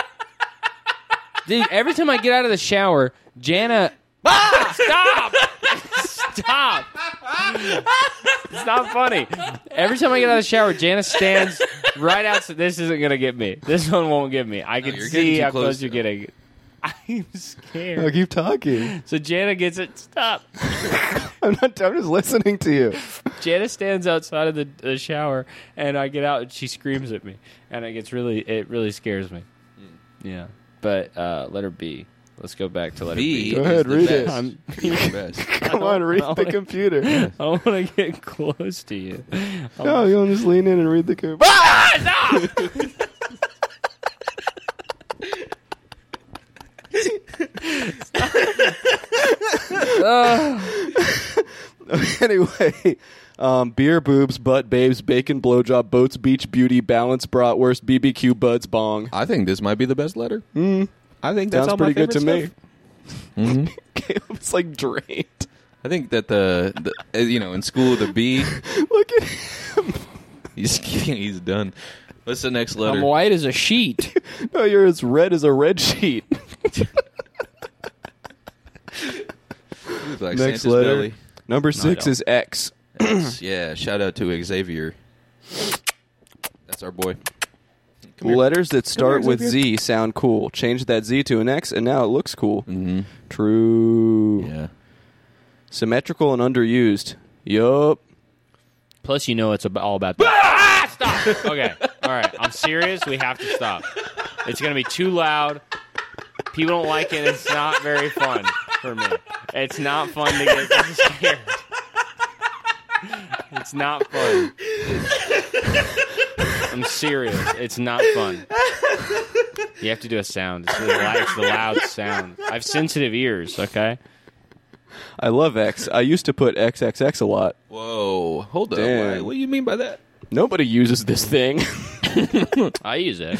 [SPEAKER 5] Dude, every time I get out of the shower, Jana,
[SPEAKER 3] Ah!
[SPEAKER 5] stop, stop. It's not funny. Every time I get out of the shower, Jana stands right outside. This isn't gonna get me. This one won't get me. I can
[SPEAKER 3] you're getting
[SPEAKER 5] see
[SPEAKER 3] too
[SPEAKER 5] how
[SPEAKER 3] close
[SPEAKER 5] close
[SPEAKER 3] to
[SPEAKER 5] you're getting. I'm scared.
[SPEAKER 4] keep talking.
[SPEAKER 5] So Jana gets it. Stop.
[SPEAKER 4] I'm not. I'm just listening to you.
[SPEAKER 5] Janice stands outside of the, the shower, and I get out, and she screams at me, and it gets really, it really scares me. Yeah, but uh, letter B. Let's go back to letter B.
[SPEAKER 3] B.
[SPEAKER 4] Go
[SPEAKER 3] is
[SPEAKER 4] ahead,
[SPEAKER 3] the
[SPEAKER 4] read
[SPEAKER 3] best.
[SPEAKER 4] it.
[SPEAKER 5] I'm-
[SPEAKER 3] It's the best.
[SPEAKER 4] Come on, read the
[SPEAKER 5] Alex.
[SPEAKER 4] computer.
[SPEAKER 5] I want to get close to you.
[SPEAKER 3] Oh,
[SPEAKER 4] No, Oh, you want to just lean in and read the computer.
[SPEAKER 3] Ah, ah,
[SPEAKER 4] anyway, um, beer, boobs, butt, babes, bacon, blowjob, boats, beach, beauty, balance, bratwurst, BBQ, buds, bong.
[SPEAKER 3] I think this might be the best letter. I think that's
[SPEAKER 4] Sounds
[SPEAKER 3] all my
[SPEAKER 4] pretty good to
[SPEAKER 3] favorite
[SPEAKER 4] me.
[SPEAKER 3] stuff.
[SPEAKER 4] Caleb's like drained.
[SPEAKER 3] I think that the, the uh, you know in school the B
[SPEAKER 4] Look at him.
[SPEAKER 3] he's he's done. What's the next letter?
[SPEAKER 5] I'm white as a sheet.
[SPEAKER 4] No, oh, you're as red as a red sheet.
[SPEAKER 3] It's like
[SPEAKER 4] Next
[SPEAKER 3] Santa's
[SPEAKER 4] letter.
[SPEAKER 3] belly.
[SPEAKER 4] Number six
[SPEAKER 5] don't.
[SPEAKER 4] is X.
[SPEAKER 3] yeah, shout out to Xavier. That's our boy.
[SPEAKER 4] Letters that start with Z sound cool. Change that Z to an X, and now it looks cool. Mm-hmm. True.
[SPEAKER 3] Yeah.
[SPEAKER 4] Symmetrical and underused. Yup.
[SPEAKER 5] Plus, you know it's ab- all about. That. Ah, stop. Okay. All right. I'm serious. We have to stop. It's gonna be too loud. People don't like it. It's not very fun for me. It's not fun to get this scared. It's not fun. I'm I'm serious. It's not fun. You have to do a sound. It's the loud, it's the loud sound. I have sensitive ears. Okay.
[SPEAKER 4] I love X. I used to put XXX a lot.
[SPEAKER 3] Whoa, hold up.
[SPEAKER 4] Damn.
[SPEAKER 3] Why- What do you mean by that?
[SPEAKER 4] Nobody uses this thing.
[SPEAKER 5] I use it.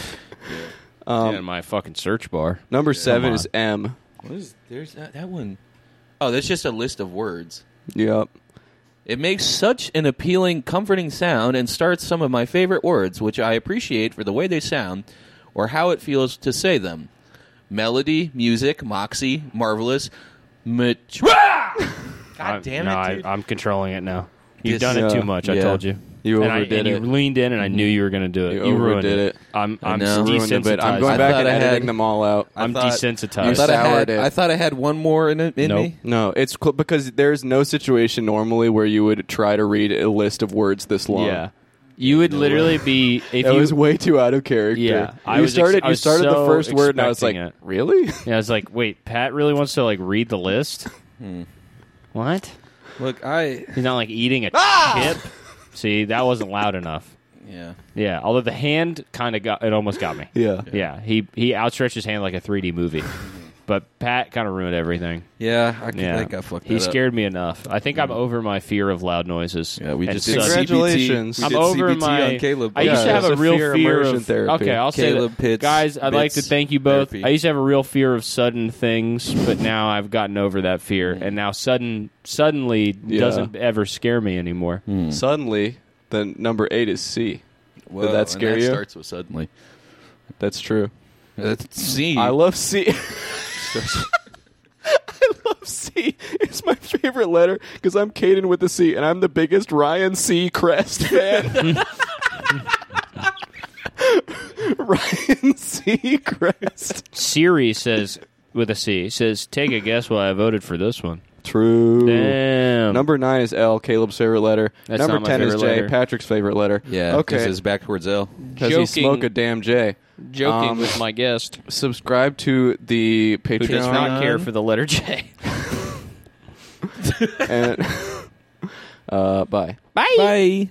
[SPEAKER 5] in my fucking search bar.
[SPEAKER 4] Number seven
[SPEAKER 5] on.
[SPEAKER 4] is M.
[SPEAKER 3] What is there's that, that one? Oh, that's just a list of words.
[SPEAKER 4] Yep.
[SPEAKER 3] It makes such an appealing, comforting sound and starts some of my favorite words, which I appreciate for the way they sound or how it feels to say them. Melody, music, moxie, marvelous, mature.
[SPEAKER 5] I-
[SPEAKER 3] God damn
[SPEAKER 5] no,
[SPEAKER 3] it, dude.
[SPEAKER 5] I, I'm controlling it now. You've
[SPEAKER 3] This-
[SPEAKER 5] done it
[SPEAKER 4] Yeah.
[SPEAKER 5] too much. I
[SPEAKER 3] Yeah.
[SPEAKER 5] told you.
[SPEAKER 4] You
[SPEAKER 5] and I-
[SPEAKER 4] overdid
[SPEAKER 5] and
[SPEAKER 4] it. Mm-hmm.
[SPEAKER 5] You leaned in, and I knew you were going to do it.
[SPEAKER 4] You
[SPEAKER 5] ruined
[SPEAKER 4] overdid it.
[SPEAKER 5] I'm I'm
[SPEAKER 3] know.
[SPEAKER 4] Ruined it, but
[SPEAKER 5] desensitized.
[SPEAKER 4] I'm going
[SPEAKER 3] I
[SPEAKER 4] back
[SPEAKER 3] thought
[SPEAKER 4] and
[SPEAKER 3] I had-
[SPEAKER 4] editing them all out.
[SPEAKER 5] I'm
[SPEAKER 3] thought-
[SPEAKER 5] desensitized.
[SPEAKER 4] You
[SPEAKER 3] I thought, I had,
[SPEAKER 4] soured it.
[SPEAKER 3] I thought I had one more in, it, in
[SPEAKER 5] Nope.
[SPEAKER 3] me.
[SPEAKER 4] No, it's cl- because there's no situation normally where you would try to read a list of words this long.
[SPEAKER 5] Yeah. You would literally be if
[SPEAKER 4] It
[SPEAKER 5] you
[SPEAKER 4] was way too out of character.
[SPEAKER 5] Yeah, I
[SPEAKER 4] you
[SPEAKER 5] was ex-
[SPEAKER 4] started.
[SPEAKER 5] I
[SPEAKER 4] you
[SPEAKER 5] was
[SPEAKER 4] started
[SPEAKER 5] so
[SPEAKER 4] the first word, and I was like,
[SPEAKER 5] expecting it.
[SPEAKER 4] "Really?
[SPEAKER 5] Yeah, I was like, wait, Pat really wants to like read the list.
[SPEAKER 4] Hmm.
[SPEAKER 5] What?
[SPEAKER 3] Look, I
[SPEAKER 5] He's not like eating a
[SPEAKER 4] Ah!
[SPEAKER 5] chip. See, that wasn't loud enough.
[SPEAKER 3] yeah.
[SPEAKER 5] Yeah, although the hand kind of got it, almost got me.
[SPEAKER 4] Yeah. Mm-hmm.
[SPEAKER 5] yeah. He he outstretched his hand like a 3D movie, but Pat kind of ruined everything.
[SPEAKER 3] Yeah, I,
[SPEAKER 5] Yeah,
[SPEAKER 3] think I fucked
[SPEAKER 5] He
[SPEAKER 3] that up.
[SPEAKER 5] scared me enough. I think I'm over my fear of loud noises.
[SPEAKER 3] Yeah, we
[SPEAKER 5] And
[SPEAKER 3] just
[SPEAKER 5] so-
[SPEAKER 3] did CBT.
[SPEAKER 4] Congratulations.
[SPEAKER 3] We
[SPEAKER 5] I'm
[SPEAKER 3] did
[SPEAKER 5] over
[SPEAKER 3] CBT
[SPEAKER 5] my.
[SPEAKER 3] on Caleb.
[SPEAKER 5] I used to
[SPEAKER 4] Yeah.
[SPEAKER 5] have a
[SPEAKER 4] It's a
[SPEAKER 5] real
[SPEAKER 4] fear
[SPEAKER 5] fear
[SPEAKER 4] immersion
[SPEAKER 5] of
[SPEAKER 4] therapy.
[SPEAKER 5] Okay, I'll
[SPEAKER 3] Caleb
[SPEAKER 5] say that.
[SPEAKER 3] Pitts,
[SPEAKER 5] guys. I'd like to
[SPEAKER 3] Pitts
[SPEAKER 5] thank you both.
[SPEAKER 3] therapy.
[SPEAKER 5] I used to have a real fear of sudden things, but now I've gotten over that fear, and now sudden suddenly
[SPEAKER 4] Yeah.
[SPEAKER 5] doesn't ever scare me anymore.
[SPEAKER 3] Hmm.
[SPEAKER 4] Suddenly, the number eight is C.
[SPEAKER 3] Whoa,
[SPEAKER 4] Did
[SPEAKER 3] and
[SPEAKER 4] that scare you?
[SPEAKER 3] starts with suddenly.
[SPEAKER 4] That's true.
[SPEAKER 3] That's C.
[SPEAKER 5] E.
[SPEAKER 4] I love C. I love C. It's my favorite letter because I'm Caden with the C, and I'm the biggest Ryan C. Crest fan. Ryan C. Crest.
[SPEAKER 5] Siri says with a C says, "Take a guess why I voted for this one."
[SPEAKER 4] True.
[SPEAKER 5] Damn.
[SPEAKER 4] Number nine is L, Caleb's favorite letter.
[SPEAKER 5] That's
[SPEAKER 4] Number
[SPEAKER 5] not my
[SPEAKER 4] ten is
[SPEAKER 5] favorite
[SPEAKER 4] J,
[SPEAKER 5] letter.
[SPEAKER 4] Patrick's favorite letter.
[SPEAKER 3] yeah. This
[SPEAKER 4] Okay.
[SPEAKER 3] is backwards L.
[SPEAKER 4] Because he smoke a damn J.
[SPEAKER 5] joking
[SPEAKER 4] um,
[SPEAKER 5] with my guest
[SPEAKER 4] Subscribe to the
[SPEAKER 5] who does
[SPEAKER 4] Patreon
[SPEAKER 5] not care for the letter J.
[SPEAKER 4] and uh, bye.
[SPEAKER 3] Bye.